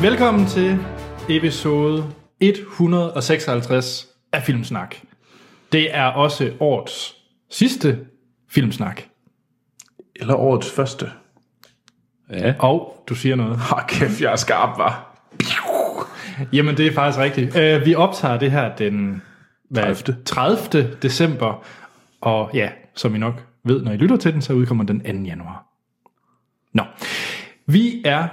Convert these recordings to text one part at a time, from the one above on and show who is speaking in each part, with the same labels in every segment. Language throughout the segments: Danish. Speaker 1: Velkommen til episode 156 af Filmsnak. Det er også årets sidste Filmsnak.
Speaker 2: Eller årets første.
Speaker 3: Ja.
Speaker 1: Og du siger noget.
Speaker 2: Åh, kæft, jeg er skarp, var.
Speaker 1: Jamen, det er faktisk rigtigt. Øh, vi optager det her den hvad,
Speaker 2: 30..
Speaker 1: 30. december. Og ja, som I nok ved, når I lytter til den, så udkommer den 2. januar. Nå. Vi er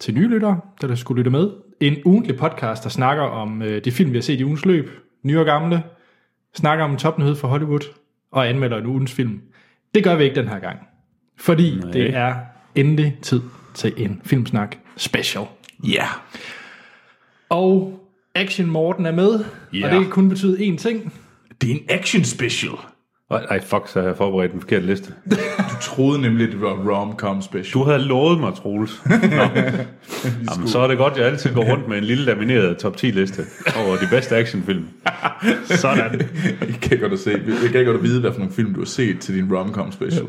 Speaker 1: til nye lyttere, der der skulle lytte med. En ugentlig podcast, der snakker om øh, de film, vi har set i ugens løb. Nye og gamle. Snakker om en topnyhed fra Hollywood. Og anmelder en ugens film. Det gør vi ikke den her gang. Fordi Nej. det er endelig tid til en filmsnak special.
Speaker 2: Ja.
Speaker 1: Og Action Morten er med, yeah.
Speaker 2: Ja.
Speaker 1: og det kan kun betyde én ting.
Speaker 2: Det er en action special.
Speaker 3: Ej, ej, fuck, så har jeg forberedt en forkert liste.
Speaker 2: Du troede nemlig, det var rom-com special.
Speaker 3: Du havde lovet mig, Troels. Nå. Jamen, så er det godt, jeg altid går rundt med en lille lamineret top 10-liste over de bedste actionfilm. Sådan.
Speaker 2: Jeg kan godt at se. Jeg kan godt at vide, hvad for nogle film, du har set til din rom-com special.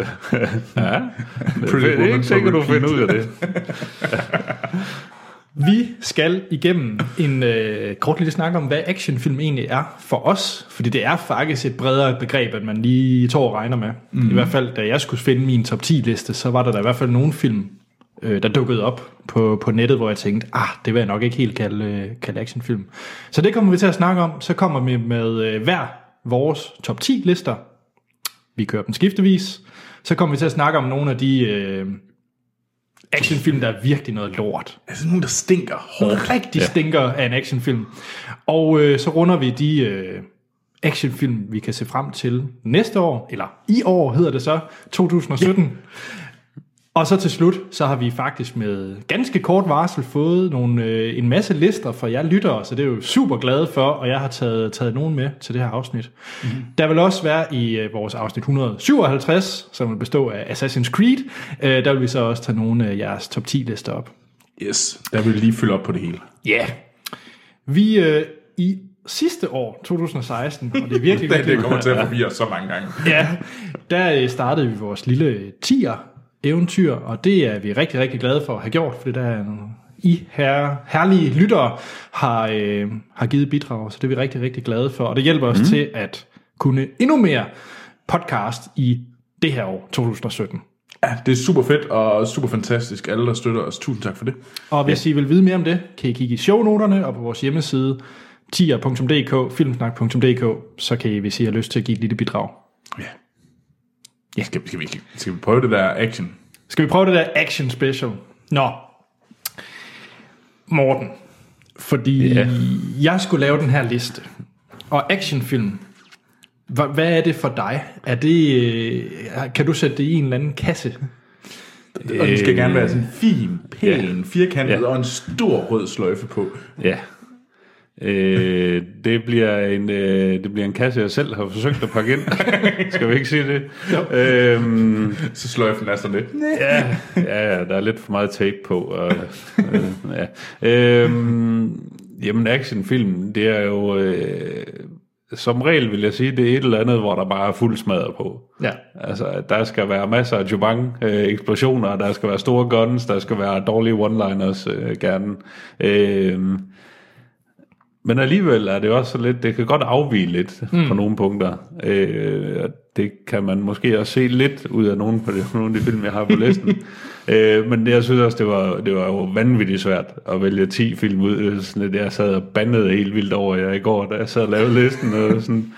Speaker 3: Ja.
Speaker 2: Pretty
Speaker 3: Det er
Speaker 2: Woman
Speaker 3: ikke sikkert,
Speaker 2: på
Speaker 3: du finder ud af det.
Speaker 1: Vi skal igennem en øh, kort lille snak om, hvad actionfilm egentlig er for os. Fordi det er faktisk et bredere begreb, end man lige tror og regner med. Mm. I hvert fald, da jeg skulle finde min top 10-liste, så var der da i hvert fald nogle film, øh, der dukkede op på, på nettet, hvor jeg tænkte, ah, det vil jeg nok ikke helt kalde, øh, kalde actionfilm. Så det kommer vi til at snakke om. Så kommer vi med øh, hver vores top 10-lister. Vi kører dem skiftevis. Så kommer vi til at snakke om nogle af de øh, actionfilm, der er virkelig noget lort
Speaker 2: Er sådan nogen, der stinker hårdt?
Speaker 1: noget rigtig ja. stinker af en actionfilm. Og øh, så runder vi de øh, actionfilm, vi kan se frem til næste år, eller i år hedder det så, 2017. Ja. Og så til slut, så har vi faktisk med ganske kort varsel fået nogle, øh, en masse lister fra jer lyttere, så det er jo super glade for, og jeg har taget, taget nogen med til det her afsnit. Mm. Der vil også være i øh, vores afsnit 157, som vil bestå af Assassin's Creed, øh, der vil vi så også tage nogle af jeres top 10 lister op.
Speaker 2: Yes, der vil vi lige fylde op på det hele.
Speaker 1: Ja. Yeah. Vi øh, i sidste år, 2016, og det er virkelig,
Speaker 2: Det, det
Speaker 1: virkelig
Speaker 2: kommer til at forvirre så mange gange.
Speaker 1: ja, der øh, startede vi vores lille tier eventyr, og det er vi rigtig, rigtig glade for at have gjort, fordi der er nogle I herre, herlige lyttere har, øh, har givet bidrag, så det er vi rigtig, rigtig glade for, og det hjælper os mm. til at kunne endnu mere podcast i det her år, 2017.
Speaker 2: Ja, det er super fedt og super fantastisk. Alle, der støtter os, tusind tak for det.
Speaker 1: Og hvis ja. I vil vide mere om det, kan I kigge i shownoterne og på vores hjemmeside tier.dk, filmsnak.dk, så kan I, hvis I har lyst til at give et lille bidrag.
Speaker 2: Ja. ja. Skal, skal, vi, skal vi prøve det der action?
Speaker 1: Skal vi prøve det der action special? Nå. Morten. Fordi ja. jeg skulle lave den her liste. Og actionfilm. Hva- Hvad er det for dig? Er det, øh, kan du sætte det i en eller anden kasse?
Speaker 2: Og den skal gerne være sådan fin, pæn, firkantet
Speaker 3: Ja.
Speaker 2: og en stor rød sløjfe på.
Speaker 3: Ja. Øh, det, bliver en, øh, det bliver en kasse, jeg selv har forsøgt at pakke ind. Skal vi ikke sige det?
Speaker 1: Jo.
Speaker 3: Øhm,
Speaker 2: Så sløjfen er sådan lidt.
Speaker 3: ja, ja, ja, der er lidt for meget tape på. Og, øh, ja. øhm, jamen, actionfilm, det er jo... Øh, som regel vil jeg sige, det er et eller andet, hvor der bare er fuld smadret på.
Speaker 1: Ja.
Speaker 3: Altså, at der skal være masser af jubang, øh, eksplosioner, der skal være store guns, der skal være dårlige one-liners øh, gerne. Øh, men alligevel er det også så lidt, det kan godt afvige lidt mm. på nogle punkter. Øh, og det kan man måske også se lidt ud af nogle, på de, nogle af de film, jeg har på listen. øh, men det, jeg synes også, det var, det var jo vanvittigt svært at vælge 10 film ud. Det er Sådan, lidt, jeg sad og bandede helt vildt over jer i går, da jeg sad og lavede listen. Og sådan,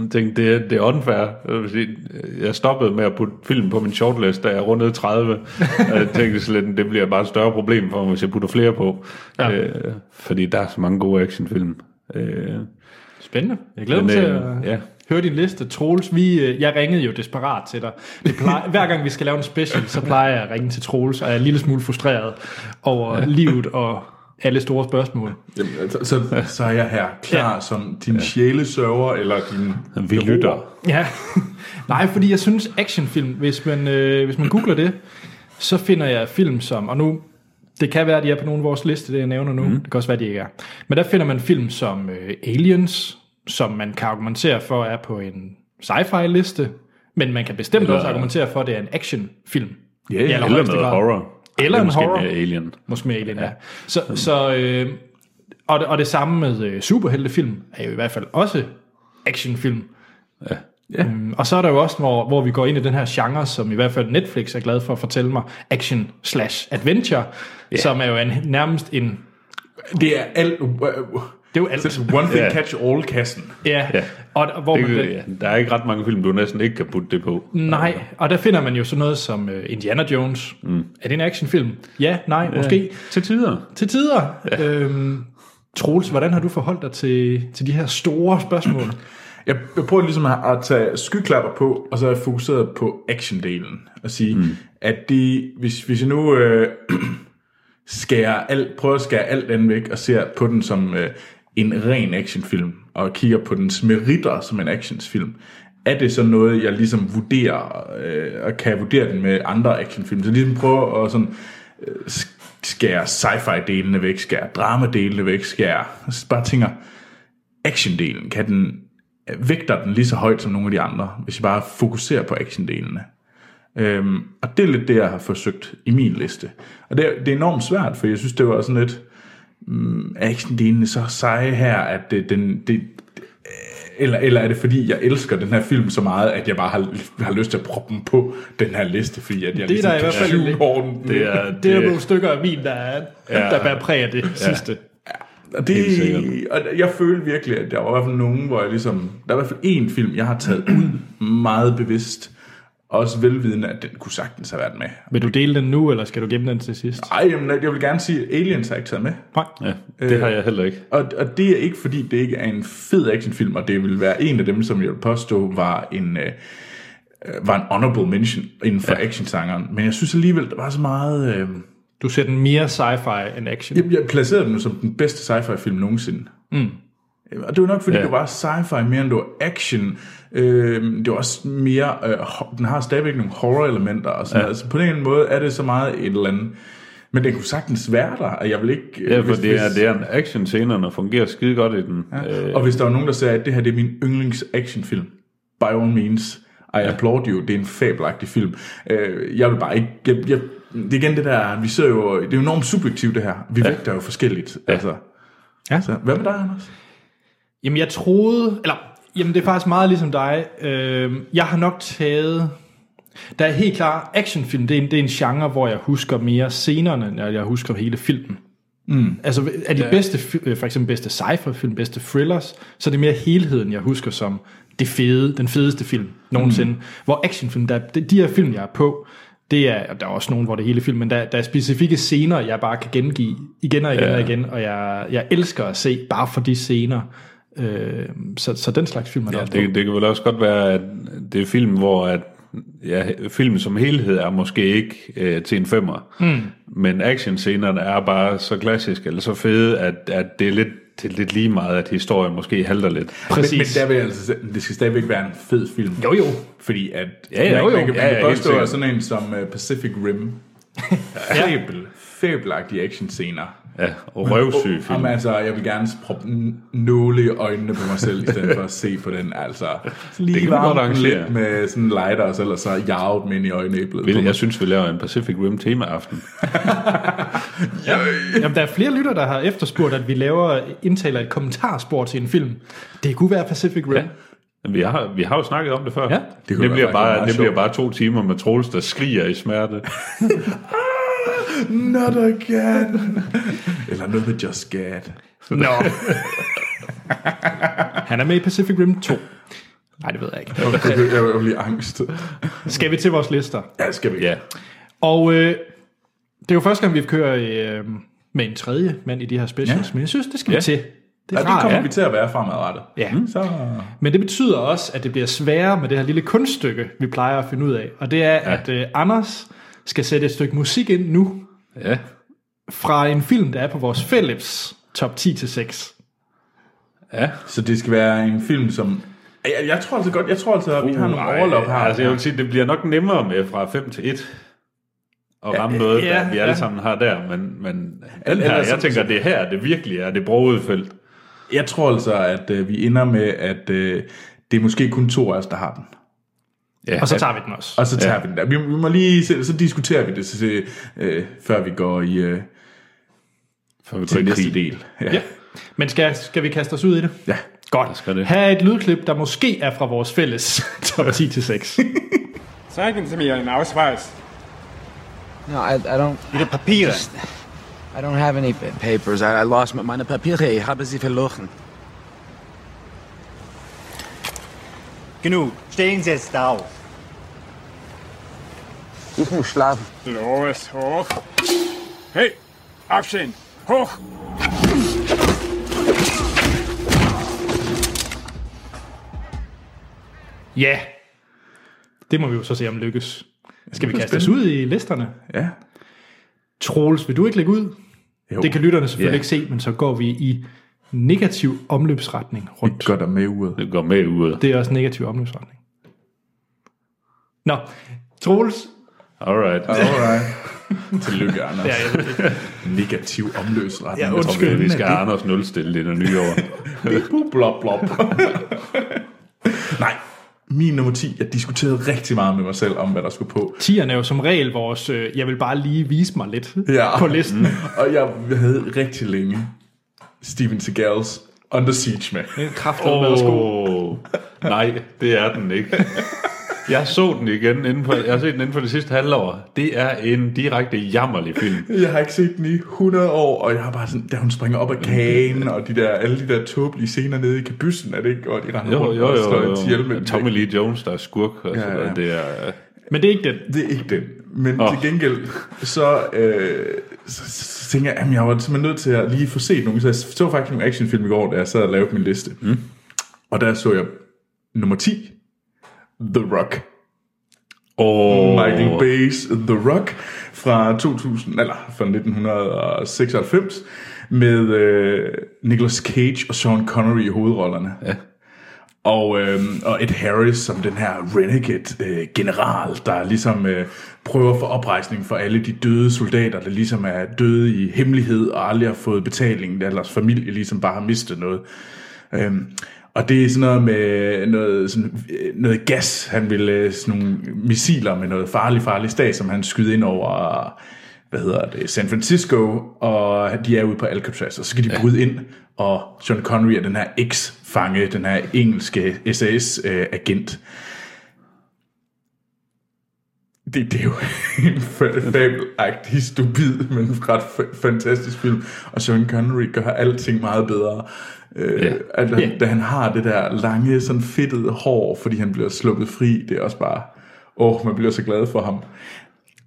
Speaker 3: jeg tænkte, det, er- det er unfair. Jeg vil sige, Jeg stoppede med at putte film på min shortlist, da jeg rundede 30. Og jeg tænkte slet, det bliver bare et større problem for mig, hvis jeg putter flere på.
Speaker 1: Ja.
Speaker 3: Ja. Øh, fordi der er så mange gode actionfilm. Øh,
Speaker 1: Spændende. Jeg glæder mig
Speaker 3: Men,
Speaker 1: til at...
Speaker 3: øh, ja.
Speaker 1: Hør din liste, Troels. Vi, øh, jeg ringede jo desperat til dig. Det plejer, hver gang vi skal lave en special, så plejer jeg at ringe til Troels, og jeg er en lille smule frustreret over livet og alle store spørgsmål.
Speaker 2: Jamen, altså, så, så er jeg her klar ja. som din ja. sjælesøver, eller din...
Speaker 3: vi lytter.
Speaker 1: Ja. Nej, fordi jeg synes actionfilm, hvis man, øh, hvis man googler det, så finder jeg film som, og nu, det kan være, at de er på nogle af vores liste, det jeg nævner nu, mm. det kan også være, at de ikke er. Men der finder man film som øh, Aliens, som man kan argumentere for er på en sci-fi liste, men man kan bestemt eller, også argumentere for, at det er en actionfilm.
Speaker 3: Ja, eller
Speaker 1: allerhøjeste
Speaker 3: noget
Speaker 1: grad.
Speaker 3: horror.
Speaker 1: Eller
Speaker 3: det er
Speaker 1: en
Speaker 3: måske
Speaker 1: horror.
Speaker 3: mere Alien.
Speaker 1: Måske mere alien, ja. Så, så øh, og, det, og det samme med øh, superheltefilm, er jo i hvert fald også actionfilm. Ja. Yeah. Øhm, og så er der jo også, hvor, hvor vi går ind i den her genre, som i hvert fald Netflix er glad for at fortælle mig, action slash adventure, yeah. som er jo en, nærmest en...
Speaker 2: Det er alt... Det
Speaker 1: Det er jo alt.
Speaker 2: er one thing
Speaker 3: Ja.
Speaker 2: catch all-kassen.
Speaker 1: Ja,
Speaker 3: Ja.
Speaker 1: og d- hvor
Speaker 3: Det,
Speaker 1: man, Mm.
Speaker 3: kan- ja, der er ikke ret mange film, du næsten ikke kan putte det på.
Speaker 1: Nej, og der finder man jo sådan noget som uh, Indiana Jones. Mm. Er det en actionfilm? Ja, nej, måske.
Speaker 3: Ja. Til tider.
Speaker 1: Til tider. Ja. Øhm, Troels, hvordan har du forholdt dig til, til de her store spørgsmål?
Speaker 2: Jeg, jeg prøver ligesom at, at tage skyklapper på, og så er jeg fokuseret på actiondelen. Og sige, mm. at det, hvis, hvis jeg nu øh, skærer alt, prøver at skære alt andet væk, og ser på den som øh, en ren actionfilm, og kigger på dens meritter som en actionsfilm, er det så noget, jeg ligesom vurderer, øh, og kan jeg vurdere den med andre actionfilm? Så ligesom prøver at sådan, øh, sk- skære sci-fi-delene væk, skære dramadelene væk, skære... Bare tænker, actiondelen, kan den, vægter den lige så højt som nogle af de andre, hvis jeg bare fokuserer på actiondelene. Øhm, og det er lidt det, jeg har forsøgt i min liste. Og det er, det er enormt svært, for jeg synes, det var sådan lidt, mm, er actiondelene så seje her, at det, den, det, eller, eller er det fordi, jeg elsker den her film så meget, at jeg bare har, har lyst til at proppe den på den her liste, fordi at jeg det ligesom
Speaker 1: der i hvert fald-
Speaker 2: fald
Speaker 3: Det er, det,
Speaker 1: Det er nogle stykker af min, der, er, ja. der bærer præg af det ja. sidste.
Speaker 2: Og
Speaker 3: Helt
Speaker 2: det,
Speaker 3: sikkert.
Speaker 2: og jeg følte virkelig, at der var i hvert fald nogen, hvor jeg ligesom... Der er i hvert fald én film, jeg har taget ud meget bevidst. Også velvidende, at den kunne sagtens have været med.
Speaker 1: Vil du dele den nu, eller skal du gemme den til sidst?
Speaker 2: Ej, jamen, jeg vil gerne sige, at Aliens har ikke taget med.
Speaker 1: Nej.
Speaker 3: ja, det har jeg heller ikke.
Speaker 2: Og, og det er ikke, fordi det ikke er en fed actionfilm, og det vil være en af dem, som jeg vil påstå var en... Øh, øh, var en honorable mention inden for ja. actionsangeren. Men jeg synes alligevel, der var så meget... Øh,
Speaker 1: Du ser den mere sci-fi end action.
Speaker 2: jeg, jeg placerede den jo som den bedste sci-fi-film nogensinde. Og det var nok, fordi ja.
Speaker 3: Mm. Ja.
Speaker 2: det var sci-fi mere end det var action. Øhm, det var også mere... Øh, ho- den har stadigvæk nogle horror-elementer og sådan ja. noget. Så på den ene måde er det så meget et eller andet... Men den kunne sagtens være der, og jeg vil ikke... øh,
Speaker 3: Ja, for
Speaker 2: hvis-
Speaker 3: det er,
Speaker 2: hvis-
Speaker 3: det er en action scenerne fungerer skide godt i den. Øh, Ja.
Speaker 2: Og hvis der var nogen, der sagde, at det her det er min yndlings actionfilm, by all means, I applaud you, det er en fabelagtig film. Øh, jeg vil bare ikke... Jeg, jeg, det er igen det der, vi ser jo... Det er jo enormt subjektivt det her. Vi ja. vægter jo forskelligt. Ja. Altså.
Speaker 1: Ja.
Speaker 2: Så, hvad med dig, Anders?
Speaker 1: Jamen, jeg troede... Eller, jamen, det er faktisk meget ligesom dig. Øh, jeg har nok taget... Der er helt klart actionfilm, det er, en, det er en genre, hvor jeg husker mere scenerne, end jeg husker hele filmen. Mm. Altså af de ja. bedste, fi- øh, for eksempel bedste sci-fi-film, bedste thrillers, så er det mere helheden, jeg husker som det fede, den fedeste film nogensinde. Mm. Hvor actionfilm, der, de, de her film, jeg er på, det er, og der er også nogen, hvor det er hele film, men der, der er specifikke scener, jeg bare kan gengive igen og igen ja. og igen, og jeg, jeg elsker at se bare for de scener. Øh, så, så den slags film er der også på.
Speaker 3: Det, det kan vel også godt være, at det er film, hvor at, ja, filmen som helhed er måske ikke øh, til en femmer, mm. men actionscenerne er bare så klassisk eller så fede, at, at det, er lidt, det er lidt lige meget, at historien måske halter lidt.
Speaker 1: Præcis.
Speaker 2: Men, men der vil jeg altså, sige, det skal stadigvæk være en fed film.
Speaker 1: Jo, jo.
Speaker 2: Fordi at
Speaker 3: Ja, ja,
Speaker 2: man,
Speaker 3: jo, jo.
Speaker 2: man kan, man
Speaker 3: Ja, ja,
Speaker 2: kan
Speaker 3: helt
Speaker 2: påstå,
Speaker 3: sikkert.
Speaker 2: at sådan en som øh, Pacific Rim, fabel, fabelagtige actionscener.
Speaker 3: Ja, og røvsyg film.
Speaker 2: Jamen, altså, jeg vil gerne proppe en nåle i øjnene på mig selv, i stedet for at se på den. Altså, lige
Speaker 3: kan vi
Speaker 2: varme
Speaker 3: godt
Speaker 2: den
Speaker 3: arrangere.
Speaker 2: lidt med sådan en lighter, og så ellers så jarve dem ind i øjenæblet.
Speaker 3: Vil- Jeg synes, vi laver en Pacific Rim tema-aften.
Speaker 1: Ja. Jamen, der er flere lytter, der har efterspurgt, at vi laver indtaler et kommentarspor til en film. Det kunne være Pacific Rim. Ja.
Speaker 3: Vi har, vi har jo snakket om det før.
Speaker 1: Ja.
Speaker 2: Det
Speaker 3: Det,
Speaker 2: kunne være
Speaker 3: det, bliver
Speaker 2: faktisk meget
Speaker 3: bare, det
Speaker 2: sjovt.
Speaker 3: bliver bare to timer med Troels, der skriger i smerte.
Speaker 2: Not again! Eller noget med Just Gad.
Speaker 1: Nå. Han er med i Pacific Rim 2. Nej, det ved jeg ikke.
Speaker 2: Okay, jeg vil blive angst.
Speaker 1: Skal vi til vores lister?
Speaker 2: Ja, skal vi.
Speaker 3: ja.
Speaker 1: Og øh, det er jo første gang, vi kører øh, med en tredje mand i de her specials, ja.
Speaker 2: Ja.
Speaker 1: men jeg synes, det skal ja.
Speaker 3: Ja.
Speaker 1: vi til. Det
Speaker 2: Ja,
Speaker 1: er
Speaker 3: Ah,
Speaker 2: det
Speaker 1: rart,
Speaker 2: kommer
Speaker 1: ja.
Speaker 2: vi til at være fremadrettet. Mm.
Speaker 1: Ja.
Speaker 2: Så...
Speaker 1: Men det betyder også, at det bliver sværere med det her lille kunststykke, vi plejer at finde ud af. Og det er, ja. at øh, Anders skal sætte et stykke musik ind nu,
Speaker 3: ja.
Speaker 1: fra en film, der er på vores fælles top 10 til 6.
Speaker 3: Ja.
Speaker 2: så det skal være en film, som... Jeg, jeg tror altså godt, jeg tror altså, at vi har nogle
Speaker 3: Ej,
Speaker 2: overlap her.
Speaker 3: Altså, jeg vil sige, det bliver nok nemmere med fra 5 til 1 at ramme noget,
Speaker 1: ja,
Speaker 3: der vi
Speaker 1: ja.
Speaker 3: alle sammen har der, men, men den
Speaker 2: Eller-
Speaker 3: her,
Speaker 2: eller
Speaker 3: jeg
Speaker 2: som-
Speaker 3: tænker, det er her, det virkelig er det brogede felt.
Speaker 2: Jeg tror altså, at øh, vi ender med, at øh, det er måske kun to af os, der har den.
Speaker 3: Ja,
Speaker 1: Og så tager vi den også.
Speaker 2: Og så tager ja. vi den der. Vi, vi må lige se, så diskuterer vi det, så, se, øh, før vi går i øh,
Speaker 3: for vi går i
Speaker 2: til næste
Speaker 3: krig.
Speaker 2: del. Ja.
Speaker 1: Ja. Men skal, skal vi kaste os ud i det?
Speaker 2: ja.
Speaker 1: Godt.
Speaker 3: os gøre det.
Speaker 1: Her er et lydklip, der måske er fra vores fælles top 10 til 6.
Speaker 4: Zeigen Sie mir Ihren Ausweis.
Speaker 5: No, I, I don't.
Speaker 4: Ihre Papiere.
Speaker 5: I don't have any pa- papers. I, I lost my, meine Papiere. Ich habe sie verloren.
Speaker 4: Genug. Stehen Sie jetzt auf.
Speaker 5: Ich muss schlafen.
Speaker 4: Los, hoch. Hey, aufstehen. Hoch.
Speaker 1: ja. Det må vi jo så se, om lykkes. Skal vi
Speaker 2: bliver
Speaker 1: kaste os ud i listerne?
Speaker 2: ja.
Speaker 1: Troels, vil du ikke lægge ud?
Speaker 2: Jo.
Speaker 1: Det kan lytterne selvfølgelig
Speaker 3: Ja.
Speaker 1: yeah. ikke se, men så går vi i negativ omløbsretning rundt.
Speaker 2: Godt dig med uret.
Speaker 3: Det går med ud.
Speaker 1: Det er også negativ omløbsretning. Nå, Troels.
Speaker 3: Alright.
Speaker 2: Alright. Tillykke, Anders.
Speaker 1: Ja, jeg ved ikke.
Speaker 2: Negativ omløsret.
Speaker 1: Ja,
Speaker 3: Jeg
Speaker 1: undskyld.
Speaker 3: tror, vi- vi skal have Anders nulstille det, når nye år.
Speaker 2: blop, blop. Nej, min nummer 10, jeg diskuterede rigtig meget med mig selv om, hvad der skulle på.
Speaker 1: Tieren er jo som regel vores, øh, jeg vil bare lige vise mig lidt
Speaker 2: Ja.
Speaker 1: på listen. Mm.
Speaker 2: Og jeg havde rigtig længe Steven Seagal's Under Siege med.
Speaker 1: En kraft oh. med sko.
Speaker 3: Oh, nej, det er den ikke. Jeg så den igen, inden for, jeg har set den inden for det sidste halvår. Det er en direkte jammerlig film.
Speaker 2: Jeg har ikke set den i 100 år, og jeg har bare sådan, da hun springer
Speaker 3: Mm.
Speaker 2: op af kagen, og de der, alle de der tåbelige scener nede i kabyssen, er det ikke? Og de render
Speaker 3: Jo,
Speaker 2: rundt
Speaker 3: jo,
Speaker 2: og slår
Speaker 3: jo.
Speaker 2: en ihjel med
Speaker 3: jo.
Speaker 2: den.
Speaker 3: Tommy Lee Jones, der er skurk. Og sådan
Speaker 2: Ja, ja.
Speaker 3: noget. Det er,
Speaker 1: Men det er ikke den.
Speaker 2: Det er ikke den. Men
Speaker 3: Åh.
Speaker 2: oh. til gengæld, så, øh, så, så, så tænker jeg, at jeg var simpelthen nødt til at lige få set nogle. Så jeg så faktisk nogle actionfilm i går, da jeg sad og lavede min liste. Mm. Og der så jeg nummer 10, The Rock.
Speaker 3: oh,
Speaker 2: Michael Bay's The Rock fra 2000, eller fra 1996 med øh, Nicolas Cage og Sean Connery i hovedrollerne. Ja. Og, øh, og Ed Harris som den her renegade-general, der ligesom øh, prøver at få oprejsning for alle de døde soldater, der ligesom er døde i hemmelighed og aldrig har fået betaling, eller deres familie ligesom bare har mistet noget. Øhm, og det er sådan noget med noget, sådan, øh, noget gas. Han vil øh, sådan nogle missiler med noget farlig, farlig stag, som han skyder ind over hvad hedder det, San Francisco, og de er ude på Alcatraz, og så skal de bryde ind, og Sean Connery er den her eks-fange, den her engelske øh, SAS-agent. Det, det er jo en fa- fabelagtig, stupid, men ret fa- fantastisk film. Og Sean Connery gør alting meget bedre. Øh,
Speaker 3: Ja.
Speaker 2: at han, Da han har det der lange, sådan fedtede hår, fordi han bliver sluppet fri, det er også bare... Åh, man bliver så glad for ham.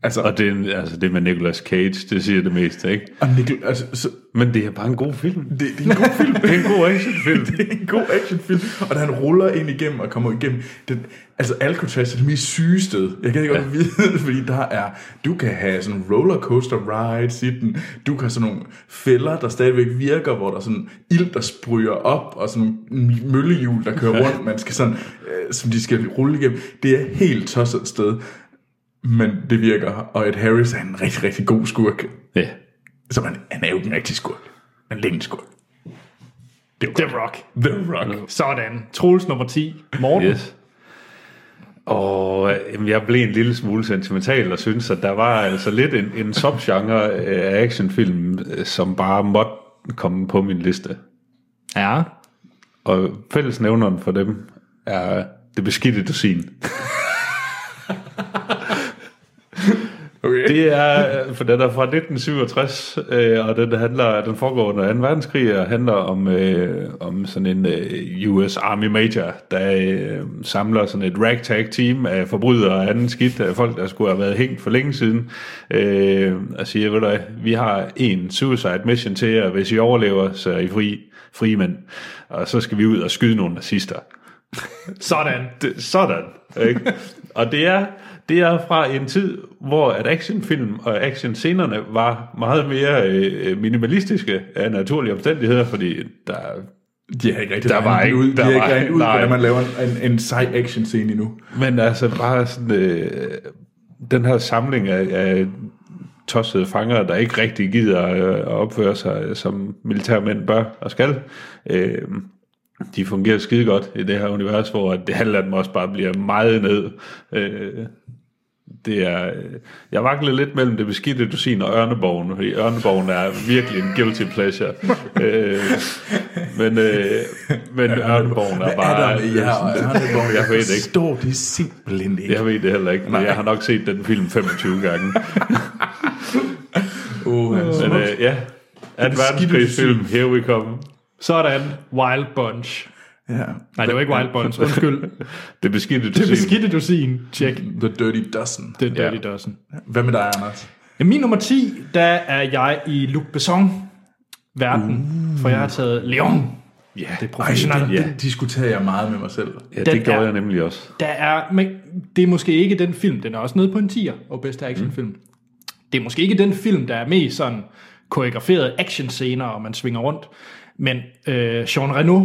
Speaker 2: Altså, og,
Speaker 3: Og det, er en- altså det med Nicolas Cage, det siger det meste, ikke?
Speaker 2: og Nicol- altså, så,
Speaker 3: Men det er bare en god film.
Speaker 2: det, det er en god film.
Speaker 3: Det er en god actionfilm.
Speaker 2: det er en god actionfilm. Og da han ruller ind igennem og kommer igennem, den, altså Alcatraz er det mest syge sted. Jeg kan ikke godt vide, fordi der er, du kan have sådan rollercoaster rides i den, du kan have sådan nogle fælder, der stadigvæk virker, hvor der er sådan ild, der spryger op, og sådan nogle møllehjul, der kører rundt, man skal sådan, øh, som de skal rulle igennem. Det er et helt tosset sted, men det virker, og Ed Harris er en rigtig, rigtig god skurk.
Speaker 3: Ja.
Speaker 2: Så man, han er jo den rigtige skurk. Han er længe skurk.
Speaker 1: Det er The Rock.
Speaker 2: The Rock.
Speaker 1: Sådan. Troels nummer 10. Morten. Yes.
Speaker 3: Yes. Og øh, jamen, jeg blev en lille smule sentimental og synes, at der var altså lidt en, en subgenre øh, af actionfilm, øh, som bare måtte komme på min liste.
Speaker 1: Ja.
Speaker 3: Og fællesnævneren for dem er det beskidte dusin.
Speaker 2: Okay.
Speaker 3: Det er, øh, for den er fra 1967, øh, og den, handler, den foregår under 2. verdenskrig, og handler om, øh, om sådan en øh, US Army Major, der øh, samler sådan et ragtag team af forbrydere og anden skidt, af folk, der skulle have været hængt for længe siden, øh, og siger, ved du hvad, vi har en suicide mission til jer, hvis I overlever, så er I fri, frie mænd, og så skal vi ud og skyde nogle nazister
Speaker 1: Sådan.
Speaker 3: det, sådan. Ikke? og det er, det er fra en tid, hvor at actionfilm og actionscenerne var meget mere øh, minimalistiske af naturlige omstændigheder, fordi der,
Speaker 2: De har ikke rigtig regnet
Speaker 3: Der var
Speaker 2: det
Speaker 3: ikke-
Speaker 2: ud,
Speaker 3: der
Speaker 2: de har
Speaker 3: var
Speaker 2: ikke regnet
Speaker 3: ikke-
Speaker 2: ud,
Speaker 3: nej.
Speaker 2: hvordan man laver en, en, en sej action scene endnu.
Speaker 3: men altså bare sådan, øh, den her samling af, af tossede fanger, der ikke rigtig gider øh, at opføre sig, øh, som militærmænd bør og skal. Øh, de fungerer skide godt i det her univers, hvor det handler dem også bare bliver meget ned. Øh, det er, øh, jeg vakler lidt mellem det beskidte dusin og Ørneborgen, fordi Ørneborgen er virkelig en guilty pleasure. øh, men øh, men Ørneborgen er bare...
Speaker 2: Adam, ja, Ørneborgen.
Speaker 3: jeg ved det ikke.
Speaker 2: Står det simpelthen ikke.
Speaker 3: Jeg ved det heller ikke, men jeg har nok set den film 25 gange.
Speaker 2: Uh,
Speaker 3: Men øh, ja, at verdenskrigsfilm, here we come.
Speaker 1: Sådan, Wild Bunch.
Speaker 2: ja.
Speaker 1: Nej, det var ikke Wild Bunch, undskyld.
Speaker 3: Det beskidte dusin.
Speaker 1: Det beskidte dusin. Check.
Speaker 2: The Dirty Dozen.
Speaker 1: Det er Dirty
Speaker 3: Ja.
Speaker 1: Dozen.
Speaker 2: Hvad med dig, Anders?
Speaker 1: Ja, min nummer 10, der er jeg i Luc Besson verden, uh. for jeg har taget Leon.
Speaker 3: Ja,
Speaker 1: Det er professionelt.
Speaker 2: Ej,
Speaker 1: Ej,
Speaker 2: det, det diskuterer jeg meget med mig selv.
Speaker 3: ja
Speaker 1: den
Speaker 3: det gjorde
Speaker 1: er-
Speaker 3: jeg nemlig også.
Speaker 1: Der er, men det er måske ikke den film, den er også nede på en 10'er og bedste actionfilm. Mm. Det er måske ikke den film, der er mest sådan koreograferet actionscener, og man svinger rundt, men øh, Jean Reno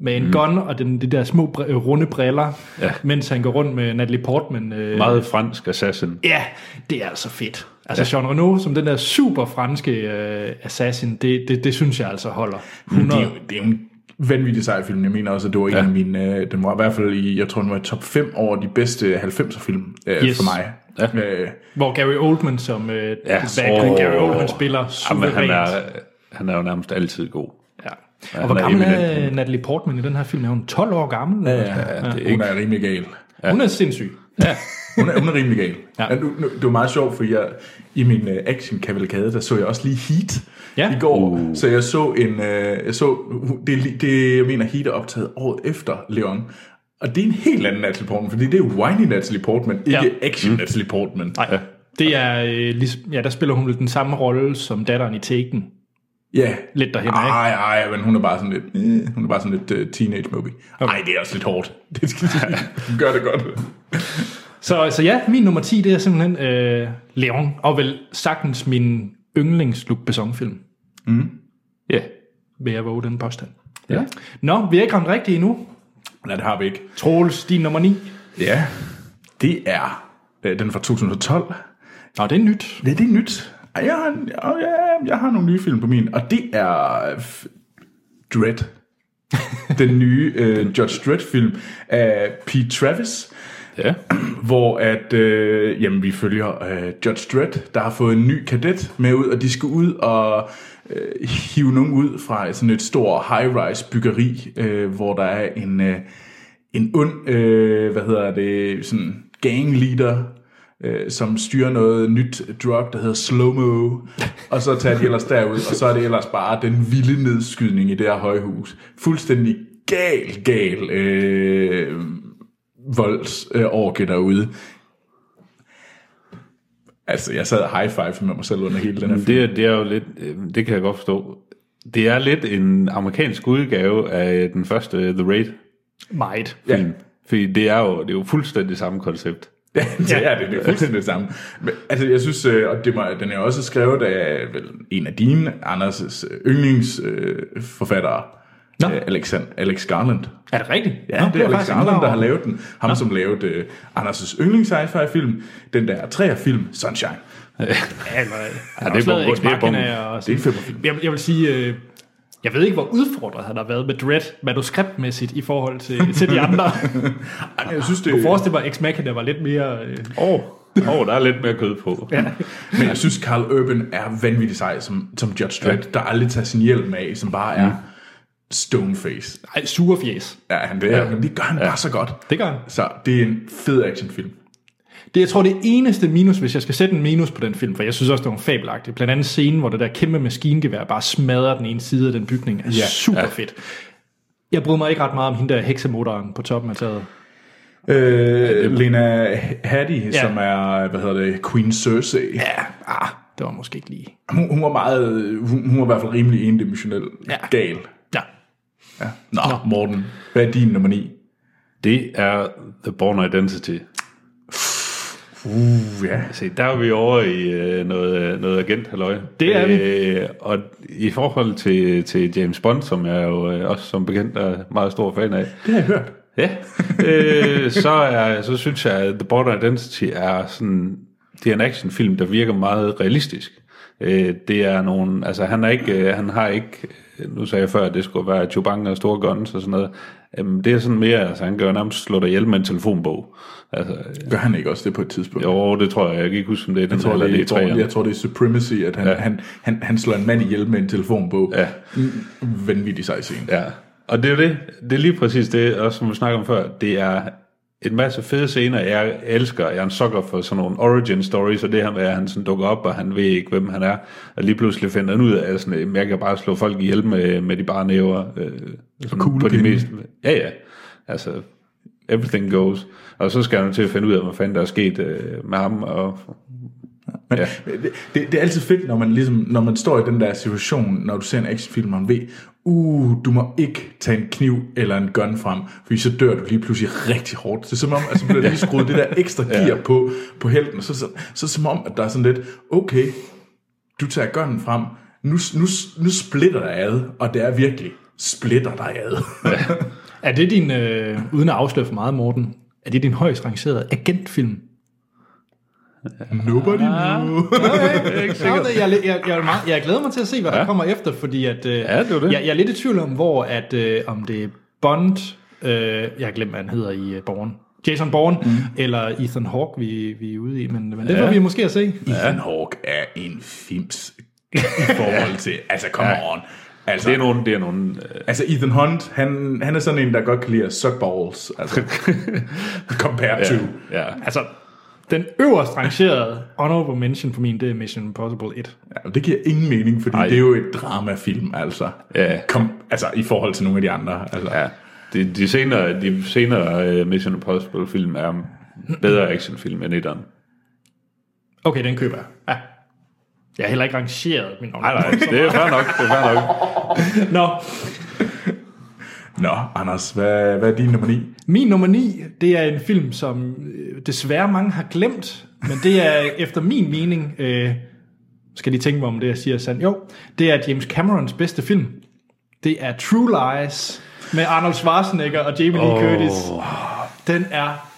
Speaker 1: med en mm. gun og den, de der små br- øh, runde briller, ja. mens han går rundt med Natalie Portman. Øh,
Speaker 3: Meget fransk assassin.
Speaker 1: Ja, det er altså fedt. Altså ja. Jean Reno som den der super franske øh, assassin, det, det, det synes jeg altså holder. 100.
Speaker 2: Det er, jo, det er jo en vanvittig sej film. Jeg mener også, at det var en ja. af mine... Øh, den var i hvert fald i... Jeg tror, den var i top 5 over de bedste 90'er film øh,
Speaker 1: Yes.
Speaker 2: yes. for mig. Ja. Øh,
Speaker 1: Hvor Gary Oldman som øh, ja,
Speaker 3: åh.
Speaker 1: Gary Oldman spiller
Speaker 3: Jamen,
Speaker 1: suverænt.
Speaker 3: han, er, han er jo nærmest altid god.
Speaker 1: Ja.
Speaker 3: han
Speaker 1: Og hvor
Speaker 3: er
Speaker 1: gammel er øh,
Speaker 3: eminent.
Speaker 1: Natalie Portman i den her film? Er hun 12 år gammel?
Speaker 2: ja, ja, det er hun er rimelig gal.
Speaker 1: Ja. Hun er sindssyg. Ja.
Speaker 2: Hun er, hun er rimelig gal.
Speaker 1: Ja.
Speaker 2: ja. nu, nu, det var meget sjovt, for jeg, i min uh, action-kavalkade, der så jeg også lige Heat
Speaker 1: Ja.
Speaker 2: i går. Uh. Så jeg så en... Uh, jeg så, det, er lige- det, jeg mener, Heat er optaget året efter Leon. Og det er en helt anden Natalie Portman, fordi det er whiny Natalie Portman, ikke
Speaker 1: Ja.
Speaker 2: action Natalie Portman.
Speaker 1: Nej. Det er, øh, ligesom, ja, der spiller hun lidt den samme rolle som datteren i Taken.
Speaker 2: Ja.
Speaker 1: Lidt derhen, ikke?
Speaker 2: Ej, ej, men hun er bare sådan lidt, øh, hun er bare sådan lidt uh, teenage movie. Okay. Ej, det er også lidt hårdt. Det skal lige, hun gør det godt.
Speaker 1: Så, så ja, min nummer 10, det er simpelthen øh, Leon, og vel sagtens min yndlings Luc Besson-film,
Speaker 3: Ja. Yeah.
Speaker 1: vil jeg våge den påstand.
Speaker 3: Ja.
Speaker 1: Nå, vi er ikke ramt rigtigt endnu.
Speaker 2: Nej, det har vi ikke.
Speaker 1: Troels, din nummer 9.
Speaker 2: Ja, det er øh, den er fra 2012.
Speaker 1: Nå, det er nyt.
Speaker 2: Ja, det er nyt. Ej, Jeg har, en- åh, ja, jeg har nogle nye film på min, og det er f- Dread. Den nye øh, Judge Dredd-film af Pete Travis,
Speaker 3: Ja.
Speaker 2: hvor at, øh, jamen, vi følger øh, Judge Dredd, der har fået en ny kadet med ud, og de skal ud og øh, hive nogen ud fra sådan et stort high-rise byggeri, øh, hvor der er en, øh, en ond, øh, hvad hedder det, sådan gang leader, øh, som styrer noget nyt drug, der hedder Slow-Mo, og så tager de ellers derud, og så er det ellers bare den vilde nedskydning i det her højhus. Fuldstændig gal, gal øh, voldsorgie derude. Altså, jeg sad og high-five med mig selv under hele den her film.
Speaker 3: Mm, Det, er- det er jo lidt, øh, det kan jeg godt forstå. Det er lidt en amerikansk udgave af den første øh, The Raid
Speaker 1: Meget.
Speaker 3: film. Ja. Fordi det er, jo, det er jo fuldstændig samme koncept.
Speaker 2: Ja, det er det. Det er fuldstændig det samme. Men, altså, jeg synes, øh, og det må, den er jo også skrevet af vel, en af dine, Anders' øh, yndlingsforfattere,
Speaker 1: Nå.
Speaker 2: øh, Alex, Alex Garland.
Speaker 1: Er det rigtigt?
Speaker 2: Ja, det er Alex
Speaker 1: faktisk ikke klar
Speaker 2: Garland, der har
Speaker 1: over.
Speaker 2: lavet den. Ham, som lavede øh, Anders' yndlings sci-fi film, den der træer film, Sunshine.
Speaker 1: Ja, eller, ja, han
Speaker 3: det
Speaker 1: har også lavet
Speaker 3: er bombe-
Speaker 1: Ex
Speaker 3: det er bombe.
Speaker 1: Machina og
Speaker 2: Det
Speaker 1: sådan.
Speaker 2: er en femmerfilm.
Speaker 1: Jeg, vil- jeg vil sige, øh, jeg ved ikke, hvor udfordret han har været med Dread manuskriptmæssigt i forhold til, til de andre.
Speaker 2: Ej, men Jeg synes, det,
Speaker 1: Jeg forestiller mig, at Ex Machina var lidt mere... Øh,
Speaker 3: Åh, oh. oh, der er lidt mere kød på. Ja.
Speaker 2: men jeg synes, Carl Urban er vanvittig sej som, som Judge Dredd, der aldrig tager sin hjelm af, som bare er stoneface.
Speaker 1: ej, surefjæs.
Speaker 2: Ja, han det, ja. men det gør han bare så godt.
Speaker 1: Det gør han.
Speaker 2: Så det er en fed actionfilm.
Speaker 1: Det, jeg tror, det eneste minus, hvis jeg skal sætte en minus på den film, for jeg synes også, det var fabelagtigt. Blandt andet scenen, hvor det der kæmpe maskingevær bare smadrer den ene side af den bygning, er ja. super ja. fedt. Jeg bryder mig ikke ret meget om hende der heksemotoren på toppen af taget.
Speaker 2: Øh, Lena Hattie, ja. som er, hvad hedder det, Queen Cersei. Ja.
Speaker 1: Ah, det var måske ikke lige...
Speaker 2: Hun, hun var meget, hun, hun var i hvert fald rimelig endimensionel ja. gal.
Speaker 1: Ja.
Speaker 2: Ja. Nå, Nå, Morten, hvad er din nummer 9?
Speaker 3: Det er The Born Identity.
Speaker 2: Uh, ja.
Speaker 3: Se, der er vi over i øh, noget, noget agent halløj.
Speaker 1: Det er vi.
Speaker 3: Øh, og i forhold til, til James Bond, som jeg jo øh, også som bekendt er meget stor fan af.
Speaker 2: Det har jeg hørt.
Speaker 3: Ja, øh, så, er, så synes jeg, at The Border Identity er sådan, det er en actionfilm, der virker meget realistisk. Øh, det er nogen, altså han, er ikke, øh, han har ikke nu sagde jeg før, at det skulle være Chubang og store guns og sådan noget. Øhm, det er sådan mere, altså han gør nærmest slå dig ihjel med en telefonbog. Altså,
Speaker 2: Gør han ikke også det på et tidspunkt?
Speaker 3: jo, det tror jeg, jeg kan ikke huske, om det er den
Speaker 2: Jeg tror,
Speaker 3: eller
Speaker 2: det,
Speaker 3: det er
Speaker 2: jeg, tror,
Speaker 3: træerne.
Speaker 2: jeg tror, det er Supremacy, at han, ja. han, han, han slår en mand ihjel med en telefonbog.
Speaker 3: Ja.
Speaker 2: Mm, Vanvittig sej scene.
Speaker 3: Ja, og det er jo det. Det er lige præcis det, også som vi snakker om før. Det er en masse fede scener, jeg elsker. Jeg er en sucker for sådan nogle origin stories, og det her med, at han sådan dukker op, og han ved ikke, hvem han er. Og lige pludselig finder han ud af, sådan, at jeg kan bare slå folk ihjel med, med de bare næver. Øh, sådan på de
Speaker 2: kuglepinde.
Speaker 3: mest... Ja, ja. Altså, everything goes. Og så skal han jo til at finde ud af, hvad fanden der er sket øh, med ham. Og,
Speaker 2: Men
Speaker 3: Ja.
Speaker 2: ja. det, det, det, er altid fedt, når man, ligesom, når man står i den der situation, når du ser en actionfilm, og man ved, uh, du må ikke tage en kniv eller en gun frem, fordi så dør du lige pludselig rigtig hårdt. Det er som om, altså bliver der lige skruet det der ekstra gear ja. på, på helten, og så, så, så, er det som om, at der er sådan lidt, okay, du tager gunnen frem, nu, nu, nu splitter dig ad, og det er virkelig splitter dig ad.
Speaker 1: Er det din, øh, uden at afsløre for meget, Morten, er det din højst rangerede agentfilm?
Speaker 3: Ah.
Speaker 2: Nobody knew.
Speaker 3: jeg er ikke
Speaker 1: Ja, det- jeg, jeg, jeg, er meget, jeg glæder mig til at se, hvad ja. der kommer efter, fordi at, øh,
Speaker 3: Ja, det er jo det.
Speaker 1: Jeg, jeg er lidt i tvivl om, hvor at, øh, om det er Bond, øh, jeg har glemt, hvad han hedder i øh, Born. Jason Bourne,
Speaker 3: Mhm.
Speaker 1: mm. eller Ethan Hawke, vi, vi er ude i, men, men det får vi måske at se.
Speaker 2: Ethan Hawke er en fims i forhold til, altså come on. Altså,
Speaker 3: Det er nogle, det er nogle øh,
Speaker 2: Altså Ethan Hunt, han, han er sådan en, der godt kan lide at suck balls. Altså, compared to.
Speaker 3: ja.
Speaker 1: Altså, den øverst rangerede honorable mention for min, det er Mission Impossible 1.
Speaker 2: Ja, det giver ingen mening, fordi
Speaker 3: Ej.
Speaker 2: Ej. det er jo et dramafilm, altså.
Speaker 3: Ja.
Speaker 2: Kom, altså i forhold til nogle af de andre. Altså.
Speaker 3: Ja, de, de senere, de senere uh, Mission Impossible-film er bedre actionfilm end etteren.
Speaker 1: Okay, den køber jeg. Ja. Jeg har heller ikke rangeret min
Speaker 3: Nej,
Speaker 1: honorable.
Speaker 3: nej, det er fair nok, det er fair nok.
Speaker 1: Nå,
Speaker 2: Nå, Anders, hvad, hvad er din nummer 9?
Speaker 1: Min nummer 9, det er en film, som øh, desværre mange har glemt, men det er efter min mening, øh, skal de tænke mig om det, jeg siger er sandt, jo, det er James Camerons bedste film. Det er True Lies med Arnold Schwarzenegger og Jamie Lee oh. Curtis. Den er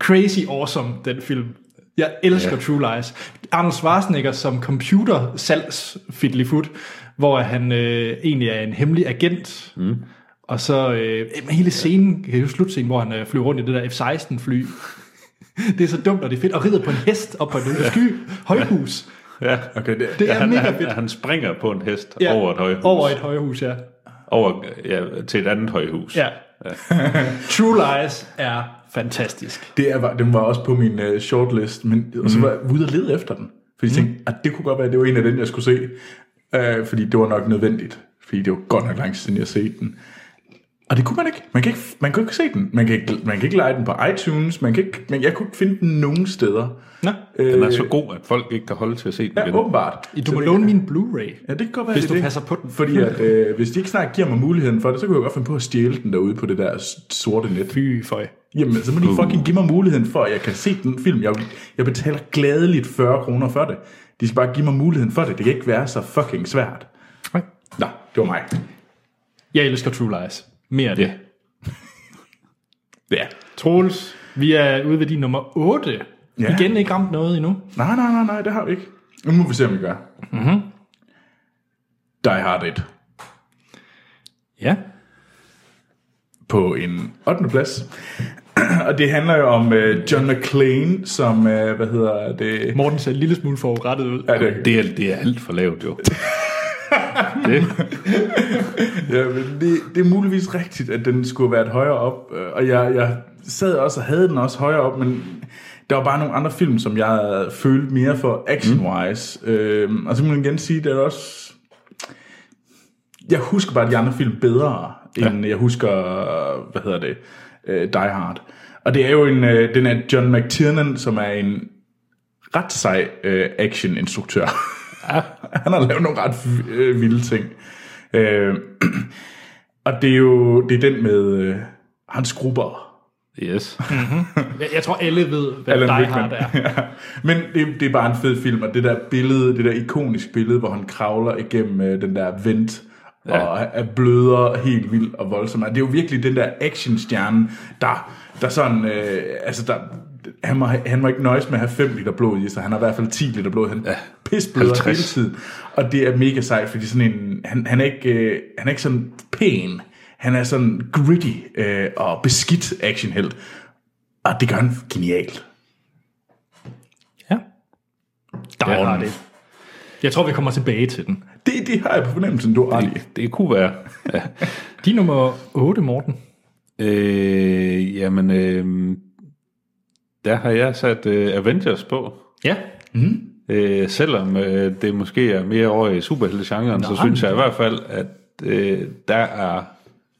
Speaker 1: crazy awesome, den film. Jeg elsker yeah. True Lies. Arnold Schwarzenegger som computer salgs foot, hvor han øh, egentlig er en hemmelig agent. Mm. Og så øh, men hele scenen, kan jeg huske slutscenen, hvor han øh, flyver rundt i det der F-16 fly. det er så dumt, og det er fedt. Og rider på en hest op på et sky højhus.
Speaker 3: Ja.
Speaker 2: Okay, det,
Speaker 1: Det
Speaker 2: det.
Speaker 1: er
Speaker 3: Han,
Speaker 1: mega
Speaker 3: han,
Speaker 1: fedt.
Speaker 3: han springer på en hest ja. over et højhus.
Speaker 1: Over et højhus, ja.
Speaker 3: over ja, til et andet højhus.
Speaker 1: ja. True Lies er fantastisk.
Speaker 2: det er, den var også på min uh, shortlist, men og
Speaker 1: Mhm.
Speaker 2: så var jeg ude og lede efter den. Fordi jeg tænkte, at det kunne godt være, at det var en af den, jeg skulle se. Uh, fordi det var nok nødvendigt. Fordi det var godt nok lang tid siden, jeg har set den. Og det kunne man ikke. Man kan ikke, man kan ikke se den. Man kan ikke, man kan ikke lege den på iTunes. Man kan ikke, men jeg kunne ikke finde den nogen steder. Øh,
Speaker 1: Nå,
Speaker 3: Den er så god, at folk ikke kan holde til at se den
Speaker 2: Ja,
Speaker 3: igen.
Speaker 2: åbenbart.
Speaker 1: du må låne min Blu-ray.
Speaker 2: Ja, det kan godt være,
Speaker 1: Hvis
Speaker 2: det er
Speaker 1: du
Speaker 2: det.
Speaker 1: passer på den.
Speaker 2: Fordi at, øh, hvis de ikke snart giver mig muligheden for det, så kunne jeg godt finde på at stjæle den derude på det der s- sorte net.
Speaker 1: Fy for
Speaker 2: Jamen, altså, så må de fucking give mig muligheden for, at jeg kan se den film. Jeg, jeg betaler gladeligt 40 kroner for det. De skal bare give mig muligheden for det. Det kan ikke være så fucking svært.
Speaker 1: Nej.
Speaker 2: Nå, det var mig.
Speaker 1: Jeg elsker True Lies. Mere af det.
Speaker 3: Ja.
Speaker 2: Ja.
Speaker 1: Troels, vi er ude ved din nummer 8.
Speaker 2: Ja.
Speaker 1: Igen ikke ramt noget endnu.
Speaker 2: Nej, nej, nej, nej, det har vi ikke. Nu må vi se, om vi gør. Mm-hmm. Die Hard 1
Speaker 1: Ja.
Speaker 2: på en 8. plads. Og det handler jo om øh, John McClane, som, øh, hvad hedder det...
Speaker 1: Morten ser en lille smule forurettet ud.
Speaker 2: Ja, det,
Speaker 3: Det, er, det er alt for lavt, jo. det,
Speaker 2: Ja, men det, det er muligvis rigtigt, at den skulle have været højere op. øh, Og jeg, jeg sad også og havde den også højere op, men der var bare nogle andre film, som jeg følte mere for action-wise. Mm. Øhm, og så må jeg igen sige, at det er også... Jeg husker bare de andre film bedre, end jeg husker, øh, hvad hedder det, øh, Die Hard. Og det er jo en, øh, den er John McTiernan, som er en ret sej øh, action-instruktør. Han har lavet nogle ret øh, vilde ting. Øh, og det er jo det er den med øh, hans grupper.
Speaker 3: yes.
Speaker 1: Jeg, jeg tror, alle ved, hvad Alan
Speaker 2: Alan
Speaker 1: Die
Speaker 2: Rickman.
Speaker 1: Hard er.
Speaker 2: Ja. Men det, det er bare en fed film, og det der billede, det der ikonisk billede, hvor han kravler igennem øh, den der vent, ja. og er bløder helt vildt og voldsom. Og Det er jo virkelig den der actionstjerne, der, der sådan, øh, altså der, han må, han må ikke nøjes med at have 5 liter blod i sig. Han har i hvert fald 10 liter blod. Han ja, pisbløder
Speaker 3: 50.
Speaker 2: hele tiden. Og det er mega sejt, fordi sådan en, han, han, er ikke, øh, han er ikke sådan pæn. Han er sådan gritty øh, og beskidt actionhelt. Og det gør han genialt.
Speaker 1: Ja. Der
Speaker 3: Ja.
Speaker 1: ja. har det. Jeg tror, vi kommer tilbage til den.
Speaker 2: Det, det har jeg på fornemmelsen, du har ret i.
Speaker 3: Det, det kunne være. Ja.
Speaker 1: De nummer 8, Morten.
Speaker 3: Øh, jamen, øh, der har jeg sat øh, Avengers på.
Speaker 1: Ja.
Speaker 3: Øh, selvom øh, det måske er mere over i superheltegenren, så
Speaker 1: Nå,
Speaker 3: synes jeg i hvert fald, at øh, der er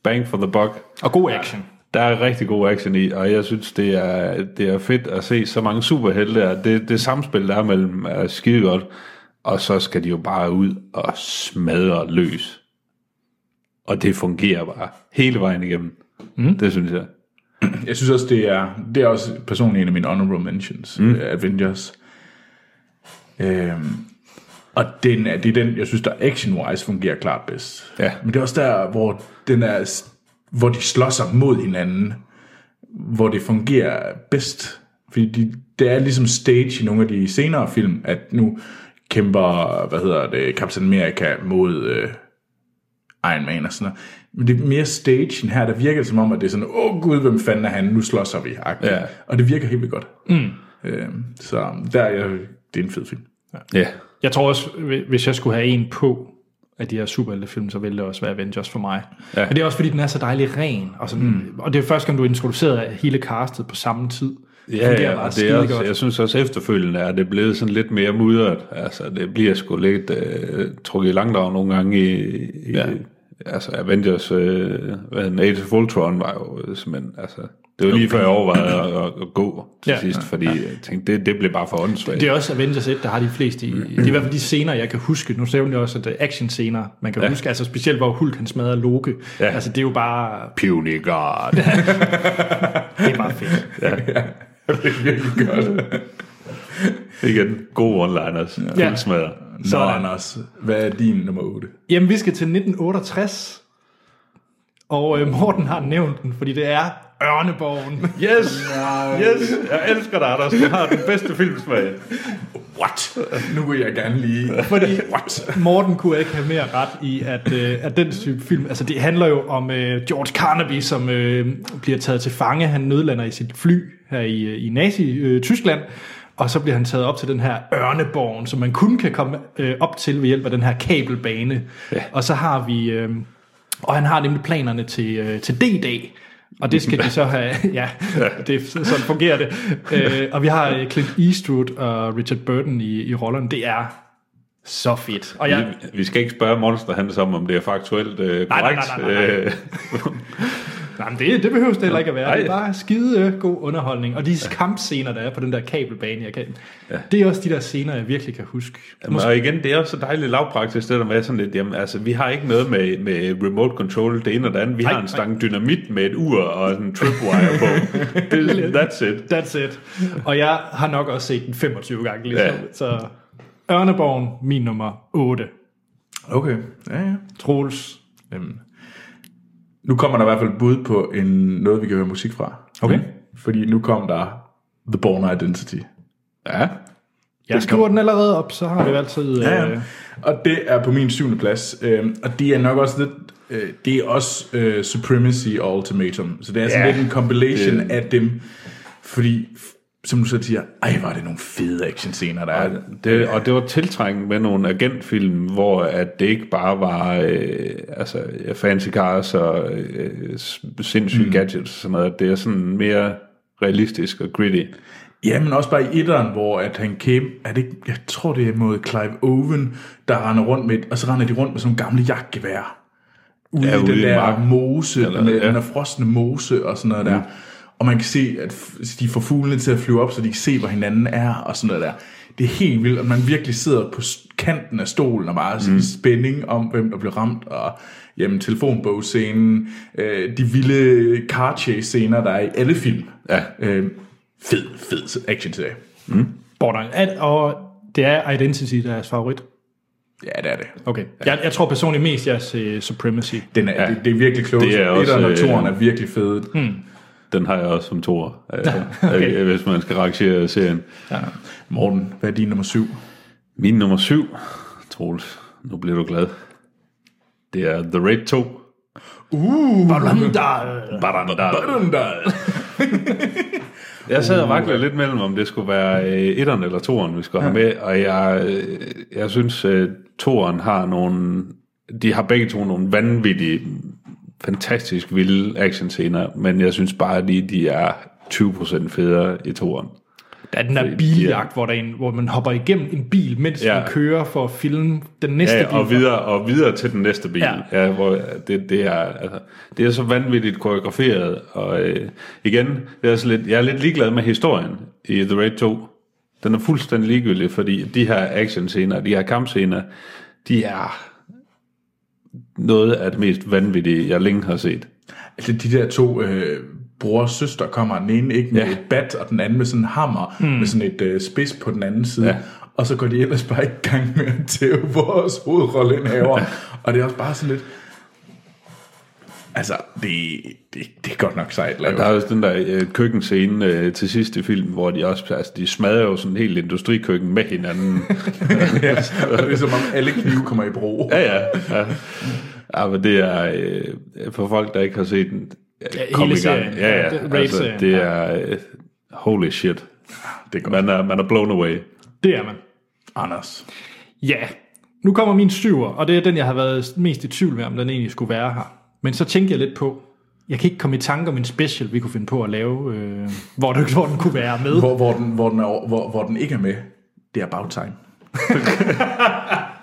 Speaker 3: bang for the buck.
Speaker 1: Og god action.
Speaker 3: Der er rigtig god action i, og jeg synes, det er, det er fedt at se så mange superhelte. og Det, det samspil, der er mellem, er skide godt. Og så skal de jo bare ud og smadre løs. Og det fungerer bare hele vejen igennem. Mm. Det synes jeg.
Speaker 2: Jeg synes også, det er, det er også personligt en af mine honorable mentions, mm. Avengers. Øhm, og den er, det er den, jeg synes, der action-wise fungerer klart bedst.
Speaker 3: Ja.
Speaker 2: Men det er også der, hvor, den er, hvor de slår sig mod hinanden, hvor det fungerer bedst. Fordi de, det er ligesom stage i nogle af de senere film, at nu kæmper, hvad hedder det, Captain America mod... Øh, Iron Man og sådan noget. Men det er mere stagen her, der virker det som om, at det er sådan, åh gud, hvem fanden er han, nu slås vi.
Speaker 3: Ja.
Speaker 2: Ja. Og det virker helt vildt godt. Mm. Øhm, så der er jeg, det er en fed film.
Speaker 3: Ja.
Speaker 1: Jeg tror også, hvi- hvis jeg skulle have en på af de her superheltefilm, så ville det også være Avengers for mig.
Speaker 3: Ja.
Speaker 1: Ja. Men det er også fordi, den er så dejlig ren. Og, sådan, mm. og det er første gang, du introducerer hele castet på samme tid.
Speaker 3: Ja,
Speaker 1: fungerer
Speaker 3: ja,
Speaker 1: bare
Speaker 3: og det er
Speaker 1: skidegodt.
Speaker 3: også, jeg synes også efterfølgende er det blevet sådan lidt mere mudret. Altså, det bliver sgu lidt øh, trukket i langdrag nogle gange i, i ja. altså Avengers, øh, hvad hedder den, Age of Ultron var jo øh, simpelthen, altså, det var lige før jeg overvejede at, at, at gå til ja.
Speaker 1: Ja.
Speaker 3: sidst, fordi jeg tænkte, det, det blev bare for åndssvagt.
Speaker 1: Det er også Avengers 1, der har de fleste i.
Speaker 3: Mm.
Speaker 1: Det er i hvert fald de scener, jeg kan huske. Nu ser jeg også, at det er action-scener, man kan ja. huske. Altså specielt, hvor Hulk han smadrer Loke. Ja. Altså det er jo bare,
Speaker 3: Puny God.
Speaker 1: det er bare fedt.
Speaker 2: det er virkelig godt.
Speaker 3: Igen, gode one-liners. Ja.
Speaker 1: Ja.
Speaker 3: Fuld smadret.
Speaker 2: Nå, Anders, hvad er din nummer 8?
Speaker 1: Jamen, vi skal til 1968. Og øh, Morten har nævnt den, fordi det er Ørneborgen.
Speaker 3: Yes, yes, jeg elsker dig, Anders. Du har den bedste filmsmag.
Speaker 2: What? Nu vil jeg gerne lige...
Speaker 1: Fordi-
Speaker 2: What?
Speaker 1: Morten kunne ikke have mere ret i, at, øh, at den type film, altså det handler jo om øh, George Carnaby, som øh, bliver taget til fange. Han nødlander i sit fly her i, øh, i Nazi-Tyskland, og så bliver han taget op til den her ørneborgen, som man kun kan komme øh, op til ved hjælp af den her kabelbane. Ja. Og så har vi, øh, og han har nemlig planerne til, øh, til D-dag, og det skal de så have, ja, det, sådan fungerer det. Øh, og vi har øh, Clint Eastwood og Richard Burton i, i rollerne. Det er så fedt. Og jeg,
Speaker 3: Vi- Vi skal ikke spørge Monster Hans om, om det er faktuelt øh, korrekt.
Speaker 1: nej, nej, nej, nej.
Speaker 3: Øh,
Speaker 1: Jamen det, det behøves det heller ikke at være.
Speaker 3: Nej.
Speaker 1: Det er bare skide øh, god underholdning. Og de kampscener, der er på den der kabelbane, jeg kan, ja. det er også de der scener, jeg virkelig kan huske.
Speaker 3: Jamen, og igen, det er også så dejligt lavpraktisk, det der med sådan lidt, jamen, altså, vi har ikke noget med, med remote control, det ene og det andet. Vi
Speaker 1: Nej,
Speaker 3: har en
Speaker 1: nej.
Speaker 3: stang dynamit med et ur og en tripwire på. Det, that's it.
Speaker 1: That's it. Og jeg har nok også set den 25 gange ligesom.
Speaker 3: Ja.
Speaker 1: Ja. Så Ørneborgen, min nummer 8.
Speaker 2: Okay, ja, ja.
Speaker 1: Troels.
Speaker 2: Jamen. Nu kommer der i hvert fald bud på en, noget, vi kan høre musik fra.
Speaker 1: Okay.
Speaker 2: Fordi nu kom der The Born Identity.
Speaker 3: Ja.
Speaker 1: Jeg skriver den allerede op, så har vi jo altid...
Speaker 2: Ja, ja.
Speaker 1: Øh,
Speaker 2: Og det er på min syvende plads. Øhm, og det er nok også lidt... Øh, det er også øh, Supremacy og Ultimatum. Så det er sådan
Speaker 3: Ja,
Speaker 2: lidt en compilation
Speaker 3: det-
Speaker 2: det... af dem. Fordi, f- som du så siger, ej, var det nogle fede actionscener, der er.
Speaker 3: Det, og det var tiltrængt med nogle agentfilm, hvor at det ikke bare var øh, altså, fancy cars og øh, s- sindssyge mm. gadgets og sådan noget. Det er sådan mere realistisk og gritty.
Speaker 2: Ja, men også bare i etteren, hvor at han kæm... Er det, ikke- jeg tror, det er mod Clive Owen, der render rundt med... Og så render de rundt med sådan nogle gamle jagtgevær. Ude
Speaker 3: Ja,
Speaker 2: ja, i
Speaker 3: ude
Speaker 2: den
Speaker 3: i
Speaker 2: der
Speaker 3: marken.
Speaker 2: mose,
Speaker 3: Eller-
Speaker 2: Eller, den, der,
Speaker 3: ja.
Speaker 2: ja. Mm. den der frosne mose og sådan noget der. Og man kan se, at f- de får fuglene til at flyve op, så de kan se, hvor hinanden er og sådan noget der. Det er helt vildt, at man virkelig sidder på s- kanten af stolen og bare sådan mm. spænding om, hvem der bliver ramt, og jamen, telefonbogscenen, øh, de vilde car chase scener, der er i alle film.
Speaker 3: Ja.
Speaker 2: Øh, fed, fed action serie.
Speaker 1: Borderline. At, og det er Identity, der er jeres favorit.
Speaker 2: Ja, det er det.
Speaker 1: Okay. Jeg, jeg tror personligt mest, jeg ser Supremacy.
Speaker 2: Den er, ja. det, det er virkelig klogt.
Speaker 3: Det er også,
Speaker 2: Etteren og
Speaker 3: øh,
Speaker 2: toeren er virkelig fede. Mm.
Speaker 3: Den har jeg også som toer, øh, okay. hvis man skal rangere serien.
Speaker 2: Morten, hvad er din nummer syv?
Speaker 3: Min nummer syv, Troels, nu bliver du glad. Det er The Raid 2.
Speaker 1: Barandal.
Speaker 3: Badam-dam. Jeg sad og vaklede lidt mellem, om det skulle være øh, etteren eller toeren, vi skulle have med, og jeg, øh, jeg synes, øh, toeren har nogle... De har begge to nogle vanvittige, fantastisk vilde actionscener, men jeg synes bare lige, de er 20% federe i toeren.
Speaker 1: Der er den der biljagt, hvor, der er en, hvor man hopper igennem en bil, mens
Speaker 3: Ja.
Speaker 1: ja. man kører for at filme den næste
Speaker 3: Ja, og
Speaker 1: bil.
Speaker 3: videre, og videre til den næste bil. Ja.
Speaker 1: Ja.
Speaker 3: Ja, hvor det, det, er, altså, det er så vanvittigt koreograferet. Og øh, igen, det er så lidt, jeg er lidt ligeglad med historien i The Raid 2. Den er fuldstændig ligegyldig, fordi de her actionscener, de her kampscener, de er noget af det mest vanvittige, jeg længe har set.
Speaker 2: Altså de der to øh, bror og søster kommer, den ene ikke med
Speaker 3: Ja.
Speaker 2: ja. et bat, og den anden med sådan en hammer, mm. med sådan et øh, spids på den anden side.
Speaker 3: Ja.
Speaker 2: Ja. Og så går de ellers bare i gang med at tæve vores hovedrolleindhaver. og det er også bare sådan lidt... Altså, det, det, det er godt nok sejt lavet.
Speaker 3: Der er også den der øh, køkkenscene øh, til sidst i filmen, hvor de også altså, de smadrer jo sådan en hel industrikøkken med hinanden.
Speaker 2: Ja, og det er som om alle knive kommer i brug.
Speaker 3: Ja, ja. ja. ja men det er øh, for folk, der ikke har set den. Ja,
Speaker 1: hele serien.
Speaker 3: Ja, ja.
Speaker 1: Det-
Speaker 3: Altså,
Speaker 1: Raid-serien,
Speaker 3: det
Speaker 1: ja.
Speaker 3: er øh, holy shit.
Speaker 2: Det er godt.
Speaker 3: Man er, man er blown away.
Speaker 1: Det er man.
Speaker 2: Anders.
Speaker 1: Ja, nu kommer min syver, og det er den, jeg har været mest i tvivl med, om den egentlig skulle være her. Men så tænkte jeg lidt på, jeg kan ikke komme i tanke om en special, vi kunne finde på at lave, øh, hvor, den, hvor den kunne være med.
Speaker 2: Hvor, hvor, den, hvor, den er, over- hvor, hvor den ikke er med, det er About Time.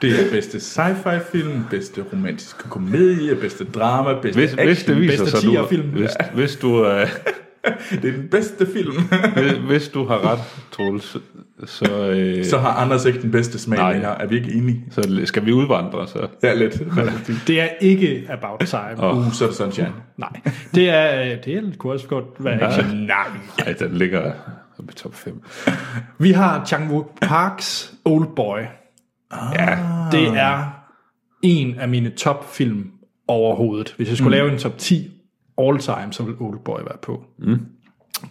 Speaker 2: det er bedste sci-fi film, bedste romantiske komedie, bedste drama, bedste
Speaker 3: Hvis,
Speaker 2: action.
Speaker 3: hvis det viser
Speaker 1: bedste
Speaker 3: sig, du,
Speaker 1: tierfilm.
Speaker 3: hvis, hvis, du, øh,
Speaker 2: Det er den bedste film.
Speaker 3: hvis- hvis du har ret, Troels, så, øh,
Speaker 2: Så har Anders ikke den bedste smag
Speaker 3: Nej.
Speaker 2: Nej. længere. Er vi ikke enige?
Speaker 3: så skal vi udvandre. Så.
Speaker 2: Ja, lidt.
Speaker 1: Det er ikke about time. Oh.
Speaker 2: Uh, så er det sunshine.
Speaker 1: Nej, det er, øh, det er, kunne også godt være action.
Speaker 2: Nej.
Speaker 3: Ej, den ligger oppe i top 5.
Speaker 1: Vi har Chang Wook Parks Old Boy.
Speaker 3: Ja,
Speaker 1: Det er en af mine topfilm overhovedet. Hvis jeg skulle mm. lave en top 10 all time, så ville Oldboy være på. Mm.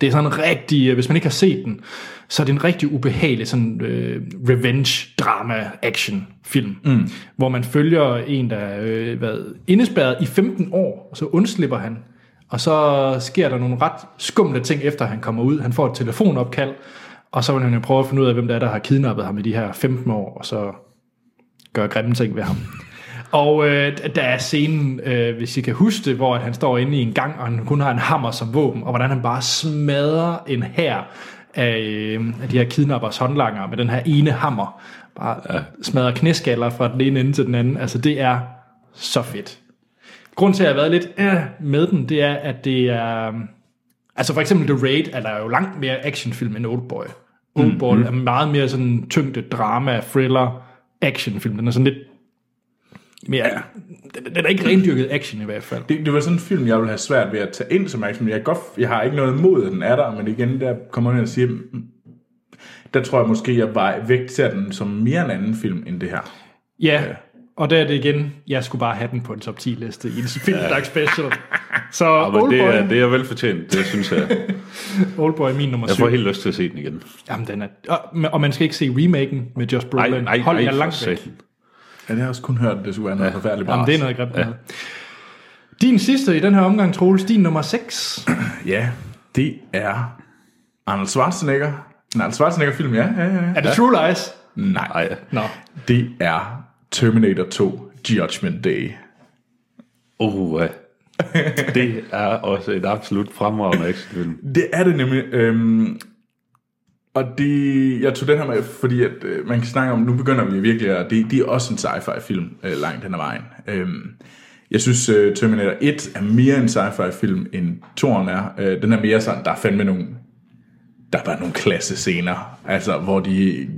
Speaker 1: Det er sådan en rigtig, øh, hvis man ikke har set den, så er det en rigtig ubehagelig sådan, øh, revenge-drama-action-film, mm. hvor man følger en, der er øh, været indespærret i 15 år, og så undslipper han. Og så sker der nogle ret skumle ting, efter han kommer ud. Han får et telefonopkald, og så vil han jo prøve at finde ud af, hvem der er, der har kidnappet ham i de her 15 år, og så gøre grimme ting ved ham. Og øh, der er scenen, øh, hvis I kan huske det, hvor at han står inde i en gang, og han kun har en hammer som våben, og hvordan han bare smadrer en her af, øh, af de her kidnappers håndlanger med den her ene hammer. Bare ja. smadrer knæskaller fra den ene ende til den anden. Altså, det er så fedt. Grunden til, at jeg har været lidt øh, med den, det er, at det er... øh, Altså for eksempel The Raid er der jo langt mere actionfilm end Oldboy. Oldboy mm-hmm. er meget mere sådan tyngde drama, thriller, actionfilm. Den er sådan lidt mere... Ja. Den, den er ikke rendyrket action i hvert fald.
Speaker 2: Det, det var sådan en film, jeg ville have svært ved at tage ind som action. Jeg, kan godt, jeg har ikke noget imod, at den er der, men igen, der kommer man ind og siger, "Mm, der tror jeg måske, jeg var væk til den som mere en anden film end det her.
Speaker 1: Ja, og der er det igen, jeg skulle bare have den på en top 10-liste i en film, der er special. Så
Speaker 3: og men det, er,
Speaker 1: Oldboy,
Speaker 3: det er velfortjent, det synes jeg.
Speaker 1: Oldboy er min nummer
Speaker 3: Jeg
Speaker 1: 7.
Speaker 3: får helt lyst til at se den igen.
Speaker 1: Jamen, den er, og, og man skal ikke se remaken med Josh
Speaker 3: Nej,
Speaker 1: Brolin.
Speaker 3: nej,
Speaker 1: Hold
Speaker 3: nej,
Speaker 1: jer
Speaker 3: for
Speaker 1: langt væk.
Speaker 3: satan.
Speaker 2: Ja, det har jeg også kun hørt, at det skulle være noget ja. forfærdeligt
Speaker 1: Jamen,
Speaker 2: bras.
Speaker 1: det er noget grimt. Ja. Din sidste i den her omgang, Troels, din nummer 6.
Speaker 2: Ja, det er Arnold Schwarzenegger. En Arnold Schwarzenegger-film, ja. ja, ja, ja.
Speaker 1: Er det True Lies?
Speaker 2: Nej,
Speaker 3: Nej.
Speaker 1: Nå.
Speaker 2: det er Terminator 2 Judgment Day.
Speaker 3: Uh, det er også et absolut fremragende actionfilm.
Speaker 2: Det er det nemlig. Øhm, og det, jeg tog den her med, fordi at, øh, man kan snakke om, nu begynder vi virkelig at, det, det er også en sci-fi film øh, langt hen ad vejen. Øhm, jeg synes, øh, Terminator 1 er mere en sci-fi film, end 2'eren er. Øh, den er mere sådan, der er fandme nogle, der er bare nogle klasse scener, altså hvor de,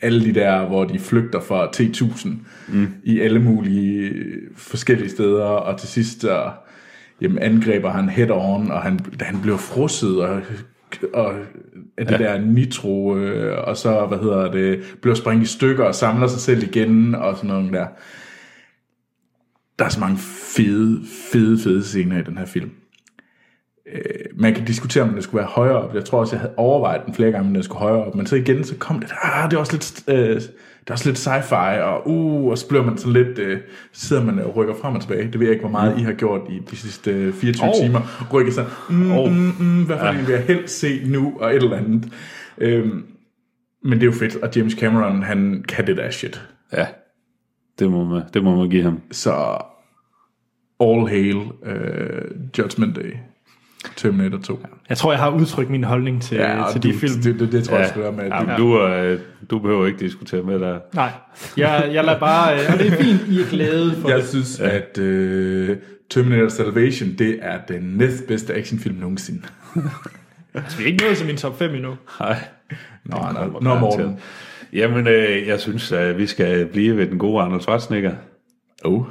Speaker 2: alle de der, hvor de flygter fra T-1000 mm. i alle mulige øh, forskellige steder, og til sidst, der, jamen, angriber han head on, og han, da han bliver frosset, og, og af det ja. der nitro, øh, og så, hvad hedder det, bliver sprængt i stykker og samler sig selv igen, og sådan noget der. Der er så mange fede, fede, fede scener i den her film. Øh, man kan diskutere, om den skulle være højere op. Jeg tror også, jeg havde overvejet den flere gange, om den skulle højere op. Men så igen, så kom det der, ah, det er også lidt, øh, det er også lidt sci-fi, og, uh, og så bliver man sådan lidt, øh, så sidder man og rykker frem og tilbage. Det ved jeg ikke, hvor meget I har gjort i de sidste øh, 24 oh. timer. Rykker sig, mm, oh. mm, mm, hvad for ja. vil jeg helst se nu, og et eller andet. Øhm, men det er jo fedt, og James Cameron, han kan det der shit.
Speaker 3: Ja, det må man, det må man give ham.
Speaker 2: Så all hail øh, Judgment Day, Terminator 2.
Speaker 1: Jeg tror, jeg har udtrykt min holdning til, ja,
Speaker 2: og
Speaker 1: øh, til de
Speaker 2: du-
Speaker 1: film.
Speaker 2: Det, det, det tror jeg,
Speaker 3: Ja.
Speaker 2: jeg skal være med. at
Speaker 3: Ja,
Speaker 2: du-
Speaker 3: men du, øh, du behøver ikke diskutere med dig.
Speaker 1: Nej, jeg, jeg lader bare... Øh, og det er fint, I er glade for
Speaker 2: Jeg
Speaker 1: det.
Speaker 2: synes, at øh, Terminator Salvation, det er den næstbedste actionfilm nogensinde.
Speaker 1: Altså, vi er ikke nået til min top 5 endnu.
Speaker 3: Nej.
Speaker 2: Nå, nå,
Speaker 3: kommer
Speaker 2: nå
Speaker 3: garanteret.
Speaker 2: Morten.
Speaker 3: Jamen, øh, jeg synes, at vi skal blive ved den gode Arnold Schwarzenegger.
Speaker 2: Oh.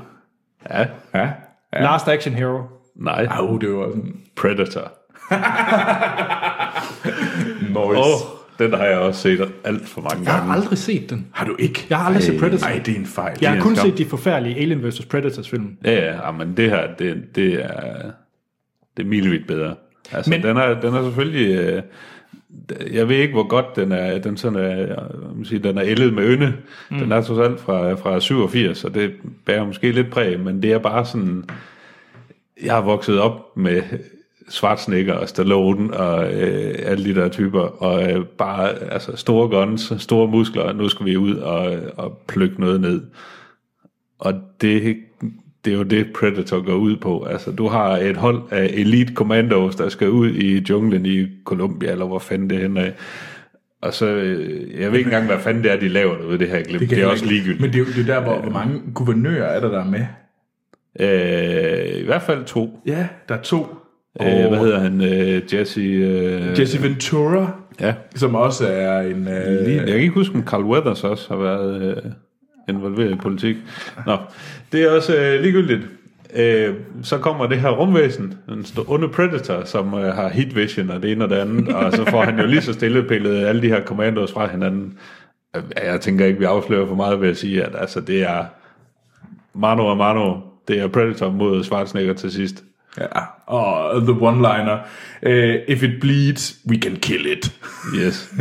Speaker 3: Ja,
Speaker 2: Ja.
Speaker 1: Ja. Last Action Hero.
Speaker 3: nej,
Speaker 2: Au, det var sådan...
Speaker 3: Predator.
Speaker 2: Noise.
Speaker 3: Åh,
Speaker 2: Oh.
Speaker 3: oh, den har jeg også set alt for mange
Speaker 1: Jeg
Speaker 3: gange.
Speaker 1: har aldrig set den.
Speaker 2: Har du ikke?
Speaker 1: Jeg har aldrig set Predator.
Speaker 2: Nej, det er en fejl.
Speaker 1: Jeg
Speaker 2: Ja.
Speaker 1: har kun
Speaker 3: skam.
Speaker 1: set de forfærdelige Alien vs. Predators film.
Speaker 3: Ja, ja, ja, men det her, det, det er, det er milevidt bedre. Altså,
Speaker 1: Men-
Speaker 3: men, den, er, den er selvfølgelig... Øh, jeg ved ikke, hvor godt den er, den sådan er, jeg må sige, den er ældet med ynde. Mm. Den er trods alt fra, fra 87, og det bærer måske lidt præg, men det er bare sådan, jeg har vokset op med Schwarzenegger og Stallone og øh, alle de der typer, og øh, bare altså, store guns, store muskler, og nu skal vi ud og, øh, og plukke noget ned. Og det, det er jo det, Predator går ud på. Altså, du har et hold af elite commandos, der skal ud i junglen i Colombia, eller hvor fanden det hen af. Og så, øh, jeg ved ikke engang, hvad fanden det er, de laver derude, det her glimt.
Speaker 2: kan
Speaker 3: Det, det er
Speaker 2: jeg
Speaker 3: også
Speaker 2: ikke.
Speaker 3: ligegyldigt.
Speaker 2: Men det er jo det er der, hvor, hvor mange guvernører er der, der er med.
Speaker 3: Øh, I hvert fald to.
Speaker 2: Ja, der er to.
Speaker 3: Øh, hvad hedder han? Øh, Jesse... Øh,
Speaker 2: Jesse Ventura,
Speaker 3: Ja.
Speaker 2: som også er en... Øh,
Speaker 3: Lige, jeg kan ikke huske, om Carl Weathers også har været øh, involveret i politik. Nå, det er også øh, ligegyldigt. Øh, så kommer det her rumvæsen, den st- onde Predator, som øh, har hit vision og det ene og det andet, og så får han jo lige så stille pillet alle de her kommandoer fra hinanden. Øh, Jeg tænker ikke, vi afslører for meget ved at sige, at altså, det er mano og mano, det er Predator mod Schwarzenegger til sidst.
Speaker 2: ja, og the one-liner. Uh, if it bleeds, we can kill it.
Speaker 3: Yes.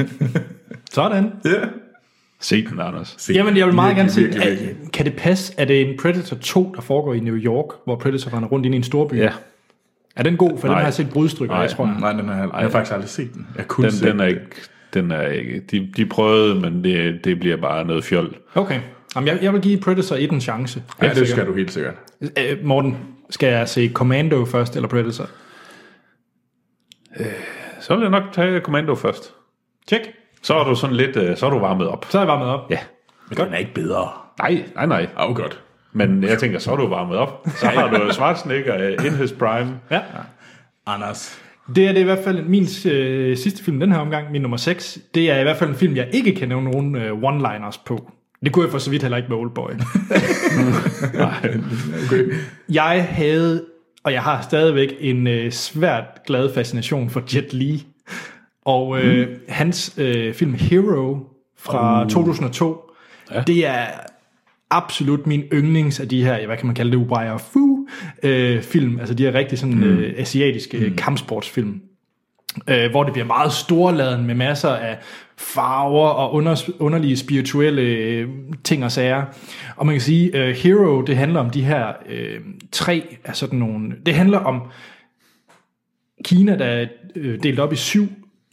Speaker 1: Sådan.
Speaker 2: Ja.
Speaker 3: Se den, Anders.
Speaker 2: Se,
Speaker 1: Jamen, jeg vil meget gerne se,
Speaker 2: virkelig, virkelig, virkelig.
Speaker 1: at- kan det passe, at det er en Predator 2, der foregår i New York, hvor Predator render rundt ind i en storby?
Speaker 3: Ja,
Speaker 1: Er den god? For den
Speaker 3: Nej.
Speaker 1: har jeg set brudstykker,
Speaker 3: Nej.
Speaker 1: jeg tror. Jeg.
Speaker 2: Nej, den har jeg, jeg har faktisk aldrig set Mm. den. Jeg kunne
Speaker 3: den, den er ikke... Den er ikke. De, de prøvede, men det, det bliver bare noget fjol.
Speaker 1: Okay. Jamen, jeg, jeg vil give Predator 1 en chance.
Speaker 2: Ja, det skal du helt sikkert.
Speaker 1: Øh, Morten, skal jeg se Commando først, eller Predator?
Speaker 3: Så vil jeg nok tage kommando først.
Speaker 1: Tjek.
Speaker 3: Så er du sådan lidt, øh, så er du varmet op.
Speaker 1: Så er jeg varmet op.
Speaker 3: Ja.
Speaker 2: Men den er ikke bedre.
Speaker 3: Nej, nej, nej.
Speaker 2: Åh, oh, godt.
Speaker 3: Men jeg tænker, så er du varmet op. Så har du Schwarzenegger øh, in his prime.
Speaker 1: Ja.
Speaker 2: Anders.
Speaker 1: Det er det er i hvert fald min øh, sidste film den her omgang, min nummer 6. Det er i hvert fald en film, jeg ikke kan nævne nogen øh, one-liners på. Det kunne jeg for så vidt heller ikke med Oldboy.
Speaker 2: Okay.
Speaker 1: Jeg havde, og jeg har stadigvæk, en øh, svært glad fascination for Jet Li. Og øh, mm. hans øh, film Hero fra uh. 2002, ja. det er absolut min yndlings af de her, hvad kan man kalde det, Ubaya Fu øh, film, altså de her rigtig sådan mm. øh, asiatiske mm. kampsportsfilm øh, hvor det bliver meget storladen med masser af farver og under, underlige spirituelle øh, ting og sager. Og man kan sige, øh, Hero, det handler om de her øh, tre af sådan nogle... Det handler om Kina, der er øh, delt op i syv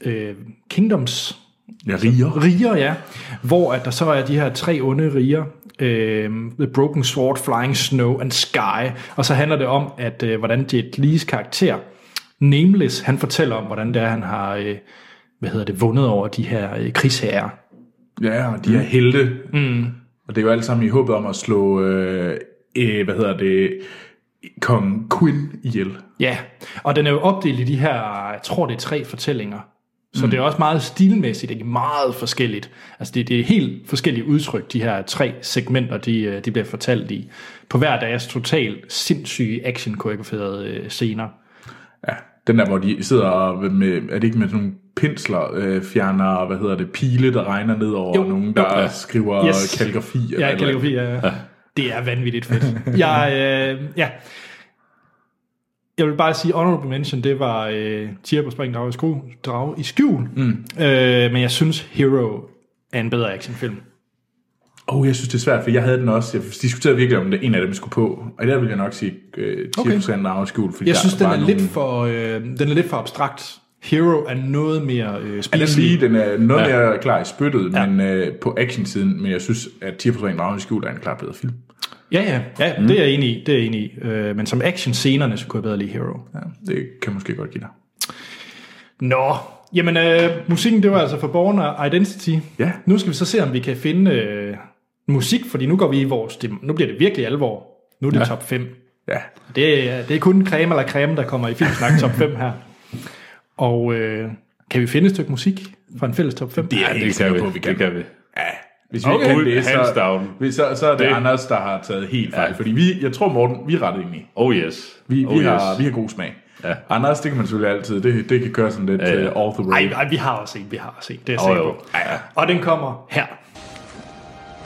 Speaker 1: øh, kingdoms,
Speaker 2: Jeg riger.
Speaker 1: riger, ja. Hvor at der så er de her tre onde riger. Øh, The Broken Sword, Flying Snow and Sky. Og så handler det om, at øh, hvordan Jet Li's karakter, Nameless, han fortæller om, hvordan det er, han har øh, hvad hedder det, vundet over de her øh, krigsherrer.
Speaker 2: Ja, og de er helte. Mm. Og det er jo alt sammen i håbet om at slå, øh, øh, hvad hedder det, kong Quinn ihjel.
Speaker 1: Ja, og den er jo opdelt i de her, jeg tror det er tre fortællinger. Så mm. det er også meget stilmæssigt, ikke meget forskelligt. Altså det, det er helt forskellige udtryk, de her tre segmenter, de, øh, de bliver fortalt i. På hver deres totalt sindssyge action øh, scener.
Speaker 2: Ja, den der, hvor de sidder og med, er det ikke med sådan nogle pinsler, øh, fjerner, hvad hedder det, pile, der regner ned over
Speaker 1: Jo,
Speaker 2: nogen,
Speaker 1: jo.
Speaker 2: der ja. skriver yes. kalligrafi. eller et
Speaker 1: Ja,
Speaker 2: eller andet.
Speaker 1: kalligrafi, ja. ja. Det er vanvittigt fedt. jeg, øh, ja. Jeg vil bare sige, honorable mention, det var øh, Tier på Spring Drage i, skru, drage i skjul. Mm. Øh, men jeg synes, Hero er en bedre actionfilm.
Speaker 2: Åh, oh, jeg synes, det er svært, for jeg havde den også. Jeg diskuterede virkelig, om det en af dem skulle på. Og der vil jeg nok sige øh, 10% okay. skjul. Fordi
Speaker 1: Jeg
Speaker 2: der
Speaker 1: synes, den
Speaker 2: bare
Speaker 1: er,
Speaker 2: nogle-
Speaker 1: lidt for, øh, den er lidt for abstrakt. Hero er noget mere øh,
Speaker 2: Den er
Speaker 1: spiselig.
Speaker 2: lige, den er noget ja. mere klar i spyttet, ja.
Speaker 1: Ja.
Speaker 2: men øh, på action-siden, men jeg synes, at 10% Dragens Skjul er en klar bedre film.
Speaker 1: Ja, ja, ja mm. det er jeg enig i. Det er jeg enig i. Øh, men som action-scenerne, så kunne jeg bedre lide Hero.
Speaker 2: Ja, det kan jeg måske godt give dig.
Speaker 1: Nå, jamen øh, musikken, det var altså for Born og Identity.
Speaker 2: Ja.
Speaker 1: Nu skal vi så se, om vi kan finde øh, musik, fordi nu går vi i vores... Det, nu bliver det virkelig alvor. Nu er det ja. top 5.
Speaker 2: Ja,
Speaker 1: Det er, det er kun creme eller creme, der kommer i Filmsnak top 5 her. Og øh, kan vi finde et stykke musik fra en fælles top 5?
Speaker 2: det er
Speaker 3: Ja,
Speaker 2: ja,
Speaker 3: det
Speaker 2: helt
Speaker 3: kan
Speaker 2: sikker
Speaker 3: vi.
Speaker 2: på, at vi kan.
Speaker 3: Det kan vi.
Speaker 2: Ja. Hvis vi ikke
Speaker 3: Okay.
Speaker 2: kan det,
Speaker 3: Hands
Speaker 2: så,
Speaker 3: down.
Speaker 2: hvis, så, så er det,
Speaker 3: Det-
Speaker 2: det, Anders, der har taget helt fejl.
Speaker 3: Ja.
Speaker 2: Ja. Fordi vi, jeg tror, Morten, vi er ret enige.
Speaker 3: Oh yes.
Speaker 2: Vi,
Speaker 3: oh,
Speaker 2: vi, har,
Speaker 3: yes.
Speaker 2: vi har god smag.
Speaker 3: Ja.
Speaker 2: Anders, det kan man selvfølgelig altid. Det, det kan køre sådan lidt ja,
Speaker 3: ja.
Speaker 2: ja. Uh, all the way.
Speaker 1: Ej, ej, vi har også en, vi har også en. Det er jeg
Speaker 3: Åh,
Speaker 1: sikker
Speaker 3: jo.
Speaker 1: på. Og den kommer her.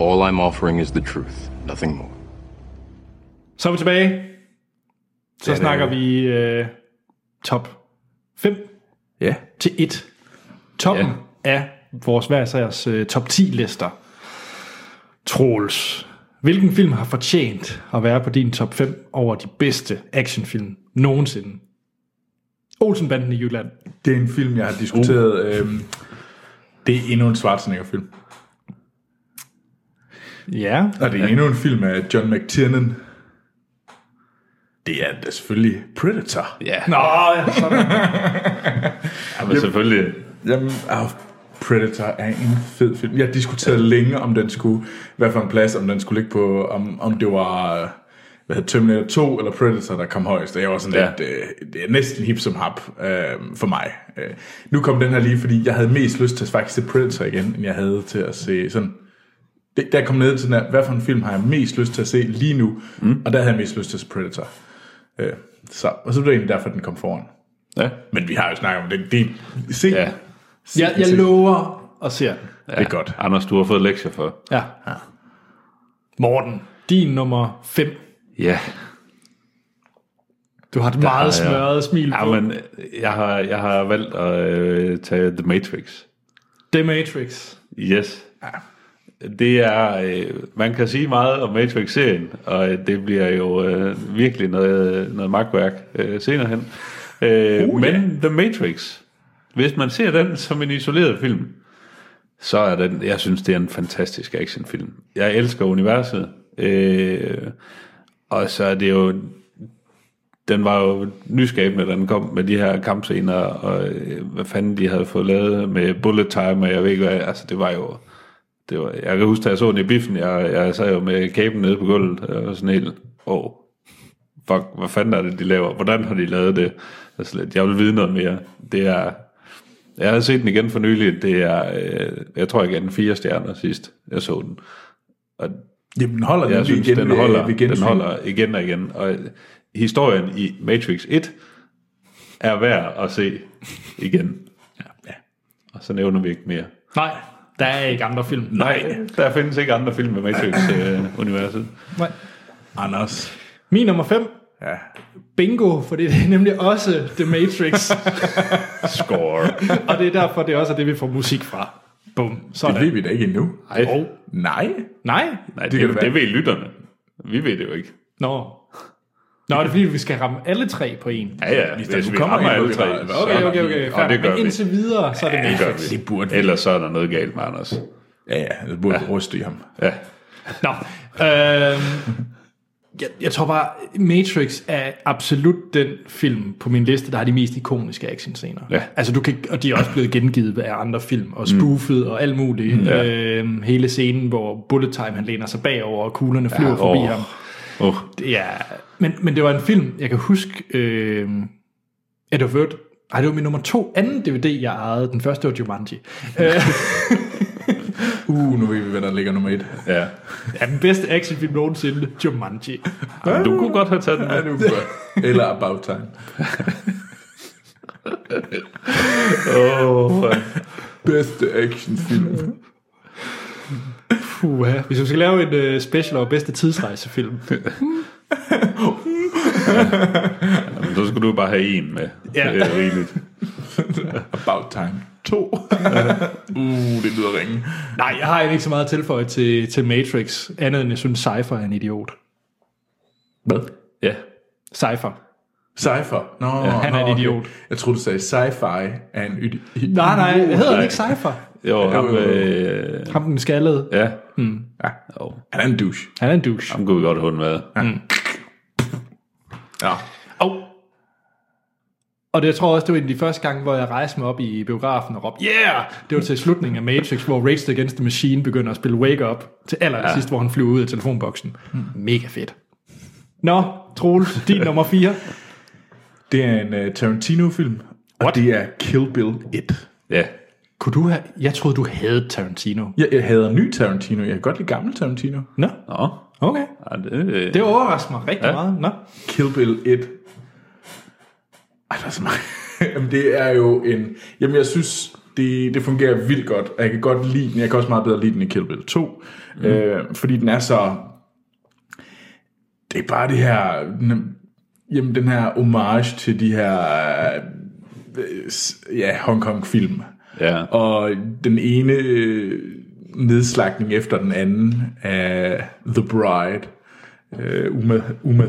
Speaker 6: all I'm offering is the truth, nothing more.
Speaker 1: Så er vi tilbage. Så
Speaker 2: er det.
Speaker 1: snakker vi øh, top 5
Speaker 2: Ja.
Speaker 1: til 1. Toppen
Speaker 3: Ja.
Speaker 1: af vores hver isærs øh, top 10 lister. Troels, hvilken film har fortjent at være på din top 5 over de bedste actionfilm nogensinde? Olsenbanden i Jylland.
Speaker 2: Det er en film, jeg har diskuteret. Uh. Øhm, det er endnu en Schwarzenegger-film.
Speaker 1: Ja.
Speaker 2: Og det er endnu en film af John McTiernan. Det er da selvfølgelig Predator.
Speaker 3: Ja,
Speaker 1: Nå, ja, sådan.
Speaker 3: ja, men selvfølgelig.
Speaker 2: Jamen, oh, Predator er en fed film. Jeg diskuterede længe, om den skulle, hvad for en plads, om den skulle ligge på, om, om det var øh, hvad hedder, Terminator 2 eller Predator, der kom højst. Og jeg var sådan
Speaker 3: Ja.
Speaker 2: ja. lidt, øh, det er næsten hip som hap øh, for mig. Øh, nu kom den her lige, fordi jeg havde mest lyst til at faktisk se Predator igen, end jeg havde til at se sådan... Det, der kom ned til den her, hvad for en film har jeg mest lyst til at se lige nu? Mm. Og der havde jeg mest lyst til at se Predator. Øh, så, og så blev det egentlig derfor, den kom foran.
Speaker 3: Ja.
Speaker 2: Men vi har jo snakket om det. det se,
Speaker 3: Ja.
Speaker 2: ja.
Speaker 1: Jeg, jeg lover at se den.
Speaker 3: ja. Det er
Speaker 2: godt.
Speaker 3: Anders, du har fået lektier for.
Speaker 1: Ja. Morten, din nummer 5.
Speaker 3: Ja.
Speaker 1: Du har et meget
Speaker 3: har jeg.
Speaker 1: smørret smil på.
Speaker 3: Jamen, øh, jeg har, jeg har valgt at øh, tage The Matrix.
Speaker 1: The Matrix.
Speaker 3: Yes. Det er, øh, man kan sige meget om Matrix-serien, og øh, det bliver jo øh, virkelig noget, noget magtværk øh, senere hen. Øh, uh, men The Matrix, hvis man ser den som en isoleret film, så er den, jeg synes, det er en fantastisk actionfilm. Jeg elsker universet, øh, og så er det jo, den var jo nyskabende, da den kom med de her kampscener, og øh, hvad fanden de havde fået lavet med bullet time, og jeg ved ikke hvad, altså det var jo, det var, jeg kan huske, da jeg så den i biffen, jeg, jeg sad jo med kæben nede på gulvet, og sådan helt, åh, oh, fuck, hvad fanden er det, de laver, hvordan har de lavet det, altså, lidt, jeg vil vide noget mere, det er, jeg har set den igen for nylig, det er, øh, jeg tror, jeg gav den fire stjerner sidst, jeg så den, og
Speaker 2: Jamen, den holder
Speaker 3: jeg
Speaker 2: nemlig
Speaker 3: synes,
Speaker 2: igen,
Speaker 3: den
Speaker 2: ved-
Speaker 3: holder,
Speaker 2: ved
Speaker 3: den
Speaker 2: gensyn.
Speaker 3: holder igen og igen. Og historien i Matrix 1 er værd at se igen. Ja. Og så nævner vi ikke mere.
Speaker 1: Nej, der er ikke andre film.
Speaker 3: Nej, der findes ikke andre film med Matrix-universet.
Speaker 1: Nej.
Speaker 2: Anders.
Speaker 1: Min nummer 5.
Speaker 2: Ja.
Speaker 1: Bingo, for det er nemlig også The Matrix.
Speaker 3: Score.
Speaker 1: og det er derfor, det er også det, vi får musik fra. Bum.
Speaker 2: Det
Speaker 1: Sådan.
Speaker 2: ved vi da ikke endnu.
Speaker 3: Ej, oh,
Speaker 2: Nej.
Speaker 1: Nej.
Speaker 3: nej, det,
Speaker 2: det kan
Speaker 3: det,
Speaker 2: det være.
Speaker 3: det ved lytterne. Vi ved det jo ikke.
Speaker 1: Nå. Nå, det er fordi, vi skal ramme alle tre på en.
Speaker 3: Ja, ja.
Speaker 2: der nu kommer en, hvor vi bare-
Speaker 3: så-
Speaker 1: Okay, okay, okay.
Speaker 3: Og det
Speaker 1: Fair.
Speaker 3: gør
Speaker 1: Men
Speaker 3: vi.
Speaker 1: indtil videre, så er det
Speaker 3: Det gør
Speaker 1: Matrix.
Speaker 3: vi.
Speaker 2: Det burde vi.
Speaker 3: Ellers så er der noget galt med Anders.
Speaker 2: Ja, ja. Det burde ja. ruste i ham.
Speaker 3: Ja.
Speaker 1: Nå. Øhm, jeg, jeg tror bare, Matrix er absolut den film på min liste, der har de mest ikoniske actionscener.
Speaker 3: Ja.
Speaker 1: Altså, du kan, og de er også blevet gengivet af andre film, og spoofet og alt muligt.
Speaker 3: Mm. Ja.
Speaker 1: Øhm, hele scenen, hvor Bullet Time han læner sig bagover, og kuglerne flyver
Speaker 3: Ja,
Speaker 1: forbi
Speaker 3: åh.
Speaker 1: ham.
Speaker 3: Oh.
Speaker 1: Ja, men, men det var en film, jeg kan huske, øh, at det var, for- ej, det var min nummer to anden DVD, jeg ejede. Den første var Jumanji.
Speaker 2: Uh, nu ved vi, hvad der ligger nummer et.
Speaker 3: Ja.
Speaker 1: Ja, den bedste actionfilm nogensinde, Jumanji.
Speaker 3: Du kunne godt have taget den.
Speaker 2: Ja,
Speaker 3: med.
Speaker 2: det er godt. Eller About Time.
Speaker 3: Åh, fuck.
Speaker 2: Bedste actionfilm.
Speaker 1: Puha. Hvis vi skal lave en øh, special over bedste tidsrejsefilm.
Speaker 3: Men så skulle du bare have en med.
Speaker 1: Ja.
Speaker 3: Det er rigeligt.
Speaker 2: About Time 2. uh, det lyder ringe.
Speaker 1: Nej, jeg har egentlig ikke så meget at tilføje til, til Matrix, andet end jeg synes, Cypher er en idiot.
Speaker 2: Hvad?
Speaker 3: Ja.
Speaker 1: Cypher.
Speaker 2: Cypher. Nå, ja,
Speaker 1: han er
Speaker 2: nå,
Speaker 1: en idiot.
Speaker 2: Okay. Jeg troede, du sagde sci-fi er en idiot.
Speaker 1: Nej, nej, hedder
Speaker 3: nej.
Speaker 1: han ikke Cypher?
Speaker 3: Jo, ham,
Speaker 2: jo, jo.
Speaker 3: øh,
Speaker 1: Ham den skaldede.
Speaker 3: ja. Mm. ja. Jo,
Speaker 2: Han er en douche.
Speaker 1: Han er en douche.
Speaker 3: ham kunne vi godt have med.
Speaker 2: Ja.
Speaker 1: Oh. Og det jeg tror også, det var en af de første gange, hvor jeg rejste mig op i biografen og råbte, yeah! Det var til slutningen af Matrix, hvor Rage Against the Machine begynder at spille Wake Up til aller ja. Mm. sidst, hvor han flyver ud af telefonboksen. Mega fedt. Nå, Troels, din nummer 4.
Speaker 2: Det er en uh, Tarantino-film. Og det er Kill Bill 1.
Speaker 3: Ja.
Speaker 1: Kunne du have... Jeg troede, du havde Tarantino.
Speaker 2: Jeg, jeg hader ny Tarantino. Jeg kan godt lide gammel Tarantino.
Speaker 1: Nå,
Speaker 3: Nå.
Speaker 1: okay.
Speaker 3: Ja, det, øh,
Speaker 1: Det overrasker mig rigtig ja. meget. Nå.
Speaker 2: Kill Bill 1. Ej, der er så mange. Jamen, det er jo en... Jamen, jeg synes, det, det fungerer vildt godt. Og jeg kan godt lide den. Jeg kan også meget bedre lide den i Kill Bill 2. Mm. Øh, fordi den er så... Det er bare det her... den- Jamen, den her homage til de her... øh, s- Ja, Hong Kong-film.
Speaker 3: Ja.
Speaker 2: Og den ene øh, nedslagning efter den anden af The Bride. Øh, Uma, Uma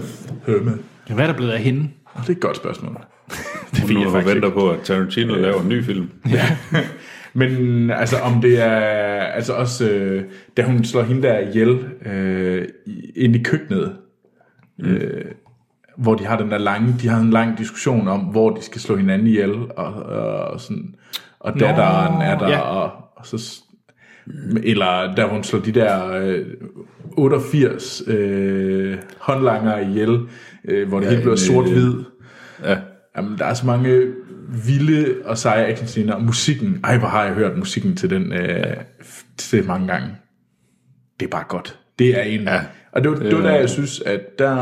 Speaker 2: Thurman.
Speaker 1: Hvad er der blevet af hende?
Speaker 2: Og det er et godt spørgsmål.
Speaker 3: det nu forventer på, at Tarantino laver en ny film.
Speaker 2: Men altså, om det er... Altså også, øh, da hun slår hende der ihjel øh, i- ind i køkkenet, Mm. øh, hvor de har den der lange, de har en lang diskussion om, hvor de skal slå hinanden ihjel, og, og sådan, og datteren Nå, er der,
Speaker 1: ja.
Speaker 2: ja. og, og så, s- eller da hun slår de der øh, 88 øh, håndlanger ihjel, øh, hvor det ja, hele bliver
Speaker 3: en,
Speaker 2: sort-hvid.
Speaker 3: Ja.
Speaker 2: Jamen, der er så mange vilde og seje actionscener, og musikken, ej hvor har jeg hørt musikken til den øh, f- til det mange gange. Det er bare godt. Det er en. Ja, og det var, det var der, jeg synes, at der,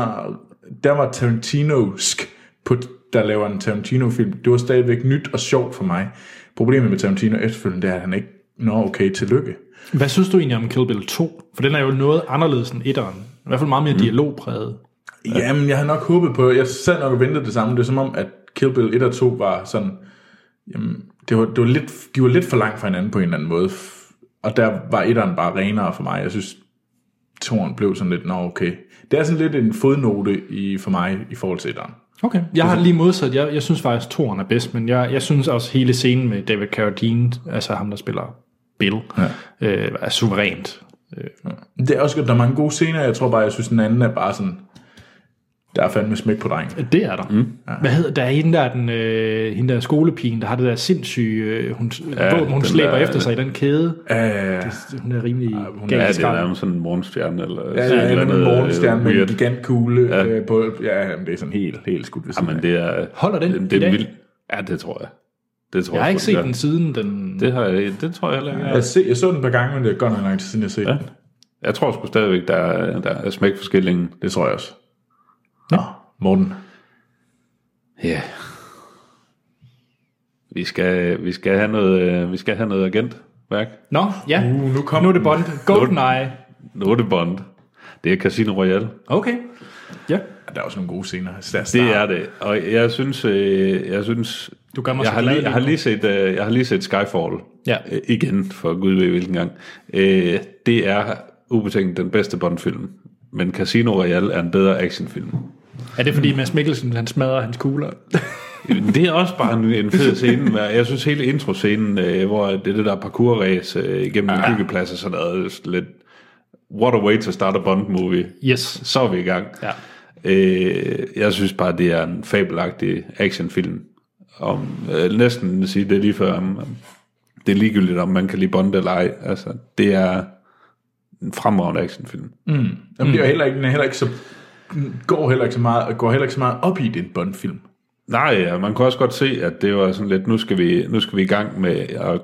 Speaker 2: der var Tarantinosk, på, der laver en Tarantino-film. Det var stadigvæk nyt og sjovt for mig. Problemet med Tarantino efterfølgende, det er, at han ikke når okay, tillykke.
Speaker 1: Hvad synes du egentlig om Kill Bill 2? For den er jo noget anderledes end etteren. I hvert fald meget mere mm. dialogpræget.
Speaker 2: Ja, men jeg havde nok håbet på, jeg sad nok og ventede det samme. Det er som om, at Kill Bill 1 og 2 var sådan, jamen, det var, det var lidt, de var lidt for langt fra hinanden på en eller anden måde. F- Og der var etteren bare renere for mig. Jeg synes, toren blev sådan lidt, nå okay. Det er sådan lidt en fodnote i, for mig i forhold til etteren.
Speaker 1: Okay. Jeg har det lige modsat. Jeg, jeg synes faktisk, toren er bedst, men jeg, jeg synes også hele scenen med David Carradine, altså ham, der spiller Bill, ja. øh, er suverænt.
Speaker 2: Det er også godt, der er mange gode scener. Jeg tror bare, jeg synes, den anden er bare sådan, der er fandme smæk på drengen.
Speaker 1: Det er der. Mm. Hvad hedder der er hende der, er den, øh, hende der skolepigen, der har det der sindssyge øh, hun, ja, våben, hun
Speaker 3: den
Speaker 1: slæber
Speaker 3: der-
Speaker 1: efter sig i den kæde. Altså,
Speaker 2: Øh,
Speaker 1: Hun er rimelig
Speaker 2: hun er-
Speaker 3: Ja,
Speaker 1: gal i
Speaker 3: det er
Speaker 1: skraldet.
Speaker 3: nærmest sådan en morgenstjerne. Eller
Speaker 2: Ja,
Speaker 3: sådan et
Speaker 2: ja,
Speaker 3: eller
Speaker 2: en
Speaker 3: andet, øh,
Speaker 2: morgenstjerne med en
Speaker 3: weird.
Speaker 2: gigantkugle ja. Øh, på, ja, jamen, det er sådan helt, helt skudt ved siden
Speaker 3: Jamen, det er...
Speaker 1: Holder den
Speaker 3: det,
Speaker 1: i
Speaker 3: det er
Speaker 1: dag?
Speaker 3: vildt. Ja, det tror jeg. Det tror
Speaker 1: Jeg har ikke
Speaker 3: sgu,
Speaker 1: set
Speaker 3: gør.
Speaker 1: den siden den...
Speaker 3: Det, har jeg, det tror jeg heller ikke. jeg har.
Speaker 2: Jeg, se, jeg så den et par gange, men det er godt nok lang tid siden, jeg har set ja. den.
Speaker 3: Jeg tror sgu stadigvæk, der er, der er smæk for skillingen.
Speaker 2: Det tror jeg også. Nå, Morten.
Speaker 3: Ja. Vi skal, vi skal have noget, øh, vi skal have noget agentværk.
Speaker 1: Nå, ja.
Speaker 2: Uh, nu kom
Speaker 1: nu er det Bond. GoldenEye.
Speaker 3: Nottebånd. Det er Casino Royale.
Speaker 1: Okay. Ja.
Speaker 2: Ja, Der er også nogle gode scener.
Speaker 3: Det er det. Og jeg synes, øh, jeg synes,
Speaker 1: Du gør mig
Speaker 3: jeg
Speaker 1: så
Speaker 3: har,
Speaker 1: glad
Speaker 3: lige, jeg
Speaker 1: lige
Speaker 3: har
Speaker 1: nu.
Speaker 3: lige set, øh, jeg har lige set Skyfall.
Speaker 1: Ja.
Speaker 3: Øh, igen, for gud ved hvilken gang. Øh, det er ubetinget den bedste Bond-film. Men Casino Royale er en bedre actionfilm.
Speaker 1: Er det fordi Mads Mikkelsen, han smadrer hans kugler?
Speaker 3: Det er også bare en, en fed scene. men Jeg synes hele introscenen, øh, hvor det er det der parkour-race øh, igennem en byggeplads og sådan noget, det er lidt what a way to start a Bond-movie.
Speaker 1: Yes.
Speaker 3: Så er vi i gang.
Speaker 1: Ja.
Speaker 3: Øh, jeg synes bare, det er en fabelagtig actionfilm. Om, øh, næsten at sige det er lige før, om, om- det er ligegyldigt, om man kan lide Bond eller ej. Altså, det er en fremragende actionfilm.
Speaker 2: Jamen, det er jo heller ikke, den er heller ikke så går heller ikke så meget, går heller ikke så meget op i den Bond-film.
Speaker 3: Nej, ja, man kunne også godt se, at det var sådan lidt, nu skal vi, nu skal vi i gang med, at,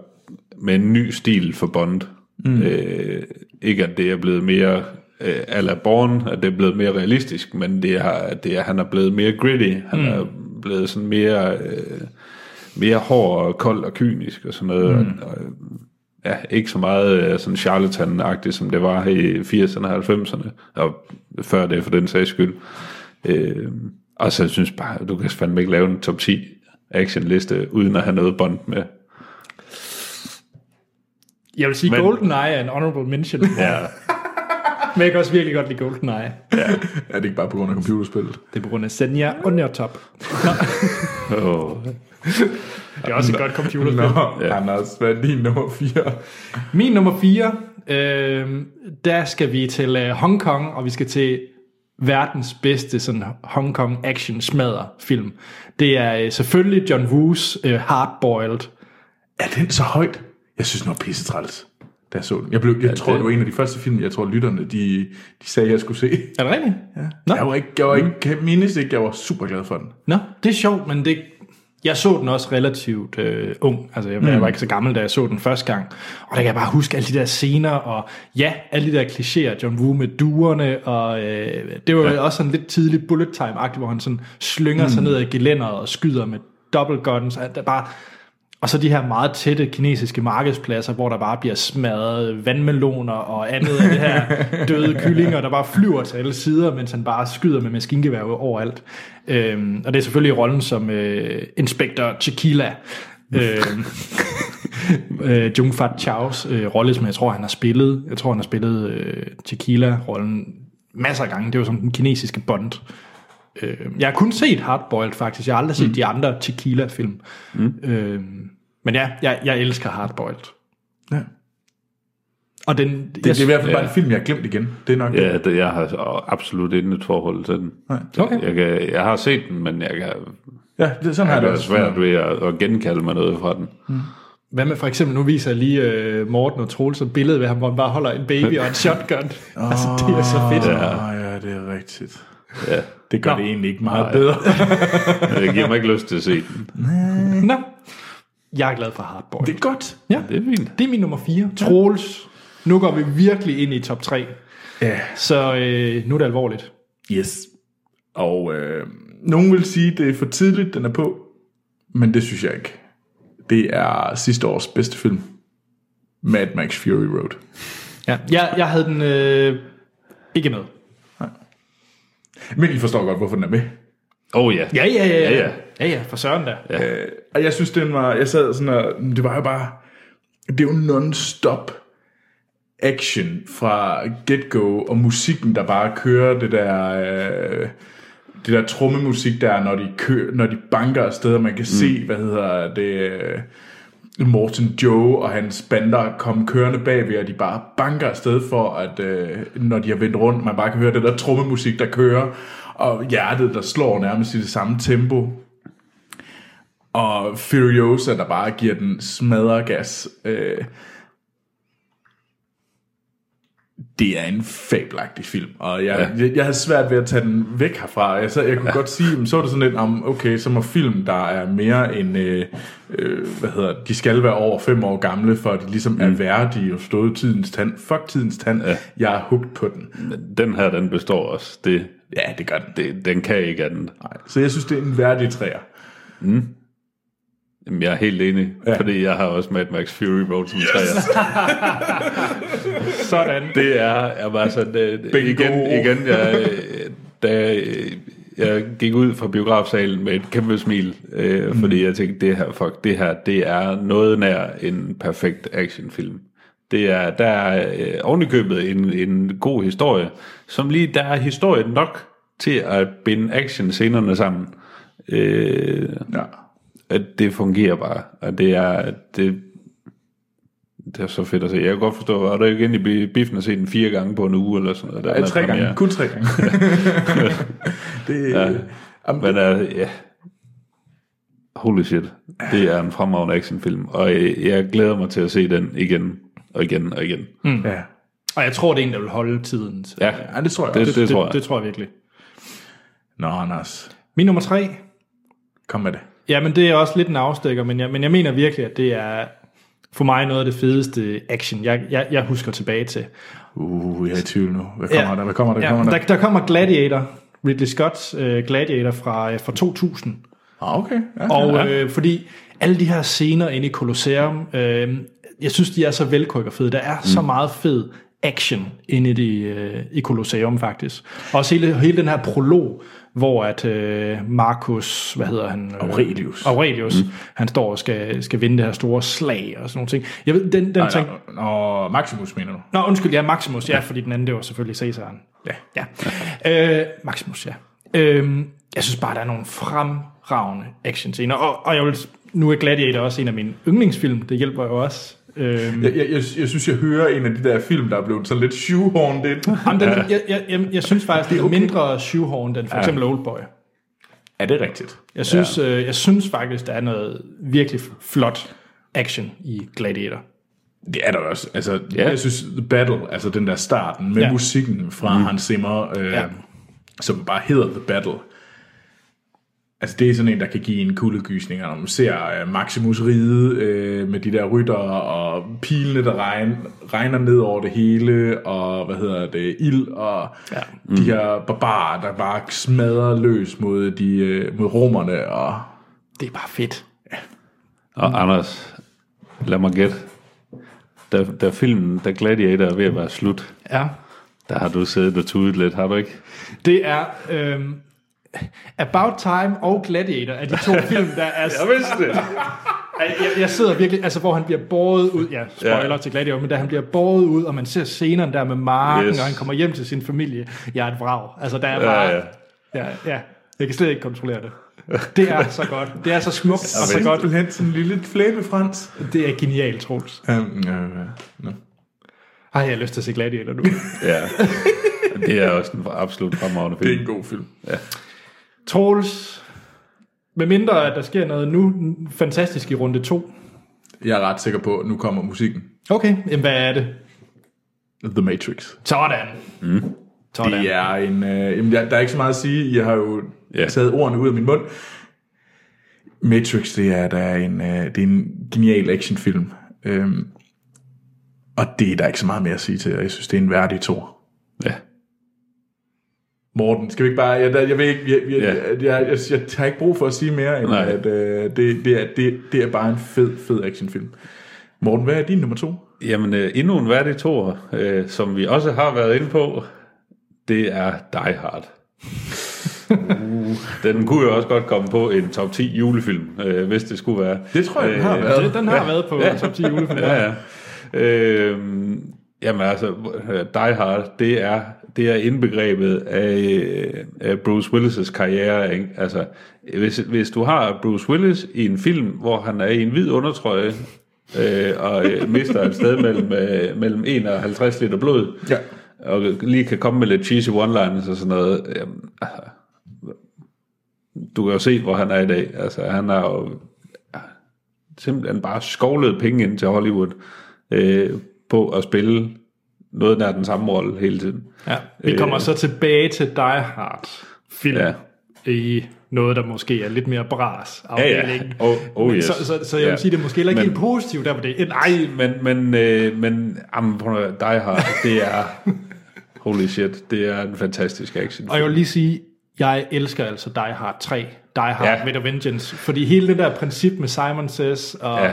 Speaker 3: med en ny stil for Bond. Mm. Øh, ikke at det er blevet mere øh, a la Born, at det er blevet mere realistisk, men det er, at det er, han er blevet mere gritty, han mm. er blevet sådan mere, øh, mere hård og kold og kynisk og sådan noget. Mm. Og, og, ja, ikke så meget øh, sådan charlatan-agtigt, som det var i 80'erne og 90'erne, og før det for den sags skyld. Øh, og så synes jeg bare, at du kan fandme ikke lave en top 10 actionliste, uden at have noget bond med.
Speaker 1: Jeg vil sige,
Speaker 3: Men-
Speaker 1: Men... GoldenEye er en honorable mention. Men
Speaker 3: Ja,
Speaker 1: jeg kan også virkelig godt lide GoldenEye.
Speaker 2: Er det ikke bare på grund af computerspillet?
Speaker 1: Det er på grund af Senja og Nørtop.
Speaker 3: oh.
Speaker 1: Det er også et godt computerspil.
Speaker 2: Nå, ja. Anders, hvad er din nummer 4?
Speaker 1: Min nummer 4, øh, der skal vi til øh, Hong Kong, og vi skal til verdens bedste sådan Hong Kong action smadder film. Det er øh, selvfølgelig John Woos øh, Hardboiled.
Speaker 2: Er den så højt? Jeg synes, den var pisse træls, da jeg så den. Jeg, blev, jeg ja, tror, det... var en af de første film, jeg tror, lytterne de, de sagde, jeg skulle se.
Speaker 1: Er det rigtigt? Ja. Nå,
Speaker 2: Jeg var ikke, jeg var ikke, kan mindes ikke, jeg var super glad for den.
Speaker 1: Nå, det er sjovt, men det, jeg så den også relativt øh, ung. Altså, jeg, mm. jeg var ikke så gammel, da jeg så den første gang. Og der kan jeg bare huske alle de der scener, og ja, alle de der klichéer, John Woo med duerne, og øh, det var ja. også sådan lidt tidlig bullet time-agtigt, hvor han sådan slynger mm. sig ned ad gelænderet og skyder med double guns. Og, der bare, og så de her meget tætte kinesiske markedspladser, hvor der bare bliver smadret vandmeloner og andet af det her døde kyllinger, der bare flyver til alle sider, mens han bare skyder med maskingevær ud overalt. Øhm, og det er selvfølgelig rollen som øh, Inspektor Tequila. øhm, øh, Jung Fat Chaos øh, rolle, som jeg tror, han har spillet. Jeg tror, han har spillet øh, Tequila-rollen masser af gange. Det var som den kinesiske bond. Øh, jeg har kun set Hardboiled, faktisk. Jeg har aldrig set mm. de andre Tequila-film. Mm. Øh, men ja, jeg, jeg elsker Hardboiled.
Speaker 2: Ja.
Speaker 1: Og den, det,
Speaker 2: Det, det er i hvert fald ja. bare en film, jeg har glemt igen. Det er nok
Speaker 3: ja det, jeg har så absolut intet forhold til den.
Speaker 1: Okay.
Speaker 3: Jeg, kan, jeg har set den, men jeg kan
Speaker 2: ja det, sådan har
Speaker 3: have
Speaker 2: jeg det
Speaker 3: det
Speaker 2: også.
Speaker 3: svært ved at, at genkalde mig noget fra den.
Speaker 1: Hvad med for eksempel, nu viser jeg lige øh, Morten og Troels et billede ved ham, hvor han bare holder en baby og en shotgun. Oh, altså, det er så fedt.
Speaker 2: Ja. Oh, ja, det er rigtigt.
Speaker 3: Ja.
Speaker 2: Det gør Nå.
Speaker 1: Nå.
Speaker 2: det egentlig ikke meget bedre.
Speaker 3: Det giver mig ikke lyst til at se den.
Speaker 1: Nå, jeg er glad for Hardboiled.
Speaker 2: Det er godt.
Speaker 1: ja.
Speaker 3: Det er fint.
Speaker 1: Det er min nummer 4. Troels. Nu går vi virkelig ind i top 3.
Speaker 2: Ja.
Speaker 1: Så øh, nu er det alvorligt.
Speaker 2: Yes. Og øh, nogen vil sige, det er for tidligt, den er på. Men det synes jeg ikke. Det er sidste års bedste film. Mad Max Fury Road.
Speaker 1: Ja. Jeg, jeg havde den øh, ikke med.
Speaker 2: Men I forstår godt, hvorfor den er med.
Speaker 3: Åh oh, ja.
Speaker 1: Ja, ja, ja.
Speaker 3: Ja, ja.
Speaker 1: ja, ja for søren da. Ja.
Speaker 2: Øh, og jeg synes, den var... Jeg sad sådan og... Det var jo bare... Det er jo non-stop action fra get-go, og musikken, der bare kører det der... Øh, det der trommemusik der, når de, kø, når de banker afsted, og man kan mm. se, hvad hedder det... Øh, Morten Joe og hans bander kom kørende bagved, og de bare banker afsted for, at øh, når de har vendt rundt, man bare kan høre det der trommemusik, der kører, og hjertet, der slår nærmest i det samme tempo. Og Furiosa, der bare giver den smadregas. Øh, det er en fabelagtig film, og jeg, ja. jeg, jeg havde svært ved at tage den væk herfra. Jeg, sad, jeg kunne ja. godt sige, jamen, så er det sådan lidt, om, okay, så må film, der er mere end, øh, øh, hvad hedder de skal være over fem år gamle, for at de ligesom mm. er værdige og stået tidens tand. Fuck tidens tand, ja. jeg er hugt på den.
Speaker 3: Den her, den består også. Det,
Speaker 2: Ja, det gør den.
Speaker 3: det, den kan ikke andet.
Speaker 2: Nej. Så jeg synes, det er en værdig træer.
Speaker 3: Jamen, jeg er helt enig,
Speaker 2: Ja.
Speaker 3: ja. fordi jeg har også Mad Max Fury Road som yes. træer.
Speaker 1: Sådan.
Speaker 3: Det er, er bare sådan, øh,
Speaker 2: Bingo.
Speaker 3: igen, igen jeg, øh, da øh, jeg gik ud fra biografsalen med et kæmpe smil, øh, mm. fordi jeg tænkte, det her, fuck, det her, det er noget nær en perfekt actionfilm. Det er, der er øh, ovenikøbet en, en god historie, som lige, der er historie nok til at binde action-scenerne sammen. Øh,
Speaker 2: Ja.
Speaker 3: at det fungerer bare, og det er, det, det er så fedt at se. Jeg kan godt forstå, og der er jo igen i bi- biffen at se den fire gange på en uge eller sådan noget. Der
Speaker 2: Ja, tre gange.
Speaker 3: premiere.
Speaker 2: Kun tre gange. det, ja. jamen,
Speaker 3: Men uh, ja, holy shit, det er en fremragende actionfilm, og øh, jeg glæder mig til at se den igen og igen og igen.
Speaker 2: ja.
Speaker 1: Og jeg tror, det er en, der vil holde tiden.
Speaker 3: Ja,
Speaker 2: Mm. ja, det tror jeg
Speaker 3: det,
Speaker 2: også.
Speaker 3: det, det tror jeg.
Speaker 1: Det, det tror jeg virkelig.
Speaker 2: Nå, Anders,
Speaker 1: Min nummer tre,
Speaker 2: kom med det.
Speaker 1: Jamen, det er også lidt en afstikker, men jeg, men jeg mener virkelig, at det er for mig noget af det fedeste action, jeg, jeg, jeg husker tilbage til.
Speaker 2: Uh, jeg er i tvivl nu. Hvad kommer
Speaker 1: Ja.
Speaker 2: der? Hvad kommer der? Hvad
Speaker 1: Ja,
Speaker 2: kommer
Speaker 1: der,
Speaker 2: der?
Speaker 1: der kommer Gladiator, Ridley Scott's øh, Gladiator fra, øh, fra 2000.
Speaker 2: Ah, okay. Ja,
Speaker 1: Og
Speaker 2: ja.
Speaker 1: øh, fordi alle de her scener inde i Colosseum, øh, jeg synes, de er så velkoreografede. Der er mm. så meget fed action inde i, det, øh, i Colosseum, faktisk. Også hele, hele den her prolog, hvor at øh, Markus, hvad hedder han? Øh,
Speaker 2: Aurelius.
Speaker 1: Aurelius, mm. han står og skal, skal vinde det her store slag og sådan nogle ting. Jeg ved, den, den
Speaker 2: Nej,
Speaker 1: ting...
Speaker 2: nej, Og Maximus, mener du?
Speaker 1: Nå, undskyld, ja, Maximus, ja, fordi den anden, det var selvfølgelig Caesaren. Ja. ja. Øh, Maximus, ja. Øh, jeg synes bare, der er nogle fremragende actionscener, og, og jeg vil, nu er Gladiator også en af mine yndlingsfilm, det hjælper jo også. Øh,
Speaker 2: Jeg, jeg, jeg, jeg synes, jeg hører en af de der film, der er blevet sådan lidt shoehorned ind.
Speaker 1: jamen, den, jeg, jeg, jeg, jeg synes faktisk, det er mindre shoehorn end for eksempel Oldboy.
Speaker 2: Er det rigtigt?
Speaker 1: Jeg synes, ja. øh, jeg synes faktisk, der er noget virkelig flot action i Gladiator.
Speaker 2: Det er der også. Altså, ja. Jeg synes, The Battle, altså den der starten med
Speaker 1: Ja.
Speaker 2: ja. musikken fra mm. Hans Zimmer, øh,
Speaker 1: Ja.
Speaker 2: ja. som bare hedder The Battle. Altså det er sådan en, der kan give en kuldegysning, og når man ser øh, Maximus ride øh, med de der rytter, og pilene, der regn, regner ned over det hele, og hvad hedder det, ild, og ja. mm. de her barbarer, der bare smadrer løs mod, de, øh, mod romerne, og
Speaker 1: Det er bare fedt.
Speaker 3: Og Anders, lad mig gætte. Da, da filmen, da Gladiator er ved at være slut,
Speaker 1: Ja.
Speaker 3: der har du siddet og tudet lidt, har du ikke?
Speaker 1: Det er... Øh, About Time og Gladiator er de to film, der er
Speaker 3: vidste det.
Speaker 1: jeg, jeg sidder virkelig, altså hvor han bliver båret ud, ja, spoiler ja.
Speaker 3: Ja.
Speaker 1: til Gladiator, men da han bliver båret ud, og man ser scenerne der med marken, yes.
Speaker 3: Yes.
Speaker 1: og han kommer hjem til sin familie, jeg er et vrag. Altså der er bare, ja,
Speaker 3: ja.
Speaker 1: ja. Ja, ja. jeg kan slet ikke kontrollere det. Det er så godt, det er så smukt og så godt.
Speaker 2: simpelthen sådan en lille flæbefrans.
Speaker 1: Det er genialt, Troels.
Speaker 2: Um, øh, no.
Speaker 1: Ej, jeg har lyst til at se Gladiator nu.
Speaker 3: Ja. Det er også en absolut fremragende film.
Speaker 2: Det er en god film.
Speaker 1: Troels, med mindre at der sker noget nu n- fantastisk i runde 2.
Speaker 2: Jeg er ret sikker på, at nu kommer musikken.
Speaker 1: Okay, jamen hvad er det?
Speaker 2: The Matrix.
Speaker 1: Sådan. Mm. Sådan.
Speaker 2: Det er en... Øh, jamen, jeg, der er ikke så meget at sige. Jeg har jo
Speaker 3: Ja.
Speaker 2: yeah. taget ordene ud af min mund. Matrix, det er, der er en, øh, det er en genial actionfilm. Øhm, og det er der ikke så meget mere at sige til. og Jeg synes, det er en værdig tor.
Speaker 3: Ja.
Speaker 2: Morten, skal vi ikke bare... Jeg, der- jeg, ved ikke, jeg, jeg,
Speaker 3: Ja.
Speaker 2: jeg, jeg, jeg, jeg har ikke brug for at sige mere, end
Speaker 3: Nej.
Speaker 2: at øh, det, det, er, det, det er bare en fed, fed actionfilm. Morten, hvad er din nummer to?
Speaker 3: Jamen, øh, endnu en værdig tor, øh, som vi også har været inde på, det er Die Hard.
Speaker 2: Uh.
Speaker 3: den kunne jo også godt komme på en top 10 julefilm, øh, hvis det skulle være. Øh,
Speaker 2: Det tror jeg, den har været.
Speaker 1: Den har været på ja. top 10 julefilm. Ja.
Speaker 3: ja, ja. Øh, jamen altså, øh, Die Hard, det er, det er indbegrebet af, øh, af Bruce Willis' karriere. Ikke? Altså, hvis, hvis du har Bruce Willis i en film, hvor han er i en hvid undertrøje, øh, og øh, mister et sted mellem, øh, mellem 1 og 50 liter blod,
Speaker 2: Ja.
Speaker 3: og lige kan komme med lidt cheesy one-liners og sådan noget, jamen, altså, du kan jo se, hvor han er i dag. Altså, han har jo simpelthen bare skovlet penge ind til Hollywood øh, på at spille noget nær den samme rolle hele tiden.
Speaker 1: Ja. Vi kommer så tilbage til Die Hard film ja.
Speaker 3: Øh. Ja.
Speaker 1: i noget, der måske er lidt mere bras afdelingen.
Speaker 3: Oh, oh
Speaker 1: Men
Speaker 3: yes.
Speaker 1: Så, så, så jeg vil
Speaker 3: Ja.
Speaker 1: sige, det er måske heller ikke
Speaker 3: Men-
Speaker 1: helt positivt, der var det. Nej,
Speaker 3: Nej, men, men, øh, men jamen, prøv at høre, Die Hard, det er, holy shit, det er en fantastisk action.
Speaker 1: og jeg vil lige sige, jeg elsker altså Die Hard 3, Die Hard ja.
Speaker 3: Ja.
Speaker 1: with a Vengeance, fordi hele det der princip med Simon Says, og ja.
Speaker 3: Ja,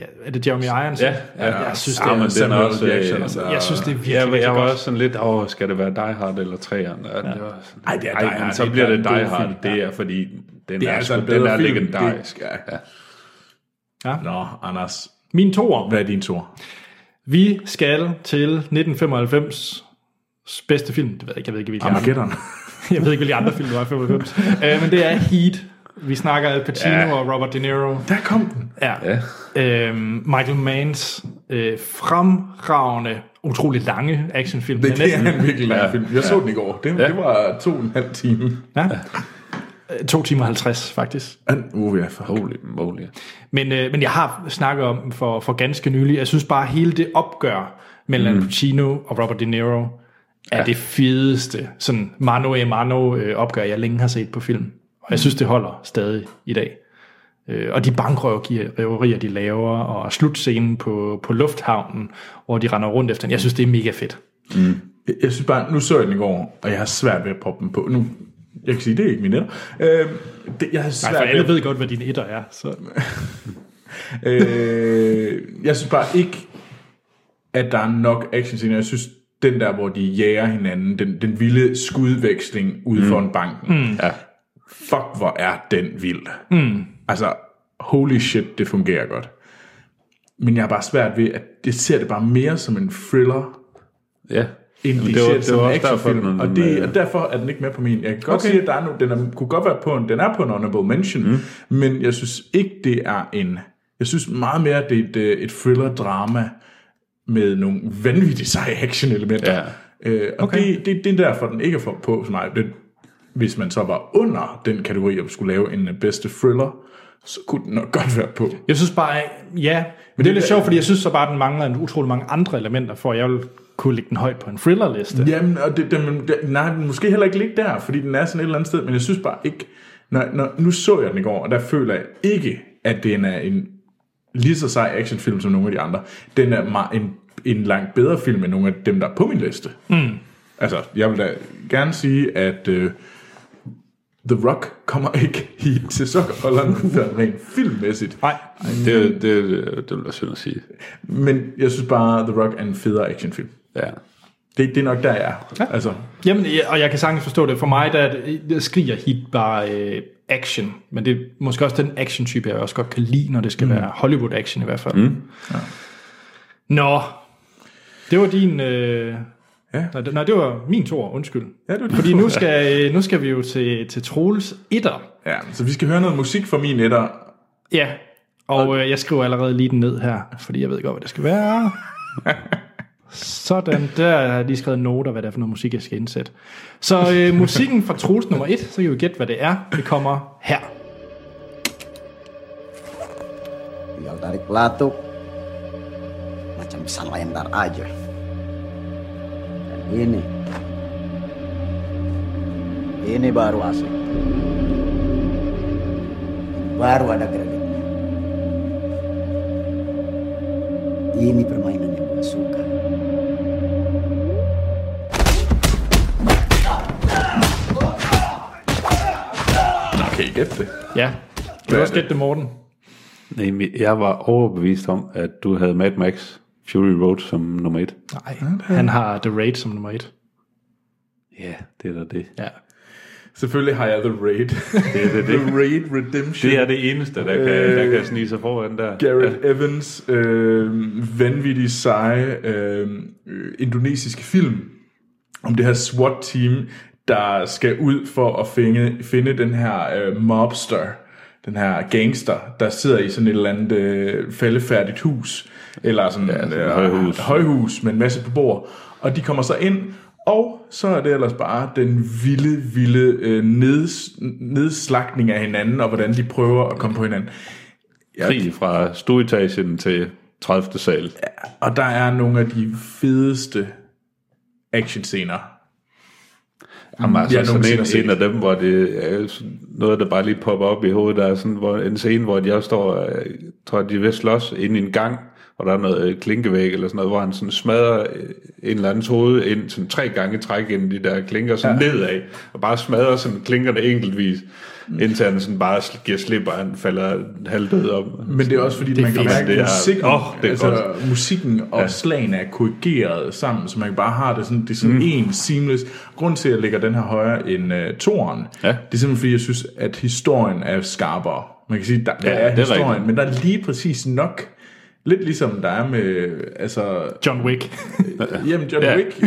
Speaker 1: Ja, er det Jeremy Irons?
Speaker 3: ja, ja.
Speaker 1: Jeg synes, det er,
Speaker 3: Ja, men
Speaker 2: Jamen,
Speaker 3: den
Speaker 2: Samuel
Speaker 3: er også, øh,
Speaker 2: Jackson, altså.
Speaker 1: jeg synes, det er virkelig,
Speaker 3: Ja, men
Speaker 1: virkelig
Speaker 3: jeg var
Speaker 1: godt.
Speaker 3: også sådan lidt, åh, skal det være Die Hard eller 3'eren? Ja. Det var sådan,
Speaker 2: Ej, det er Die
Speaker 3: men
Speaker 2: Hard.
Speaker 3: så
Speaker 2: Det
Speaker 3: bliver
Speaker 2: er en
Speaker 3: det
Speaker 2: god
Speaker 3: Die Hard,
Speaker 2: film.
Speaker 3: det er, fordi den
Speaker 2: Det
Speaker 3: det
Speaker 2: er
Speaker 3: er,
Speaker 2: altså
Speaker 3: altså,
Speaker 2: en
Speaker 3: den
Speaker 2: bedre
Speaker 3: er
Speaker 2: film.
Speaker 3: legendarisk.
Speaker 2: Det- ja.
Speaker 3: ja.
Speaker 2: Nå, Anders,
Speaker 1: Min toer.
Speaker 2: hvad er din tor?
Speaker 1: Vi skal til 1995's bedste film. Det ved jeg ikke, jeg ved ikke, hvilken
Speaker 2: Armageddon.
Speaker 1: Jeg ved ikke, hvilke andre film, der var i 95. øh, men det er Heat. Vi snakker Al Pacino ja.
Speaker 3: Ja.
Speaker 1: og Robert De Niro.
Speaker 2: Der kom den.
Speaker 1: Ja. ja. Øhm, Michael Manns øh, fremragende, utrolig lange actionfilm.
Speaker 2: Det, det er en virkelig lang
Speaker 3: Ja.
Speaker 2: film. Jeg så den i går. Det, ja. det var to og en halv time.
Speaker 1: ja. Øh, To timer 50, faktisk.
Speaker 2: Uh, ja, for
Speaker 3: Holy moly.
Speaker 1: Men, øh, men jeg har snakket om den for, for ganske nylig. Jeg synes bare, hele det opgør mellem mm. Pacino og Robert De Niro er det fedeste sådan mano a mano øh, opgør, jeg længe har set på film. Og jeg synes, det holder stadig i dag. Øh, og de bankrøverier, de laver, og slutscenen på, på lufthavnen, hvor de render rundt efter den, jeg synes, det er mega fedt.
Speaker 2: Jeg- Jeg synes bare, nu så jeg den i går, og jeg har svært ved at proppe den på. Nu, jeg kan sige, det er ikke min etter. Øh, det, jeg har
Speaker 1: Nej, for
Speaker 2: svært ved at
Speaker 1: Altså, alle ved godt, hvad dine etter er. Så.
Speaker 2: øh, jeg synes bare ikke, at der er nok action scener. Jeg synes, den der, hvor de jager hinanden, den, den vilde skudveksling ude mm. foran banken. Mm. Ja. Fuck, hvor er den vild. Mm. Altså, holy shit, det fungerer godt. Men jeg har bare svært ved, at jeg ser det bare mere som en thriller,
Speaker 3: Ja.
Speaker 2: end
Speaker 3: Jamen,
Speaker 2: de
Speaker 3: det var-
Speaker 2: ser
Speaker 3: det
Speaker 2: det som
Speaker 3: var
Speaker 2: en
Speaker 3: også derfor,
Speaker 2: actionfilm.
Speaker 3: den-
Speaker 2: Og,
Speaker 3: den,
Speaker 2: det,
Speaker 3: øh,
Speaker 2: og derfor er den ikke med på min. Jeg kan godt okay. sige, at der er nu, den er, kunne godt være på en, den er på en honorable mention, mm. men jeg synes ikke, det er en... Jeg synes meget mere, det er et, øh, et thriller-drama med nogle vanvittige seje action-elementer.
Speaker 3: Ja.
Speaker 2: Øh, og okay. det, det, det er derfor, den ikke er for, på for mig. Det, hvis man så var under den kategori, og skulle lave en øh, bedste thriller, så kunne den nok godt være på.
Speaker 1: Jeg synes bare, ja, men det er lidt
Speaker 2: det-
Speaker 1: sjovt, fordi jeg synes så bare, at den mangler en utrolig mange andre elementer, for at jeg vil kunne lægge den højt på en thrillerliste.
Speaker 2: Jamen, og det, det, men det, nej, den måske heller ikke ligge der, fordi den er sådan et eller andet sted, men jeg synes bare ikke, når, når, nu så jeg den i går, og der føler jeg ikke, at den er en lige så sej actionfilm som nogle af de andre. Den er meget, en, en langt bedre film end nogle af dem, der er på min liste. Mm. Altså, jeg vil da gerne sige, at uh, The Rock kommer ikke i til sokkerholderen sådan rent filmmæssigt.
Speaker 1: Nej,
Speaker 3: Det, det, det, det vil jeg synd at sige.
Speaker 2: Men jeg synes bare, The Rock er en federe actionfilm.
Speaker 3: Ja.
Speaker 2: Det, det er nok der, jeg er. Ja. Altså,
Speaker 1: Jamen, ja, og jeg kan sagtens forstå det. For mig der, er det- der skriger hit bare øh, action, men det er måske også den action-type, jeg også godt kan lide, når det skal mm. være Hollywood-action i hvert fald. Mm. Ja. Nå, det var din... Øh,
Speaker 2: Ja.
Speaker 1: nej, det- Nej, det var min tor, undskyld.
Speaker 2: Ja, det var din
Speaker 1: Fordi
Speaker 2: tor,
Speaker 1: nu skal, øh, nu skal vi jo til, til Troels etter.
Speaker 2: ja, så vi skal høre noget musik fra min etter,
Speaker 1: Ja, og øh, jeg skriver allerede lige den ned her, fordi jeg ved godt, hvad det skal være. Sådan, der har jeg lige skrevet noter, hvad det er for noget musik, jeg skal indsætte. Så øh, musikken fra Troels nummer 1, så kan vi gætte, hvad det er. Det kommer her.
Speaker 7: Tinggal tarik pelatuk. Macam pesawat layar aja. Dan ini. Ini baru asli. Baru ada geraknya. Ini permainan yang gue suka.
Speaker 2: Kan I gætte det?
Speaker 1: Ja, kan
Speaker 2: Hvad
Speaker 1: du
Speaker 2: er
Speaker 1: også
Speaker 2: det?
Speaker 1: gætte det, Morten?
Speaker 3: Nej, men jeg var overbevist om, at du havde Mad Max Fury Road som nummer et.
Speaker 1: Nej, han har The Raid som nummer 1.
Speaker 3: Ja, det er da det.
Speaker 1: Ja.
Speaker 2: Selvfølgelig har jeg The Raid.
Speaker 3: Det er det, det.
Speaker 2: The Raid Redemption.
Speaker 3: Det er det eneste, der kan, øh, der kan snige sig foran der.
Speaker 2: Garrett Evans øh, vanvittig seje øh, øh, indonesiske film om det her SWAT-team, der skal ud for at finde, finde den her øh, mobster, den her gangster, der sidder i sådan et eller andet øh, fældefærdigt hus, eller sådan ja,
Speaker 3: et højhus.
Speaker 2: højhus med en masse på bord, og de kommer så ind, og så er det ellers bare den vilde, vilde øh, neds, nedslagning af hinanden, og hvordan de prøver at komme på hinanden.
Speaker 3: Krig fra stueetagen til 30. sal.
Speaker 2: Og der er nogle af de fedeste actionscener.
Speaker 3: Jamen, altså,
Speaker 2: jeg
Speaker 3: jeg sådan
Speaker 2: nogensinde
Speaker 3: en,
Speaker 2: har set.
Speaker 3: en af dem, hvor det er sådan noget, der bare lige popper op i hovedet, der er sådan hvor, en scene, hvor de også står, øh, tror jeg, de er ved at slås inde i en gang, og der er noget øh, klinkevæg eller sådan noget, hvor han sådan smadrer øh, en eller andens hoved ind sådan tre gange i træk ind i de der klinker sådan ja. nedad, og bare smadrer sådan klinkerne enkeltvis, indtil han sådan bare sl- giver slip, og han falder halvdød om.
Speaker 2: Men det er også fordi, det man kan
Speaker 3: fedt.
Speaker 2: mærke,
Speaker 3: Det
Speaker 2: at
Speaker 3: er-
Speaker 2: musikken,
Speaker 3: Åh, det er
Speaker 2: altså, musikken og ja. slagene er korrigeret sammen, så man bare har det sådan, det er
Speaker 3: Mm.
Speaker 2: sådan en seamless. Grunden til, at jeg lægger den her højere end uh, toren,
Speaker 3: Ja.
Speaker 2: det er simpelthen fordi, jeg synes, at historien er skarpere. Man kan sige, der, der
Speaker 3: Ja,
Speaker 2: er
Speaker 3: det er
Speaker 2: historien,
Speaker 3: rigtigt.
Speaker 2: men der er lige præcis nok. Lidt ligesom der er med, altså,
Speaker 1: John Wick.
Speaker 2: jamen John
Speaker 3: Ja.
Speaker 2: Wick.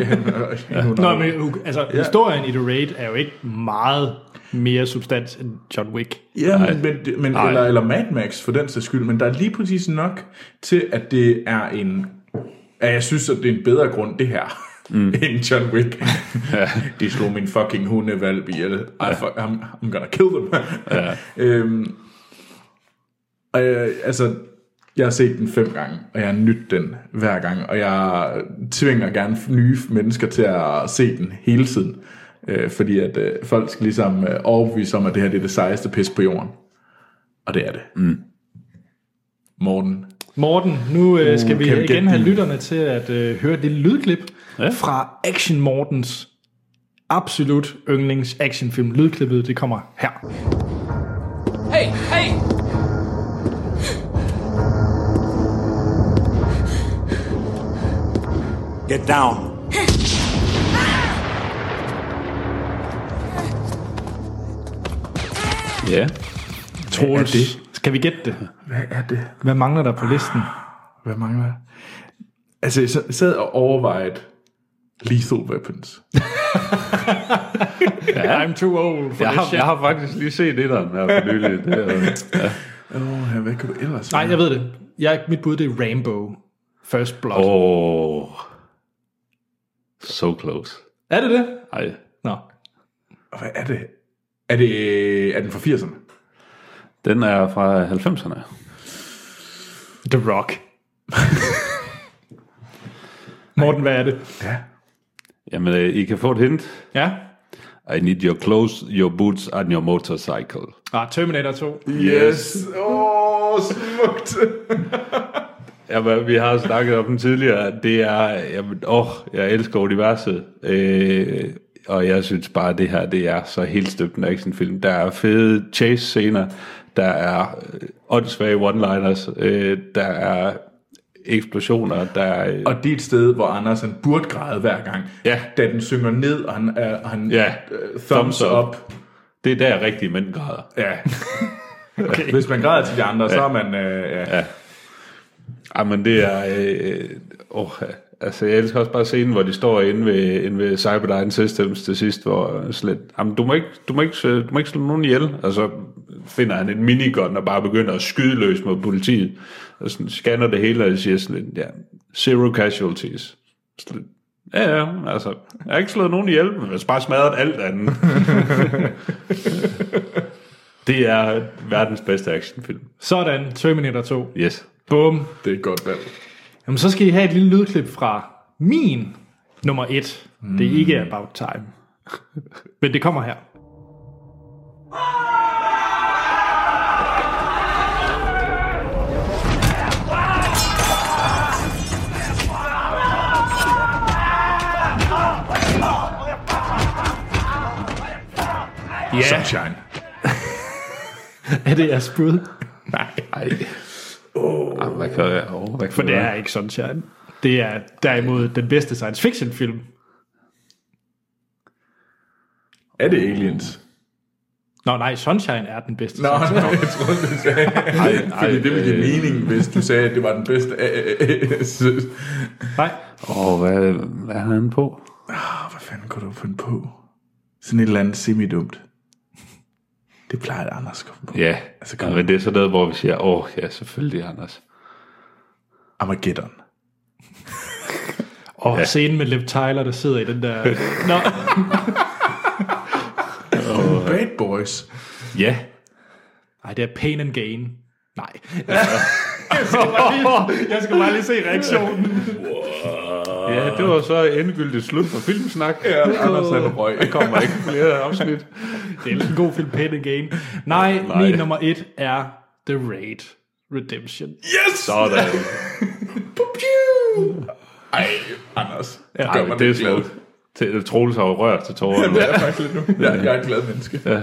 Speaker 2: Ja.
Speaker 1: Nå, men uh, altså, ja. historien i The Raid er jo ikke meget mere substans end John Wick.
Speaker 2: Ja, men, men, men eller, eller Mad Max for den sags skyld, men der er lige præcis nok til, at det er en... At jeg synes, at det er en bedre grund, det her, mm. end John Wick. De slog min fucking hundevalg ihjel. I fuck, I'm, I'm gonna kill them. øhm, og jeg, altså, Jeg har set den fem gange, og jeg har nydt den hver gang, og jeg tvinger gerne nye mennesker til at se den hele tiden, øh, fordi at øh, folk skal ligesom øh, overbevise om, at det her det er det sejeste pis på jorden. Og det er det. Mm. Morten.
Speaker 1: Morten, nu øh, skal vi
Speaker 2: kan vi gætte
Speaker 1: igen have
Speaker 2: den?
Speaker 1: lytterne til at øh, høre det lydklip ja. fra Action Mortens absolut yndlings actionfilm. Lydklippet, det kommer her.
Speaker 8: Hey, hey!
Speaker 4: Get down.
Speaker 3: Ja.
Speaker 1: Troels, skal vi gætte det?
Speaker 2: Hvad er det?
Speaker 1: Hvad mangler der på listen?
Speaker 2: Hvad mangler jeg? Altså, jeg sad- sad og overvejede lethal weapons.
Speaker 3: Ja.
Speaker 1: I'm too old for
Speaker 3: Jeg
Speaker 1: this
Speaker 3: har,
Speaker 1: shit.
Speaker 3: jeg har faktisk lige set etteren her for nylig. Det er, ja.
Speaker 2: Åh, oh, hvad kunne det ellers
Speaker 1: Nej,
Speaker 2: være?
Speaker 1: jeg ved det. Jeg, mit bud, det er Rambo. First Blood. Oh.
Speaker 3: Oh. So close.
Speaker 1: Er det det?
Speaker 3: Ej.
Speaker 1: Nå.
Speaker 2: Og Hvad er det? Er det er den fra 80'erne?
Speaker 3: Den er fra 90'erne.
Speaker 1: The Rock. Morten, hvad er det?
Speaker 2: Ja.
Speaker 3: Jamen, øh, I kan få et hint.
Speaker 1: Ja?
Speaker 3: I need your clothes, your boots and your motorcycle.
Speaker 1: Ah, Terminator 2.
Speaker 2: Yes. Åh, oh, smukt.
Speaker 3: Jamen, vi har snakket om den tidligere. at Det er, jamen, åh, jeg elsker universet. Øh, og jeg synes bare, at det her, det er så helt støbende actionfilm. Der er fede chase-scener, der er øh, åndssvage one-liners, øh, der er eksplosioner, der er...
Speaker 2: Og det er et sted, hvor Anders han burde græde hver gang.
Speaker 3: Ja.
Speaker 2: Da den synger ned, og han, øh, og han
Speaker 3: Ja.
Speaker 2: øh, thumbs,
Speaker 3: Thumbs
Speaker 2: up.
Speaker 3: up. Det er der, rigtige mænd græder.
Speaker 2: Ja. okay. Hvis man græder til de andre, så er man... Øh, ja. ja.
Speaker 3: Jamen, det er... Øh, åh, altså, jeg elsker også bare scenen, hvor de står inde ved, inde ved Cyberdyne Systems til sidst, hvor slet, jamen, du, må ikke, du, må ikke, øh, du må ikke slå nogen ihjel. Og så finder han en minigun og bare begynder at skyde løs mod politiet. Og sådan scanner det hele og siger sådan lidt, ja, zero casualties. Sådan lidt, Ja, ja, altså, jeg har ikke slået nogen ihjel, men jeg har bare smadret alt andet. det er verdens bedste actionfilm.
Speaker 1: Sådan, Terminator 2.
Speaker 3: Yes.
Speaker 1: Bum.
Speaker 2: Det er et godt valg.
Speaker 1: Jamen, så skal I have et lille lydklip fra min nummer 1. Mm. Det er ikke About Time. Men det kommer her.
Speaker 2: Yeah. Sunshine.
Speaker 1: Er det jeres bud?
Speaker 3: Ej. Oh. Jamen, hvad kan, oh, hvad kan
Speaker 1: For det er ikke Sunshine. Det er derimod den bedste science fiction film.
Speaker 2: Er det aliens?
Speaker 1: Nå nej, Sunshine er den bedste.
Speaker 2: Nå,
Speaker 1: science-
Speaker 2: nej, jeg troede, du sagde. Ej, ej, Fordi det ville give mening, hvis du sagde, at det var den bedste. Øh, øh, øh, søs.
Speaker 1: Nej.
Speaker 3: Åh, oh, hvad, hvad har han på?
Speaker 2: Ah, hvad fanden kunne du finde på? Sådan et eller andet semidumt. Det plejer Anders at komme på.
Speaker 3: Ja,
Speaker 2: Altså,
Speaker 3: altså,
Speaker 2: kan-
Speaker 3: men det er sådan noget, hvor vi siger, åh, oh, ja, selvfølgelig, Anders.
Speaker 2: Armageddon.
Speaker 1: Og ja. scenen med Liv Tyler, der sidder i den der... Nå,
Speaker 2: Bad Boys.
Speaker 3: Ja.
Speaker 1: nej, det er Pain and Gain. Nej. jeg, skal bare lige, jeg skal bare lige se reaktionen.
Speaker 3: Ja, det var så endegyldigt slut for filmsnak.
Speaker 2: Ja, Anders han røg.
Speaker 3: Der kommer ikke flere afsnit.
Speaker 1: Det er en god film, Pain and Gain. Nej, nej. min nummer et er The Raid Redemption.
Speaker 2: Yes!
Speaker 3: Sådan.
Speaker 2: Ej, Anders. Ja,
Speaker 3: Ej, men det er smukt. Til- Troels har jo rørt til tårer nu.
Speaker 2: Jeg er faktisk lidt nu. Jeg, jeg er et glad menneske. Ja.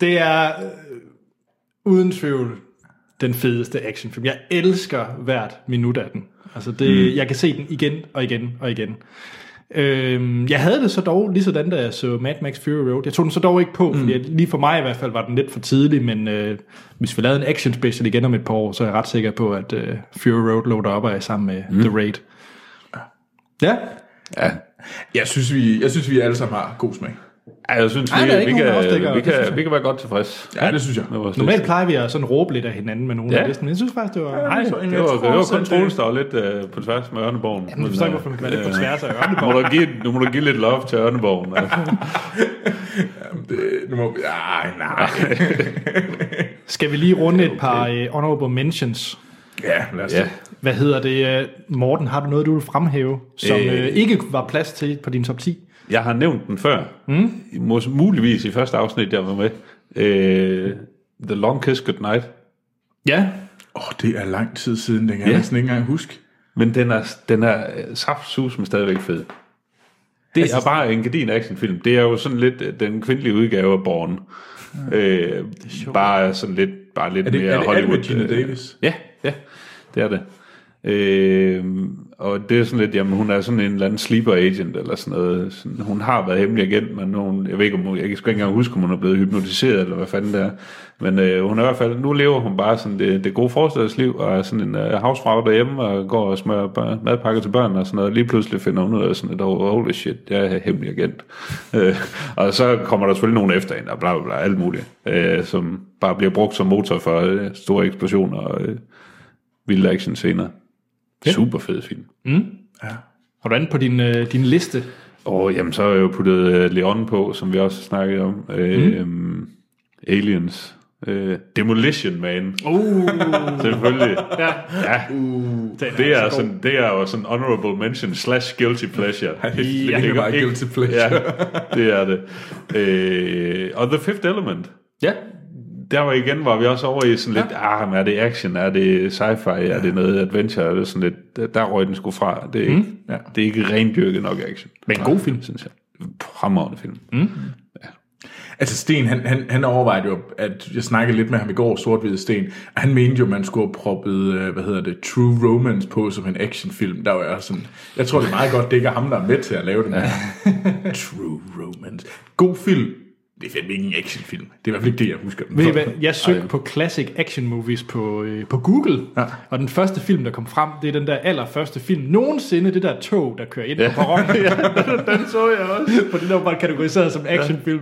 Speaker 1: Det er øh, uden tvivl den fedeste actionfilm. Jeg elsker hvert minut af den. Altså det, mm. Jeg kan se den igen og igen og igen. Øhm, jeg havde det så dog lige sådan, da jeg så Mad Max Fury Road. Jeg tog den så dog ikke på, mm. fordi jeg- lige for mig i hvert fald var den lidt for tidlig, men øh, hvis vi lavede en action special igen om et par år, så er jeg ret sikker på, at øh, Fury Road lå deroppe af sammen med mm. The Raid. Ja,
Speaker 2: Jeg, synes, vi, jeg synes, vi alle sammen har god smag.
Speaker 3: Ej, jeg synes,
Speaker 1: Ej,
Speaker 3: vi,
Speaker 1: der er
Speaker 3: vi,
Speaker 1: ikke nogen afstikkere,
Speaker 3: kan, vi,
Speaker 1: det synes
Speaker 3: kan,
Speaker 1: jeg.
Speaker 3: vi kan være godt tilfreds.
Speaker 2: Ja, det synes jeg.
Speaker 3: Med vores
Speaker 1: normalt
Speaker 3: liste.
Speaker 1: plejer vi at sådan råbe lidt af hinanden med nogle ja.
Speaker 3: Ja.
Speaker 1: af listen, men jeg synes faktisk, det var...
Speaker 3: Nej,
Speaker 2: Så
Speaker 3: det
Speaker 2: en
Speaker 3: var,
Speaker 2: jeg
Speaker 3: det var,
Speaker 2: tror,
Speaker 3: det var kun
Speaker 2: at det-
Speaker 3: Troels, der var lidt øh, på tværs med Ørneborgen.
Speaker 1: Jeg forstår ikke, hvorfor man kan være lidt på tværs af ørerne.
Speaker 3: må du, give, nu må du give lidt love til Ørneborgen. Altså.
Speaker 2: Det, nu må vi... Ej, nej.
Speaker 1: Skal vi lige runde et par øh, honorable mentions?
Speaker 2: Ja, lad os
Speaker 3: Ja.
Speaker 2: ja.
Speaker 1: Hvad hedder det? øh, Morten, har du noget, du vil fremhæve, som
Speaker 3: Øh.
Speaker 1: øh, ikke var plads til på din top 10?
Speaker 3: Jeg har nævnt den før. Mm. Mås- muligvis i første afsnit, jeg var med. Øh, The Long Kiss Goodnight.
Speaker 1: Ja.
Speaker 2: Åh, det er lang tid siden, den kan jeg
Speaker 3: Ja.
Speaker 2: næsten ikke engang huske.
Speaker 3: Men den er, den er øh, saftsus, men stadigvæk fed. Det er bare en gedigen actionfilm. Det er jo sådan lidt øh, den kvindelige udgave af Born. Øh, bare sådan lidt, bare lidt
Speaker 2: Er det-
Speaker 3: mere
Speaker 2: er det alt med
Speaker 3: Hollywood.
Speaker 2: Gina
Speaker 3: øh,
Speaker 2: Davis?
Speaker 3: Ja, ja, det er det. Øh, og det er sådan lidt, jamen hun er sådan en eller anden sleeper agent eller sådan noget. Sådan, hun har været hemmelig agent, men hun, jeg ved ikke om hun, jeg kan sgu ikke engang huske, om hun er blevet hypnotiseret eller hvad fanden det er. Men øh, hun er i hvert fald, nu lever hun bare sådan det, det gode forstadsliv og er sådan en øh, havsfrag derhjemme og går og smører bør- madpakker til børn og sådan noget. Lige pludselig finder hun ud af sådan et, oh, holy shit, jeg er hemmelig agent. Øh, og så kommer der selvfølgelig nogen efter hende og bla bla bla, alt muligt, øh, som bare bliver brugt som motor for øh, store eksplosioner og øh, vilde action scener. Super fed film.
Speaker 1: Har du andet på din, øh, din liste?
Speaker 3: Og jamen, så har jeg jo puttet øh, Leon på, som vi også snakkede om. Øh, mm. Aliens. Øh, Demolition Man. Uh. Selvfølgelig. ja. ja.
Speaker 2: Uh.
Speaker 3: Det
Speaker 2: altså
Speaker 3: er, sådan, det er jo sådan honorable mention slash guilty pleasure.
Speaker 2: det er bare guilty pleasure.
Speaker 3: Ja, det er det. Øh, og The Fifth Element.
Speaker 1: Ja.
Speaker 3: Der var igen, var vi også over i sådan lidt, ja. ah, men er det action, er det sci-fi, er det noget adventure, er det sådan lidt, der røg den sgu fra. Det er, ikke, ja. det er ikke rendyrket nok action.
Speaker 1: Men en god film.
Speaker 3: synes jeg. Fremragende film. Mm.
Speaker 2: Altså Sten, han, han, han overvejede jo, at jeg snakkede lidt med ham i går, sort Sten, og han mente jo, man skulle have proppet, øh, hvad hedder det, True Romance på som en actionfilm. Der var jeg sådan, jeg tror det er meget godt, det ikke er ham, der er med til at lave den. Ja. True Romance. God film. Det er fandme ikke en actionfilm. Det er i hvert fald ikke det, jeg husker den.
Speaker 1: Ved I
Speaker 2: for.
Speaker 1: hvad? Jeg søgte på classic action movies på, øh, på Google, ja. og den første film, der kom frem, det er den der allerførste film nogensinde, det der tog, der kører ind ja. på perronen. den så jeg også. For det der var bare kategoriseret som actionfilm.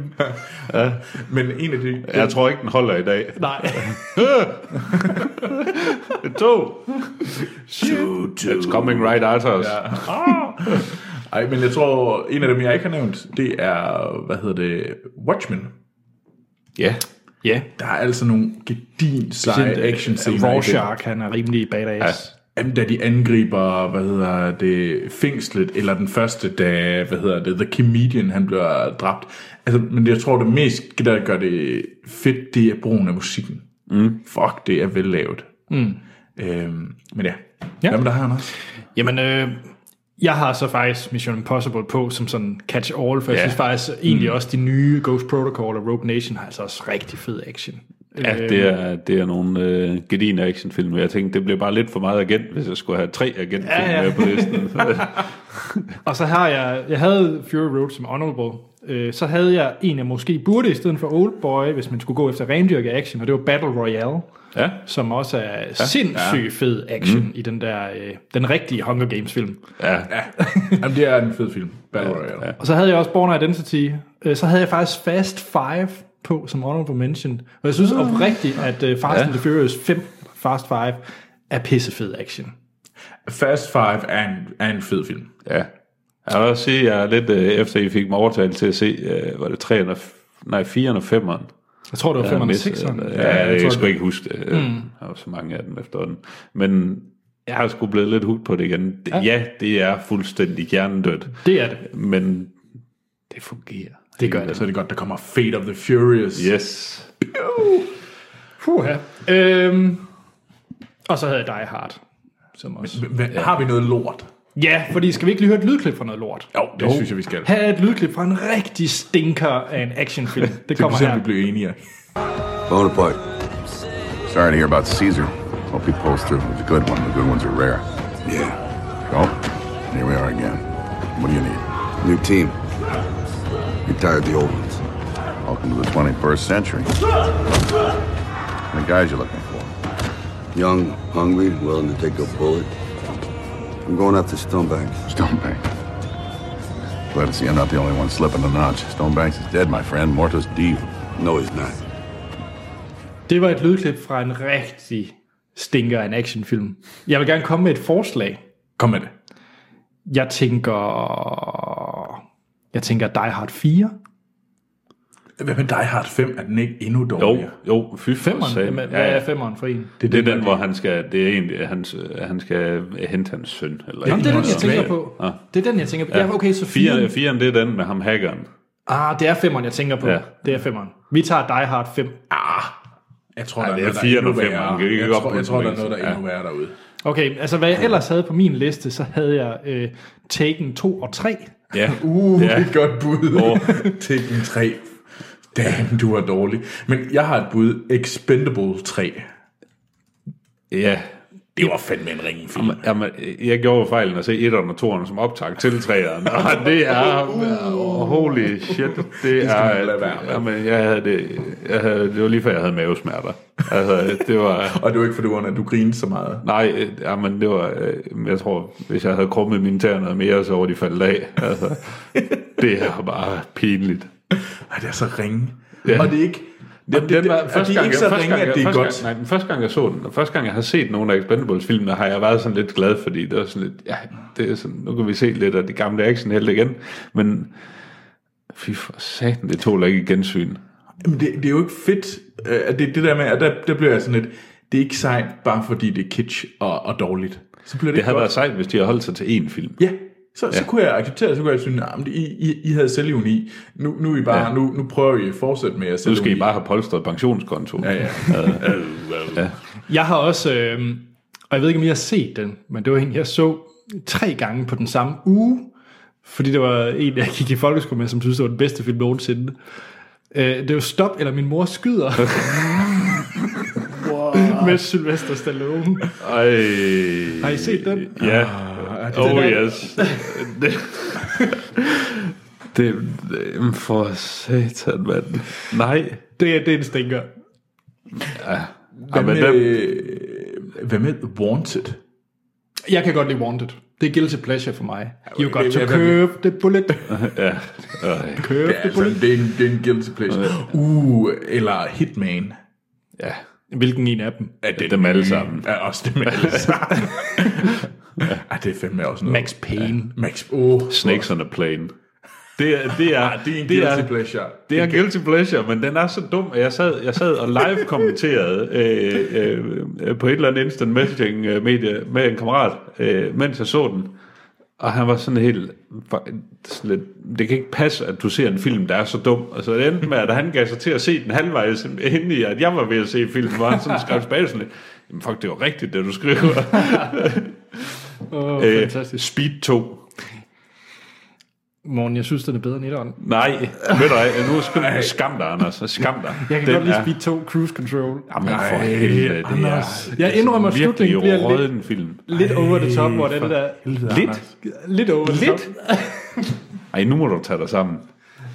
Speaker 1: Ja.
Speaker 2: Men en af de...
Speaker 3: Jeg tror ikke, den holder i dag.
Speaker 1: Nej.
Speaker 3: To. It's coming right at us. Ja.
Speaker 2: Ej, men jeg tror, en af dem, jeg ikke har nævnt, det er, hvad hedder det, Watchmen.
Speaker 3: ja.
Speaker 1: Ja.
Speaker 2: Der er altså nogle gedin seje action scener.
Speaker 1: øh, Rorschach, han er rimelig badass.
Speaker 2: Jamen, da de angriber, hvad hedder det, fængslet, eller den første, da, hvad hedder det, The Comedian, han bliver dræbt. Altså, men jeg tror, det mest, der gør det fedt, det er brugen af musikken. Mm. Fuck, det er vellavet. Mm. Øhm, men ja.
Speaker 1: Ja.
Speaker 2: ja. Hvad med dig, Anders?
Speaker 1: Jamen, øh, jeg har så faktisk Mission Impossible på som sådan catch-all, for jeg
Speaker 3: Ja.
Speaker 1: synes faktisk egentlig også, de nye Ghost Protocol og Rogue Nation har altså også rigtig fed action.
Speaker 3: Ja, det er, det er nogle øh, gedigende actionfilm. Jeg tænkte, det blev bare lidt for meget agent, hvis jeg skulle have tre agentfilm
Speaker 1: Ja, ja.
Speaker 3: ja, ja. med på listen.
Speaker 1: Og så har jeg, jeg havde Fury Road som honorable, øh, så havde jeg en, jeg måske burde i stedet for Oldboy, hvis man skulle gå efter rendyrket action, og det var Battle Royale,
Speaker 3: ja.
Speaker 1: som også er ja. sindssygt fed action mm. i den der, øh, den rigtige Hunger Games film.
Speaker 2: Jamen, det er en fed film. Battle Royale. Ja.
Speaker 1: Og så havde jeg også Born Identity. Øh, Så havde jeg faktisk Fast Five på som honorable mention. Og jeg synes oprigtigt, at øh, Fast ja. and the Furious 5, Fast Five, er pissefed action.
Speaker 2: Fast Five er en, er en fed film.
Speaker 3: ja. Jeg vil også sige, at jeg er lidt, øh, efter I fik mig overtalt til at se, øh, var det 3'erne, f- nej, 4'erne og 5'eren.
Speaker 1: Jeg tror, det var 5 og 6.
Speaker 3: Ja, jeg, jeg skulle ikke huske det. Mm. Der var så mange af dem efterhånden. Men jeg har sgu blevet lidt hugt på det igen. Det, ja. ja, det er fuldstændig hjernedødt,
Speaker 1: Det er det.
Speaker 3: men det fungerer.
Speaker 1: Det gør det.
Speaker 2: Så er Altså, det godt, der kommer Fate of the Furious.
Speaker 3: Yes.
Speaker 1: Puh, ja. øhm, og så havde jeg Die Hard. Som også.
Speaker 2: Hvad, Har vi noget lort?
Speaker 1: Ja, fordi skal vi ikke lige høre et lydklip fra noget lort?
Speaker 2: Jo, det synes jeg, vi skal.
Speaker 1: Her er et lydklip fra en rigtig stinker af en actionfilm. Det
Speaker 2: Det kan vi
Speaker 1: kommer
Speaker 2: se, om
Speaker 1: her.
Speaker 2: vi bliver enige.
Speaker 9: Bonaparte. Sorry to hear about Caesar. Hope he pulls through with a good one. The good ones are rare. Yeah. Well, here we are again. What do you need? New team. Retired the old ones. Welcome to the 21st century. The guys you're looking for.
Speaker 10: Young, hungry, willing to take a bullet. I'm going after Stonebanks.
Speaker 9: Stonebank. Glad to see I'm not the only one slipping a notch. Stonebanks is dead, my friend. Mortis div.
Speaker 10: No, he's not.
Speaker 1: Det var et lydklip fra en rigtig stinker af en actionfilm. Jeg vil gerne komme med et forslag.
Speaker 2: Kom med det.
Speaker 1: Jeg tænker... Jeg tænker Die Hard 4.
Speaker 2: Hvad med Die Hard 5? Er den ikke endnu
Speaker 3: Jo,
Speaker 2: dårligere?
Speaker 3: jo, fy for
Speaker 1: Femmeren?
Speaker 3: satan.
Speaker 1: Hvad hvad er femmeren for en?
Speaker 3: Det er den, den hvor han skal, det er egentlig, han, han skal hente hans søn. Eller
Speaker 1: Nå, men det er den, jeg
Speaker 3: Eller-
Speaker 1: tænker på.
Speaker 3: Ja.
Speaker 1: Det er den, jeg tænker på. Ja, okay, så
Speaker 3: Fire,
Speaker 1: fire.
Speaker 3: firen, det er den med ham hackeren.
Speaker 1: Ah, det er femmeren, jeg tænker på.
Speaker 3: Ja.
Speaker 1: Det er femmeren. Vi tager Die Hard 5.
Speaker 2: Jeg tror,
Speaker 3: Ej,
Speaker 2: der
Speaker 3: det
Speaker 2: er
Speaker 3: er
Speaker 2: noget, der
Speaker 3: fire
Speaker 2: er endnu
Speaker 3: og fem, man
Speaker 2: værre.
Speaker 3: kan ikke
Speaker 2: Jeg
Speaker 3: gå op
Speaker 2: tror,
Speaker 3: på
Speaker 2: jeg
Speaker 3: den
Speaker 2: tror, der er
Speaker 3: quiz.
Speaker 2: noget, der er
Speaker 3: Ja.
Speaker 2: endnu værre derude.
Speaker 1: Okay, altså hvad jeg ellers havde på min liste, så havde jeg øh, Taken 2 og 3.
Speaker 3: Ja.
Speaker 2: Uh,
Speaker 3: Ja.
Speaker 2: ja. det er et godt bud.
Speaker 3: Åh.
Speaker 2: Oh. Tekken 3. Damn, du er dårlig. Men jeg har et bud. Expendable 3.
Speaker 3: Ja.
Speaker 2: Det var fandme en ringen film.
Speaker 3: Jamen, Jamen, jeg gjorde fejlen at se 1'eren og 2'eren som optag til 3'eren, og det er, oh, holy shit, det
Speaker 2: Uh. man lade
Speaker 3: er,
Speaker 2: være med.
Speaker 3: jamen, jeg havde det, jeg havde, det var lige før jeg havde mavesmerter, altså, det var,
Speaker 2: Og det var ikke for det grund af, at du grinede så meget.
Speaker 3: nej, øh, jamen, det var, øh, jeg tror, hvis jeg havde krummet mine tæer noget mere, så var de faldet af, altså, det er bare pinligt.
Speaker 2: Ej, det er så ringe.
Speaker 3: Ja.
Speaker 2: Ja. Og det er ikke... og
Speaker 3: Jamen,
Speaker 2: det,
Speaker 3: den var,
Speaker 2: og
Speaker 3: første
Speaker 2: det er
Speaker 3: gang,
Speaker 2: ikke
Speaker 3: jeg,
Speaker 2: så
Speaker 3: første
Speaker 2: ringe,
Speaker 3: gang, jeg,
Speaker 2: at det er
Speaker 3: første
Speaker 2: godt.
Speaker 3: gang, nej, den første gang, jeg så den, og første gang, jeg har set nogle af Expendables-filmene, har jeg været sådan lidt glad, fordi det er sådan lidt, ja, det er sådan, nu kan vi se lidt af de gamle actionhelte igen, men fy for satan, det tåler ikke gensyn.
Speaker 2: Jamen, det, det er jo ikke fedt. Øh, at det, det der med, at der, der bliver jeg sådan lidt... Det er ikke sejt, bare fordi det er kitsch og, og dårligt. Så bliver det,
Speaker 3: Det havde
Speaker 2: ikke
Speaker 3: været
Speaker 2: godt.
Speaker 3: sejt, hvis de havde holdt sig til én film.
Speaker 2: Ja, så, ja. så kunne jeg acceptere, det, så kunne jeg synes, nah, men I, I, I havde selvjuni. Nu, nu, er I bare, ja. nu, nu prøver I at fortsætte med at
Speaker 3: Nu
Speaker 2: sælge
Speaker 3: skal I bare have polstret pensionskonto.
Speaker 2: Ja, ja.
Speaker 1: Jeg har også, øh, og jeg ved ikke om I har set den, men det var en, jeg så tre gange på den samme uge, fordi det var en, jeg gik i folkeskole med, som synes det var den bedste film nogensinde. Øh, det var Stop, eller Min Mor Skyder. wow. Med Sylvester Stallone.
Speaker 3: Ej.
Speaker 1: Har I set den?
Speaker 3: Ja. Oh,
Speaker 1: den er-
Speaker 3: yes. det, det, det, for satan, mand. Nej.
Speaker 1: Det, er- det er en stinker.
Speaker 2: Hvad,
Speaker 3: Jamen,
Speaker 2: med,
Speaker 3: den,
Speaker 2: øh, hvad med Wanted?
Speaker 1: Jeg kan godt lide Wanted. Det er guilty pleasure for mig. You got
Speaker 2: det-
Speaker 1: to
Speaker 2: det-
Speaker 1: curve the bullet.
Speaker 3: ja. Ej.
Speaker 1: Curve
Speaker 2: Ja,
Speaker 1: the
Speaker 2: altså,
Speaker 1: bullet.
Speaker 2: det, er en, det er en guilty pleasure. Uh, eller Hitman.
Speaker 3: Ja.
Speaker 1: Hvilken en af dem?
Speaker 2: Er det
Speaker 3: dem alle sammen.
Speaker 2: Er også dem alle sammen. Ej, det er fandme også noget.
Speaker 1: Max Payne.
Speaker 2: Max. Oh,
Speaker 3: Snakes on a plane. Det er, det er,
Speaker 2: Ah, Det er en
Speaker 3: det
Speaker 2: guilty
Speaker 3: er,
Speaker 2: pleasure.
Speaker 3: det er guilty pleasure, men den er så dum, at jeg sad, jeg sad og live kommenterede øh, øh, øh, på et eller andet instant messaging øh, medie med en kammerat, øh, mens jeg så den. Og han var sådan helt, for- sådan lidt, det kan ikke passe, at du ser en film, der er så dum. Og så det endte med, at han gav sig til at se den halvvejs, inden i, at jeg var ved at se filmen, hvor han sådan skrev tilbage sådan lidt, Jamen fuck, det var rigtigt, det du skriver.
Speaker 1: Åh, oh,
Speaker 3: øh,
Speaker 1: fantastisk.
Speaker 3: Speed 2.
Speaker 1: Morgen, jeg synes, den er bedre end etteren.
Speaker 3: Nej, ved du hvad, nu skal du skam dig, Anders. Skam dig.
Speaker 1: Jeg kan
Speaker 3: Den
Speaker 1: godt lide
Speaker 3: er-
Speaker 1: Speed 2 Cruise Control.
Speaker 3: Jamen for helvede, det er
Speaker 1: Jeg indrømmer, at slutningen bliver
Speaker 3: virkelig
Speaker 1: lidt,
Speaker 3: råden film.
Speaker 1: lidt over the top, hvor den der...
Speaker 3: Lidt?
Speaker 1: Lidt over the
Speaker 3: Lidt?
Speaker 1: top.
Speaker 3: Ej, nu må du tage dig sammen.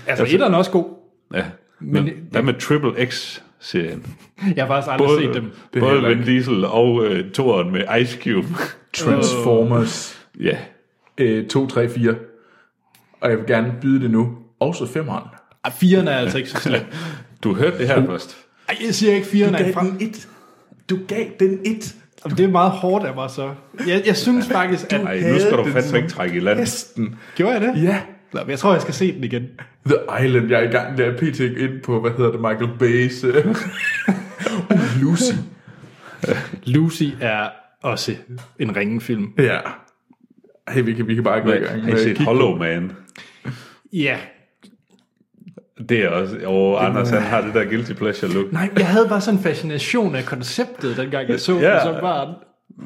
Speaker 1: Altså, etteren er også god.
Speaker 3: Ja. Men, Men hvad med Triple X-serien?
Speaker 1: Jeg har faktisk aldrig
Speaker 3: Både,
Speaker 1: set dem.
Speaker 3: både Vin Diesel og øh, toeren med Ice Cube.
Speaker 2: Transformers
Speaker 3: ja.
Speaker 2: øh, 2, 3, 4. Og jeg vil gerne byde det nu. Også femmeren.
Speaker 1: Ah, firen er altså ikke så slem.
Speaker 3: Du hørte det her først.
Speaker 1: Ej, jeg siger ikke, firen er frem.
Speaker 2: et. Du gav den et.
Speaker 1: Det er meget hårdt af mig så. Jeg, jeg synes faktisk, at...
Speaker 3: Ej, nu skal
Speaker 2: havde
Speaker 3: du
Speaker 2: den
Speaker 3: fandme
Speaker 2: som
Speaker 3: ikke trække i land.
Speaker 2: Hesten.
Speaker 1: Gjorde jeg det?
Speaker 2: Ja.
Speaker 1: Nå, men jeg tror, jeg skal se den igen.
Speaker 2: The Island. Jeg er i gang med at pt. ind på, hvad hedder det, Michael Bay's. øh, uh, Lucy.
Speaker 1: Lucy er også en ringefilm.
Speaker 2: Ja. Hey, vi kan, vi kan bare gå i gang.
Speaker 3: Har I
Speaker 2: med at
Speaker 3: set
Speaker 2: kigge på-
Speaker 3: Hollow Man?
Speaker 1: Ja.
Speaker 3: Det er også... Åh, Anders, han har det der guilty pleasure look.
Speaker 1: Nej, jeg havde bare sådan en fascination af konceptet, dengang jeg så
Speaker 3: Ja.
Speaker 1: den som barn.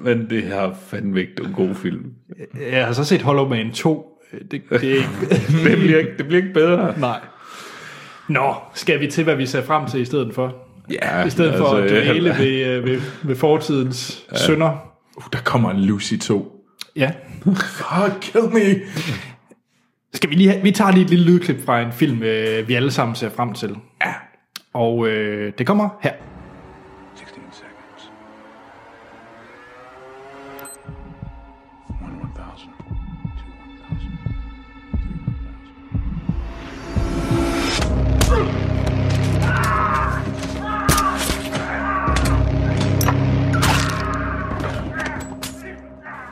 Speaker 3: Men det her er fandme ikke en god film.
Speaker 1: Jeg har så set Hollow Man 2. Det, det er ikke...
Speaker 3: Det bliver ikke, det bliver ikke bedre.
Speaker 1: Nej. Nå, skal vi til, hvad vi ser frem til i stedet for?
Speaker 3: Ja,
Speaker 1: I stedet altså, for at
Speaker 3: jeg-
Speaker 1: dvæle ved, øh, ved, ved fortidens ja. sønder.
Speaker 2: Uh, der kommer en Lucy 2.
Speaker 1: Ja.
Speaker 2: Fuck, kill me.
Speaker 1: Skal vi lige have, vi tager lige et lille lydklip fra en film, øh, vi alle sammen ser frem til. Ja. Og øh, det kommer her.
Speaker 10: 16 seconds. One one thousand. Two one thousand. Three one thousand.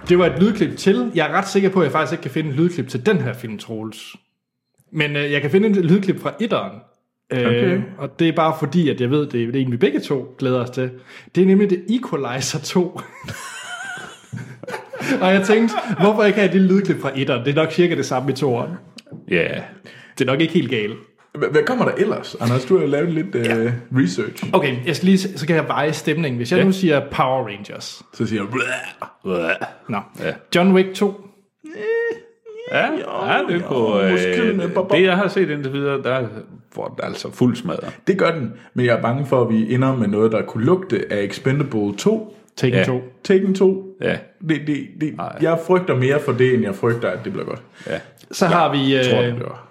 Speaker 1: Det var et lydklip til. Jeg er ret sikker på, at jeg faktisk ikke kan finde et lydklip til den her film, Troels. Men øh, jeg kan finde et lydklip fra etteren. Okay. Øh, og det er bare fordi, at jeg ved, det er det er en, vi begge to glæder os til. Det er nemlig The Equalizer 2. og jeg tænkte, hvorfor ikke have et lille lydklip fra 1'eren? Det er nok cirka det samme i 2'eren.
Speaker 3: Ja. Yeah.
Speaker 1: Det er nok ikke helt galt.
Speaker 2: Hvad hvad kommer der ellers? Anders, du har lavet lidt øh, research.
Speaker 1: Okay, jeg skal lige, så kan jeg veje stemningen. Hvis jeg
Speaker 2: Ja.
Speaker 1: nu siger Power Rangers.
Speaker 2: Så siger jeg... Blæh, blæh.
Speaker 1: Nå. John Wick 2.
Speaker 3: Ja, ja det, kunne,
Speaker 2: måske med
Speaker 3: øh,
Speaker 2: Bob Bob.
Speaker 3: det jeg har set indtil videre, der får den altså fuld smadret.
Speaker 2: Det gør den, men jeg er bange for, at vi ender med noget, der kunne lugte af Expendable 2,
Speaker 1: Taken
Speaker 3: Ja.
Speaker 1: 2.
Speaker 2: Taken 2.
Speaker 3: Ja.
Speaker 2: Det, det, det, jeg frygter mere for det, end jeg frygter, at det bliver godt.
Speaker 3: Ja.
Speaker 1: Så har vi...
Speaker 2: Jeg tror, det
Speaker 1: Øh,
Speaker 2: bliver.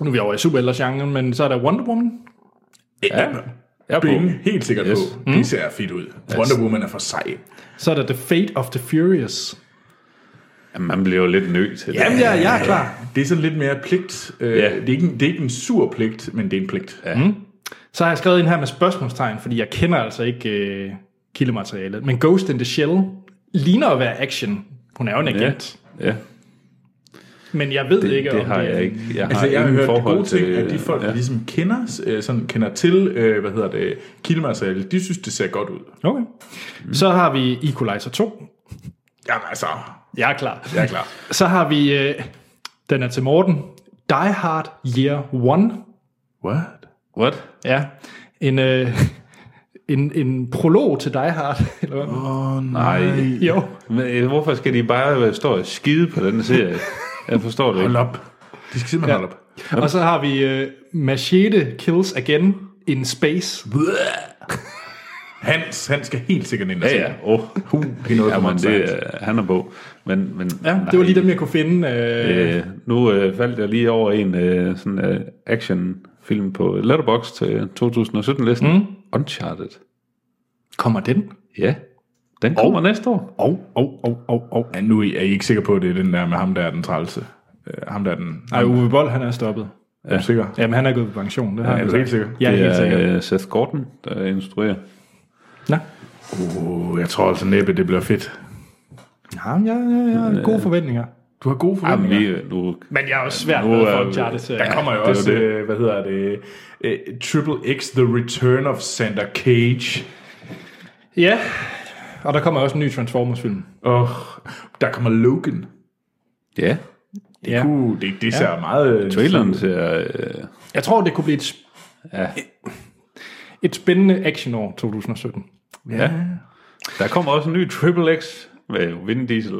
Speaker 1: nu er vi over i superhelder-genren, men så er der Wonder Woman.
Speaker 2: Ja,
Speaker 3: Jeg er på.
Speaker 2: Bing, helt sikkert
Speaker 3: Yes. Mm.
Speaker 2: på. Det ser fedt ud. Wonder Woman er for sej.
Speaker 1: Så er der The Fate of the Furious.
Speaker 3: Jamen, Man bliver jo lidt nødt til
Speaker 1: Jamen,
Speaker 3: det.
Speaker 1: jeg, jeg er klar.
Speaker 2: Det er sådan lidt mere pligt. Øh,
Speaker 3: Ja.
Speaker 2: det, er ikke en, det er ikke en sur pligt, men det er en pligt. Altså, Ja.
Speaker 1: Så har jeg skrevet en her med spørgsmålstegn, fordi jeg kender altså ikke øh, kildematerialet. Men Ghost in the Shell ligner at være action. Hun er jo en agent.
Speaker 3: Ja,
Speaker 1: Ja. Men jeg ved det, ikke,
Speaker 3: det, det
Speaker 1: om
Speaker 3: har
Speaker 1: det er
Speaker 3: jeg
Speaker 1: en-
Speaker 3: ikke. Jeg har
Speaker 2: Altså, jeg har
Speaker 3: ingen
Speaker 2: hørt det
Speaker 3: forhold
Speaker 2: gode ting,
Speaker 3: til,
Speaker 2: at de folk, der
Speaker 3: ja.
Speaker 2: ligesom kender, øh, sådan kender til, øh, hvad hedder det, kildemateriale, de synes, det ser godt ud.
Speaker 1: Okay. Mm. Så har vi Equalizer 2.
Speaker 2: Jamen altså,
Speaker 1: Jeg er klar.
Speaker 2: jeg er klar.
Speaker 1: Så har vi, øh, den er til Morten, Die Hard Year 1.
Speaker 2: What?
Speaker 3: What?
Speaker 1: Ja, en, øh, en, en prolog til Die Hard. Eller hvad?
Speaker 3: Nej.
Speaker 1: Jo.
Speaker 3: Men, øh, hvorfor skal de bare øh, stå og skide på den serie? Jeg forstår det ikke.
Speaker 2: Hold op. De skal simpelthen
Speaker 1: Ja.
Speaker 2: holde op.
Speaker 1: Og så har vi øh, Machete Kills Again in Space.
Speaker 2: Hans, han skal helt sikkert ind og
Speaker 3: Ja,
Speaker 2: se.
Speaker 3: ja. Oh.
Speaker 2: Hu, det er noget for
Speaker 3: Jamen,
Speaker 2: mig.
Speaker 3: det, er- han er på. Men, men,
Speaker 1: Ja, det var lige dem, jeg kunne finde. Øh,
Speaker 3: Øh, nu øh, faldt jeg lige over en øh, sådan øh, actionfilm på Letterboxd til 2017-listen. Mm. Uncharted.
Speaker 1: Kommer den?
Speaker 3: Ja, den kommer oh. næste år.
Speaker 2: Og, og, og, og, og. Ja, nu er I ikke sikker på, at det er den der med ham, der er den trælse. Uh, ham, der er den...
Speaker 1: Nej, Uwe Boll, han er stoppet.
Speaker 2: Er du sikker?
Speaker 1: Jamen, han er gået på pension. Det har
Speaker 2: er
Speaker 1: han
Speaker 2: du
Speaker 1: sagt.
Speaker 2: helt sikker?
Speaker 1: Ja,
Speaker 3: det
Speaker 1: helt sikker.
Speaker 3: er øh, Seth Gordon, der instruerer.
Speaker 1: Nå.
Speaker 2: Uh, jeg tror altså næppe, det bliver fedt.
Speaker 1: Ja, ja, ja, ja. Gode forventninger.
Speaker 2: Du har gode
Speaker 3: Jamen,
Speaker 2: forventninger.
Speaker 3: vi, øh, nu,
Speaker 1: Men jeg er også svært
Speaker 3: Nu
Speaker 1: ved
Speaker 3: er
Speaker 1: for
Speaker 3: vi-
Speaker 1: Uncharted.
Speaker 2: øh, der kommer jo
Speaker 3: det er
Speaker 2: også,
Speaker 3: jo det.
Speaker 2: øh, hvad hedder det, øh, Triple X The Return of Santa Cage.
Speaker 1: Ja, og der kommer også en ny Transformers-film.
Speaker 2: Og der kommer Logan.
Speaker 3: ja,
Speaker 1: Ja.
Speaker 2: Uh, det, det ser meget...
Speaker 3: traileren ser... Øh,
Speaker 1: Jeg tror, det kunne blive et, sp-
Speaker 3: ja.
Speaker 1: et spændende actionår 2017.
Speaker 3: ja. Der kommer også en ny Triple X med Vin Diesel.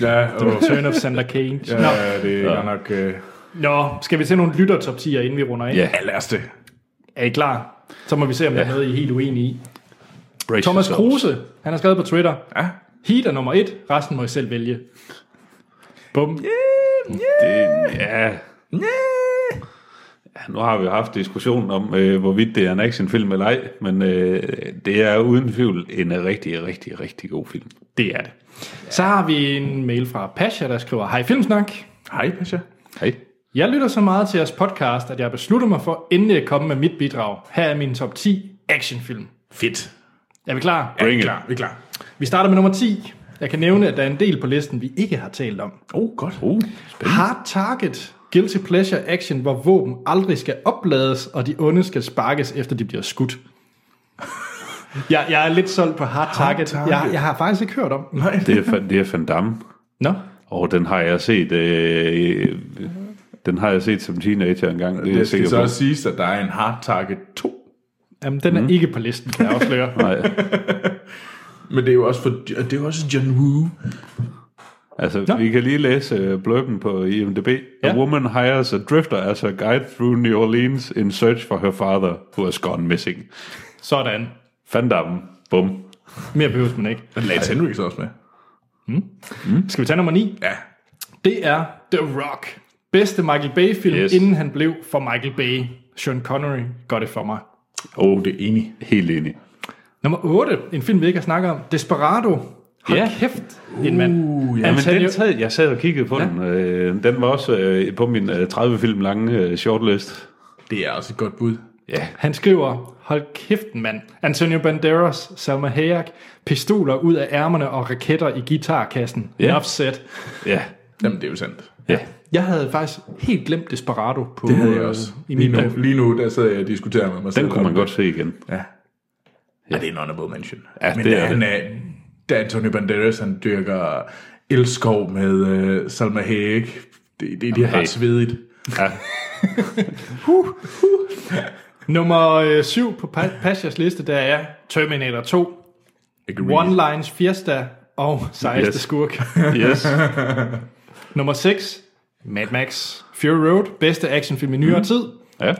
Speaker 2: Ja, og,
Speaker 1: Turn of Santa Cage.
Speaker 2: ja,
Speaker 1: Nå.
Speaker 2: det er godt nok... Øh,
Speaker 1: Nå, skal vi til nogle lytter top 10'er, inden vi runder ind?
Speaker 3: Ja.
Speaker 2: ja, lad os det.
Speaker 1: Er I klar? Så må vi se, om der er
Speaker 3: Ja.
Speaker 1: noget, I er helt uenige i.
Speaker 3: Brace
Speaker 1: Thomas
Speaker 3: yourselves.
Speaker 1: Kruse, han har skrevet på Twitter.
Speaker 2: Ja.
Speaker 1: Heat er nummer et, resten må I selv vælge. Bum.
Speaker 3: Det, ja. Ja, Nu har vi jo haft diskussionen om, øh, hvorvidt det er en actionfilm eller ej, men øh, det er uden tvivl en rigtig, rigtig, rigtig god film.
Speaker 1: Det er det. Så har vi en mail fra Pasha, der skriver, Hej Filmsnak.
Speaker 2: Hej, Pasha.
Speaker 3: Hej.
Speaker 1: Jeg lytter så meget til jeres podcast, at jeg beslutter mig for endelig at komme med mit bidrag. Her er min top 10 actionfilm.
Speaker 2: Fedt.
Speaker 1: Er vi klar?
Speaker 2: Ja, vi er
Speaker 3: Bring it.
Speaker 2: klar, vi er klar.
Speaker 1: Vi starter med nummer 10. Jeg kan nævne, at der er en del på listen, vi ikke har talt om.
Speaker 2: Oh, godt. Oh.
Speaker 1: Hard Target. Guilty Pleasure Action, hvor våben aldrig skal oplades, og de onde skal sparkes, efter de bliver skudt. jeg, jeg er lidt solgt på Hard Target. Hard
Speaker 2: Target.
Speaker 1: target. Jeg, jeg har faktisk ikke hørt om den.
Speaker 2: Nej.
Speaker 3: Det er, Van- det er Van Damme,
Speaker 1: Nå,
Speaker 3: og den har jeg set... Øh, den har jeg set som teenager engang, det er jeg
Speaker 2: Det skal
Speaker 3: sikker
Speaker 2: så
Speaker 3: på.
Speaker 2: også siges, at der er en Hard Target 2.
Speaker 1: Jamen, den er mm. ikke på listen, kan jeg afsløre.
Speaker 3: Nej,
Speaker 2: Men det er jo også, for, det er jo også John Woo.
Speaker 3: altså, vi kan lige læse uh, blurben på IMDb. Ja. A woman hires a drifter as a guide through New Orleans in search for her father, who has gone missing.
Speaker 1: Sådan.
Speaker 3: Van Damme. Bum.
Speaker 1: Mere behøves man ikke.
Speaker 2: Men Lance Henriksen også med.
Speaker 1: Skal vi tage nummer 9?
Speaker 2: Ja.
Speaker 1: Det er The Rock. Bedste Michael Bay-film, yes.
Speaker 3: Yes.
Speaker 1: inden han blev for Michael Bay. Sean Connery gør det for mig.
Speaker 2: Åh, oh, det er enig.
Speaker 3: Helt enig.
Speaker 1: Nummer 8, en film vi ikke har snakket om. Desperado. Hold
Speaker 3: Ja.
Speaker 1: yeah. kæft, en mand. Uh,
Speaker 3: Ja, men den sad, jeg sad og kiggede på ja. den. Øh, den var også øh, på min øh, 30 film lange øh, shortlist.
Speaker 2: Det er også et godt bud.
Speaker 3: Ja.
Speaker 1: Han skriver, hold kæft mand, Antonio Banderas, Salma Hayek, pistoler ud af ærmerne og raketter i guitarkassen.
Speaker 3: Ja.
Speaker 1: Yeah. Offset.
Speaker 3: Ja.
Speaker 2: Jamen, det er jo sandt.
Speaker 3: ja.
Speaker 1: Jeg havde faktisk helt glemt Desperado på,
Speaker 2: Det havde jeg også.
Speaker 1: øh, i
Speaker 2: lige,
Speaker 1: min
Speaker 2: nu,
Speaker 1: dag.
Speaker 2: lige nu, der sidder jeg og diskuterer med mig selv.
Speaker 3: Den kunne man
Speaker 2: om-
Speaker 3: godt se igen.
Speaker 2: Ja. ja. det er en honorable mention.
Speaker 3: Ja,
Speaker 2: Men
Speaker 3: det
Speaker 2: det
Speaker 3: er
Speaker 2: er han er, da Antonio Banderas, han dyrker elskov med øh, Salma Hayek. Det, det, det er
Speaker 3: Hey.
Speaker 2: ret svedigt.
Speaker 3: Ja.
Speaker 1: Nummer 7 på Pa- Pasjas liste, der er Terminator 2, One Lines Fiesta og Sejeste
Speaker 3: Yes.
Speaker 1: yes. Skurk.
Speaker 3: Yes.
Speaker 1: Nummer 6, Mad Max Fury Road, bedste actionfilm i nyere mm. tid.
Speaker 3: Ja.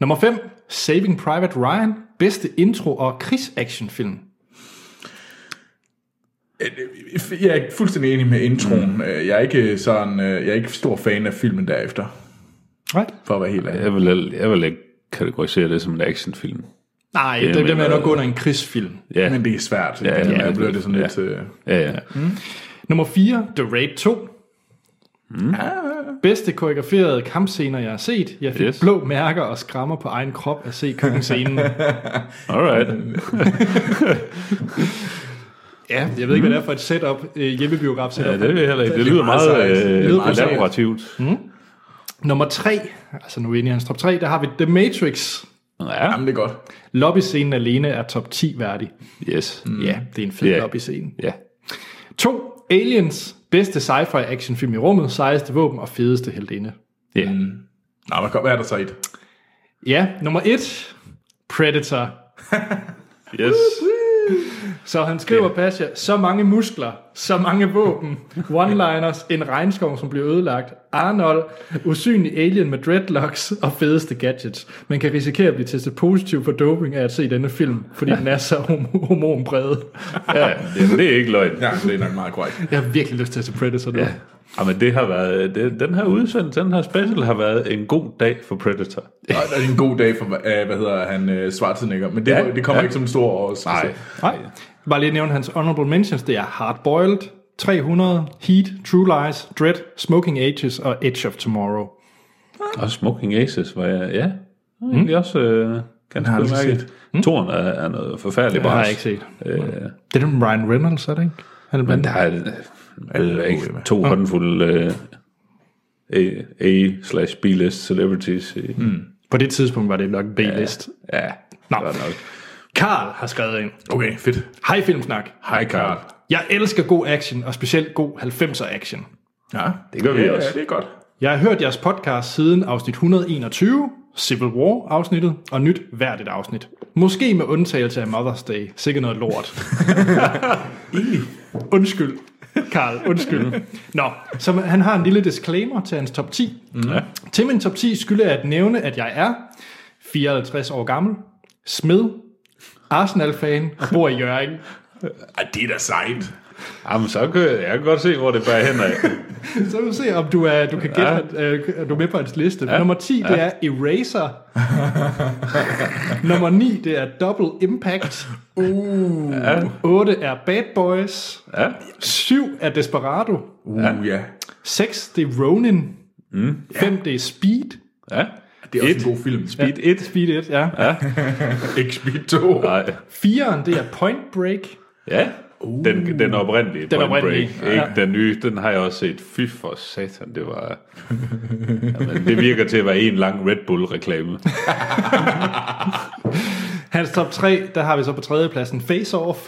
Speaker 1: Nummer 5, Saving Private Ryan, bedste intro- og krigsactionfilm.
Speaker 2: Øh, Jeg er fuldstændig enig med introen. Mm. Jeg er ikke sådan, øh, jeg er ikke stor fan af filmen derefter,
Speaker 1: Right?
Speaker 2: for at være helt ærlig.
Speaker 3: Jeg vil, jeg vil ikke kategorisere det som en actionfilm.
Speaker 1: Nej,
Speaker 3: Det
Speaker 1: det bliver
Speaker 3: mener-
Speaker 2: øh,
Speaker 1: nok under en krigsfilm.
Speaker 3: Ja,
Speaker 2: Men det er svært.
Speaker 3: ja,
Speaker 2: Ja, ja,
Speaker 3: ja.
Speaker 2: jeg bliver det sådan lidt... Øh,
Speaker 3: ja, ja.
Speaker 1: Nummer 4, The Raid 2.
Speaker 3: Hmm.
Speaker 1: Mm. Bedste koreograferede kampscener, jeg har set. Jeg fik
Speaker 3: Yes.
Speaker 1: yes. blå mærker og skrammer på egen krop at se køkkenscenen.
Speaker 3: Alright.
Speaker 1: ja, jeg ved ikke, hvad det er for et setup, øh, hjemmebiograf setup.
Speaker 3: Ja, det vil jeg heller ikke. Det
Speaker 2: Det er
Speaker 3: lyder
Speaker 2: meget
Speaker 3: meget,
Speaker 2: sejt.
Speaker 3: øh,
Speaker 2: Det
Speaker 1: lyder
Speaker 3: meget
Speaker 1: sejt.
Speaker 3: laborativt.
Speaker 1: Nummer 3, altså nu er vi inde i hans top 3, der har vi The Matrix.
Speaker 3: Ja,
Speaker 2: jamen, det er godt.
Speaker 1: Lobbyscenen alene er top 10 værdig.
Speaker 3: yes.
Speaker 1: Ja, det er en fed
Speaker 3: Hmm. Ja.
Speaker 1: yeah. lobbyscene.
Speaker 3: Ja.
Speaker 1: 2. Aliens. Bedste sci-fi actionfilm i rummet, sejeste våben og fedeste heldinde.
Speaker 3: Ja.
Speaker 2: Nå, hvad, kom- hvad er der så i det?
Speaker 1: Ja, nummer 1. Predator.
Speaker 3: Yes.
Speaker 1: Så han skriver, Pasha, så mange muskler, så mange våben, one-liners, en regnskov, som bliver ødelagt, Arnold, usynlig alien med dreadlocks og fedeste gadgets. Man kan risikere at blive testet positiv for doping af at se denne film, fordi den er så hom- hormonpræget.
Speaker 3: Ja, jamen, det er ikke løgn.
Speaker 2: Ja, det er nok meget korrekt.
Speaker 1: Jeg har virkelig lyst til at se Predator nu.
Speaker 3: Ja. Jamen, det har været, det, den her udsendelse, den her special, har været en god dag for Predator.
Speaker 2: Og det er en god dag for, øh, hvad hedder han, øh, Schwarzenegger. Men det,
Speaker 3: Ja,
Speaker 2: ja, det kommer ja.
Speaker 3: ja.
Speaker 2: ikke som en stor overraskelse.
Speaker 3: Nej.
Speaker 1: Nej. Bare lige nævne hans honorable mentions, det er Hardboiled, 300, Heat, True Lies, Dread, Smoking Ages og Edge of Tomorrow.
Speaker 3: Og Smoking Aces var jeg, ja. Mm. Egentlig også øh, ganske
Speaker 2: har jeg aldrig
Speaker 3: udmærket. Mm. Toren er, er noget forfærdeligt
Speaker 1: Det
Speaker 3: bras.
Speaker 1: har jeg ikke set.
Speaker 3: Øh,
Speaker 1: Det er den Ryan Reynolds, er det ikke? Han er
Speaker 3: men
Speaker 1: blandt-
Speaker 3: der er, øh, er
Speaker 2: mulige
Speaker 3: ikke
Speaker 2: med.
Speaker 3: to håndfulde øh, A- A slash B-list celebrities. I, mm.
Speaker 1: På det tidspunkt var det nok B-list.
Speaker 3: Ja,
Speaker 1: Nå.
Speaker 3: godt nok.
Speaker 1: Karl har skrevet ind.
Speaker 2: Okay, fedt.
Speaker 1: Hej Filmsnak.
Speaker 2: Hej, Karl.
Speaker 1: Jeg elsker god action, og specielt god 90'er action.
Speaker 2: Ja,
Speaker 3: Det gør vi
Speaker 2: ja,
Speaker 3: også.
Speaker 2: Ja, det er godt.
Speaker 1: Jeg har hørt jeres podcast siden afsnit 121, Civil War afsnittet, og nyt hvert et afsnit. Måske med undtagelse af Mother's Day. Sikkert noget lort. undskyld, Karl, undskyld. Nå, så han har en lille disclaimer til hans top 10.
Speaker 3: Ja.
Speaker 1: Til min top 10 skylder jeg at nævne, at jeg er 54 år gammel, smed, Arsenal-fan og bor i Jørgen.
Speaker 2: Ej, det er da sejt.
Speaker 3: Jamen, så kan jeg kan godt se, hvor det bærer hen af.
Speaker 1: Så vi se, om du er, du kan gætte, at, øh, at du er med på hans liste. Ja. Nummer 10, det er Eraser. Nummer 9, det er Double Impact. Uh. Ja. 8 er Bad Boys.
Speaker 3: Ja.
Speaker 1: 7 er Desperado.
Speaker 2: Uh, ja. ja.
Speaker 1: 6, det er Ronin. Mm. 5, det er Speed.
Speaker 3: ja.
Speaker 2: Det er også
Speaker 3: Et.
Speaker 2: en god film. Speed.
Speaker 3: Beat it.
Speaker 1: Speed 1, ja. ja.
Speaker 2: Ikke Speed 2.
Speaker 3: Nej.
Speaker 1: 4'eren, det er Point Break.
Speaker 3: Ja. Den, den oprindelige.
Speaker 1: Den
Speaker 3: Point
Speaker 1: oprindelige,
Speaker 3: Break, ikke? Den nye, den har jeg også set. Fy for satan, det var... Jamen, det virker til at være en lang Red Bull-reklame.
Speaker 1: Hans top 3, der har vi så på tredjepladsen Face Off.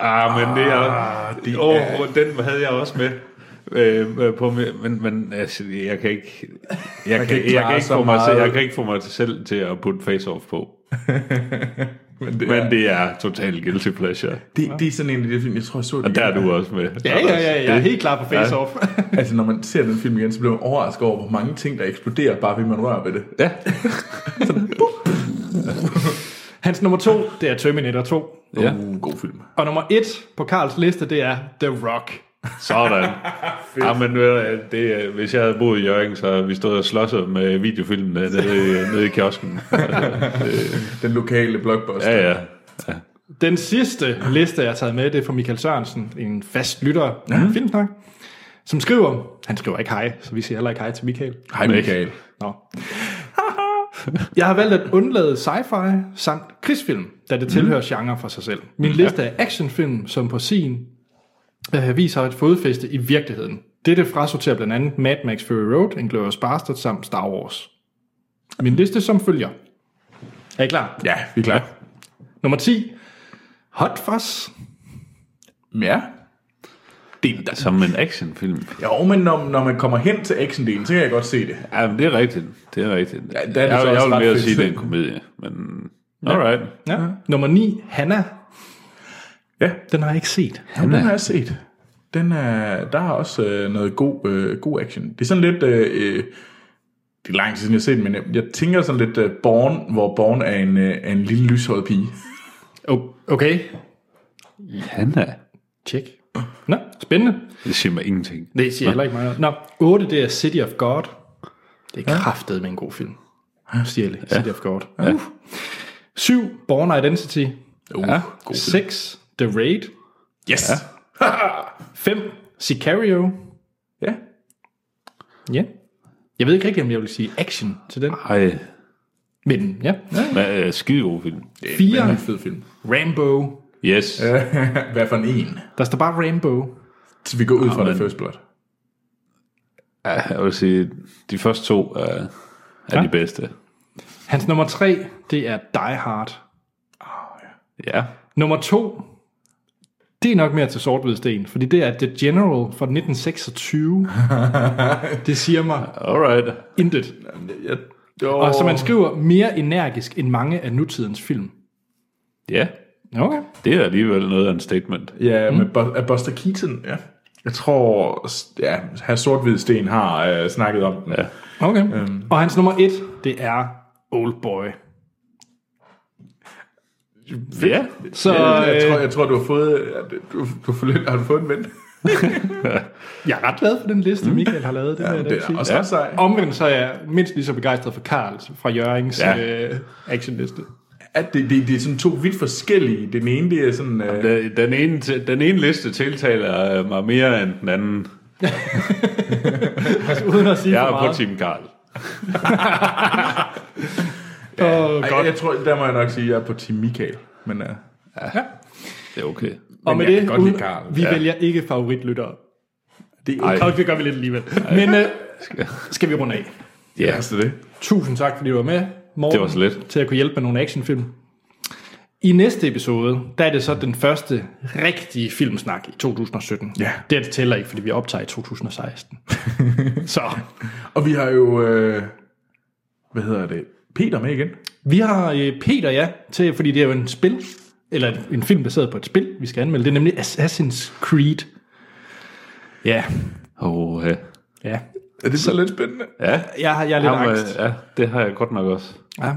Speaker 3: Ah, men det er... Det åh, den havde jeg også med. Øh, øh, på, mi- men, men altså, jeg kan ikke, jeg kan,
Speaker 2: kan ikke
Speaker 3: jeg, kan
Speaker 2: klare
Speaker 3: ikke
Speaker 2: så
Speaker 3: få mig,
Speaker 2: meget.
Speaker 3: selv- jeg kan ikke få mig selv til at putte face-off på.
Speaker 2: Men, det,
Speaker 3: Men
Speaker 2: men det,
Speaker 3: det er total guilty pleasure.
Speaker 2: det, det, er sådan en af de film, jeg tror, jeg så
Speaker 3: Og
Speaker 2: det.
Speaker 3: der er du også med.
Speaker 1: Ja, ja, ja, jeg er helt klar på Face
Speaker 3: Ja.
Speaker 1: Off.
Speaker 2: Altså, når man ser den film igen, så bliver man overrasket over, hvor mange ting, der eksploderer, bare ved man rører ved det.
Speaker 3: Ja.
Speaker 1: Hans nummer 2, det er Terminator 2.
Speaker 3: ja.
Speaker 2: Uh, god film.
Speaker 1: Og nummer 1 på Karls liste, det er The Rock.
Speaker 3: Sådan. ja, men ved du hvad, det, er- hvis jeg havde boet i Jørgen, så havde vi stod og slåsset med videofilmen øh, nede, i- nede i kiosken.
Speaker 2: Den lokale blockbuster.
Speaker 3: Ja, ja.
Speaker 1: Den sidste liste, jeg har taget med, det er fra Michael Sørensen, en fast lytter af mm. Filmsnak, som skriver, han skriver ikke hej, så vi siger heller ikke hej til Michael.
Speaker 2: Hej, Michael.
Speaker 1: Nå. jeg har valgt at undlade sci-fi samt krigsfilm, da det tilhører genre for sig selv. Min liste er actionfilm, som på sin øh, vis har et fodfæste i virkeligheden. Dette frasorterer blandt andet Mad Max Fury Road, Inglourious Bastard samt Star Wars. Min liste som følger. Er I klar?
Speaker 2: Ja, vi er klar.
Speaker 1: Nummer 10. Hot Fuzz.
Speaker 2: Ja.
Speaker 3: Det er som en actionfilm.
Speaker 2: Jo, men når, når man kommer hen til actiondelen, så kan jeg godt se det.
Speaker 3: Ja, men det er rigtigt. Det er rigtigt. Ja,
Speaker 2: der er det så
Speaker 3: jeg, jeg
Speaker 2: også
Speaker 3: vil
Speaker 2: ret
Speaker 3: mere
Speaker 2: fedt
Speaker 3: sige, det er en
Speaker 2: film.
Speaker 3: komedie. Men alright.
Speaker 1: Ja. Nummer 9. Hanna.
Speaker 2: Ja.
Speaker 1: Den har jeg ikke set.
Speaker 2: Jamen, den har jeg set. Den er, der er også øh, noget god, øh, god action. Det er sådan lidt... Øh, øh, det er lang tid siden, jeg har set den, men jeg, jeg tænker sådan lidt øh, Born, hvor Born er en, øh, er en lille lyshåret pige.
Speaker 1: O- Okay,
Speaker 3: Hanna.
Speaker 1: tjek. Nå, spændende.
Speaker 3: Det siger mig ingenting.
Speaker 1: Det siger heller ikke meget. Nå, 8. Det er City of God. Det er kraftet med en god film. Stjæle, City of God. Uh. 7. Born Identity.
Speaker 2: Uh, ja. god film.
Speaker 1: 6. The Raid.
Speaker 2: Yes! Ja.
Speaker 1: 5. Sicario.
Speaker 2: ja.
Speaker 1: Ja. Jeg ved ikke rigtig, om jeg vil sige action til den.
Speaker 3: Ej,
Speaker 1: Men ja.
Speaker 3: hvad er skide god film.
Speaker 2: Det er
Speaker 1: 4.
Speaker 2: en fed film.
Speaker 1: Rambo.
Speaker 3: Yes. Ja.
Speaker 2: Hvad for en en?
Speaker 1: Der står bare Rambo.
Speaker 2: Så vi går ud fra
Speaker 3: men-
Speaker 2: det first blood.
Speaker 3: Jeg vil sige, de første to er, er ja. de bedste.
Speaker 1: Hans nummer 3, det er Die Hard.
Speaker 3: Ja.
Speaker 1: Nummer 2, det er nok mere til sort sten, fordi det er The General fra 1926. det siger mig
Speaker 3: Alright.
Speaker 1: intet.
Speaker 2: Jeg, jo,
Speaker 1: Og så man skriver mere energisk end mange af nutidens film.
Speaker 3: Ja,
Speaker 1: Okay.
Speaker 3: det er alligevel noget af en statement.
Speaker 2: Ja, mm. med Bu- af Buster Keaton, ja. Jeg tror, s- ja, her sort Sten har øh, snakket om den.
Speaker 3: Ja.
Speaker 1: okay.
Speaker 2: Øhm.
Speaker 1: Og hans nummer 1, det er Oldboy.
Speaker 3: Ja.
Speaker 1: Så
Speaker 2: Jeg, jeg,
Speaker 1: øh,
Speaker 2: tror, jeg tror, du har fået, ja, det- du, du har, fået, har du fået en ven.
Speaker 1: jeg er ret glad for den liste, Michael har lavet. Det, ja,
Speaker 2: Det er også
Speaker 3: Ja.
Speaker 2: ret sej.
Speaker 1: Omvendt så er jeg mindst lige så begejstret for Karl fra Jørgens
Speaker 3: Ja.
Speaker 1: ja. øh, actionliste.
Speaker 2: At det, det, det er sådan to vidt forskellige. Den ene, det er sådan... Øh,
Speaker 3: Den, den, ene, til- den ene liste tiltaler øh, mig mere end den anden.
Speaker 1: Uden at sige
Speaker 3: Jeg
Speaker 1: for
Speaker 3: er på
Speaker 1: meget.
Speaker 3: Team Karl.
Speaker 1: Og,
Speaker 2: ej, jeg tror, der må jeg nok sige, at jeg er på Team Michael. Men øh,
Speaker 3: Det er okay.
Speaker 1: og med
Speaker 2: jeg kan
Speaker 1: det,
Speaker 2: godt lide
Speaker 1: uden,
Speaker 2: Carl.
Speaker 1: vi
Speaker 3: Ja.
Speaker 1: vælger ikke favoritlyttere.
Speaker 2: det er
Speaker 3: Ej.
Speaker 1: Og det gør vi lidt alligevel. Men øh, skal vi runde af.
Speaker 3: Ja.
Speaker 2: altså det.
Speaker 1: Tusind tak, fordi du var med, Morten,
Speaker 3: Det var så lidt.
Speaker 1: til at kunne hjælpe med nogle actionfilm. I næste episode, der er det så den første rigtige filmsnak i 2017.
Speaker 2: Ja.
Speaker 1: Det, her, det tæller ikke, fordi vi optager i 2016. så
Speaker 2: Og vi har jo... Øh, hvad hedder det? Peter med igen.
Speaker 1: vi har øh, Peter, ja, til, fordi det er jo en spil, eller en film baseret på et spil, vi skal anmelde. Det er nemlig Assassin's Creed. Ja,
Speaker 3: Oh, ja.
Speaker 1: ja.
Speaker 2: Er det så lidt spændende?
Speaker 3: Ja.
Speaker 1: Jeg, har, jeg er lidt
Speaker 3: Ham, øh,
Speaker 1: angst.
Speaker 3: ja, det har jeg godt nok også.
Speaker 1: Ja.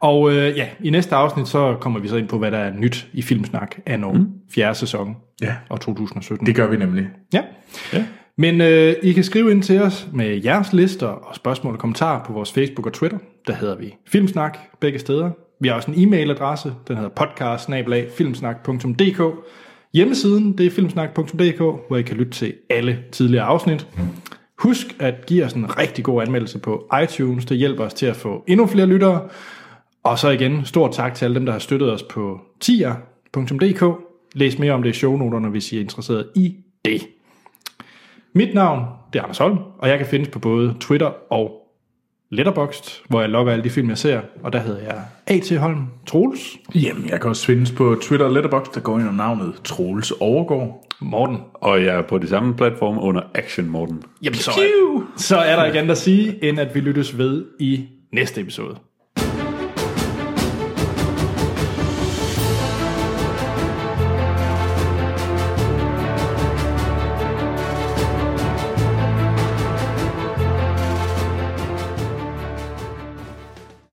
Speaker 1: Og øh, ja, i næste afsnit, så kommer vi så ind på, hvad der er nyt i Filmsnak anno mm. fjerde sæson
Speaker 2: Ja.
Speaker 1: og 2017.
Speaker 2: Det gør vi nemlig.
Speaker 1: Ja. ja. Men øh, I kan skrive ind til os med jeres lister og spørgsmål og kommentarer på vores Facebook og Twitter. Der hedder vi Filmsnak begge steder. Vi har også en e-mailadresse, den hedder podcast-filmsnak.dk. Hjemmesiden, det er filmsnak.dk, hvor I kan lytte til alle tidligere afsnit. Husk at give os en rigtig god anmeldelse på iTunes. Det hjælper os til at få endnu flere lyttere. Og så igen, stor tak til alle dem, der har støttet os på tier.dk. Læs mere om det i shownoterne, hvis I er interesseret i det. Mit navn, det er Anders Holm, og jeg kan findes på både Twitter og Letterboxd, hvor jeg logger alle de film, jeg ser, og der hedder jeg A.T. Holm Troels,
Speaker 2: Jamen, jeg kan også findes på Twitter og Letterboxd, der går ind under navnet Troels Overgaard.
Speaker 1: Morten.
Speaker 3: Og jeg er på de samme platform under Action Morten.
Speaker 1: Jamen, så, er, så er der ikke andet at sige, end at vi lyttes ved i næste episode.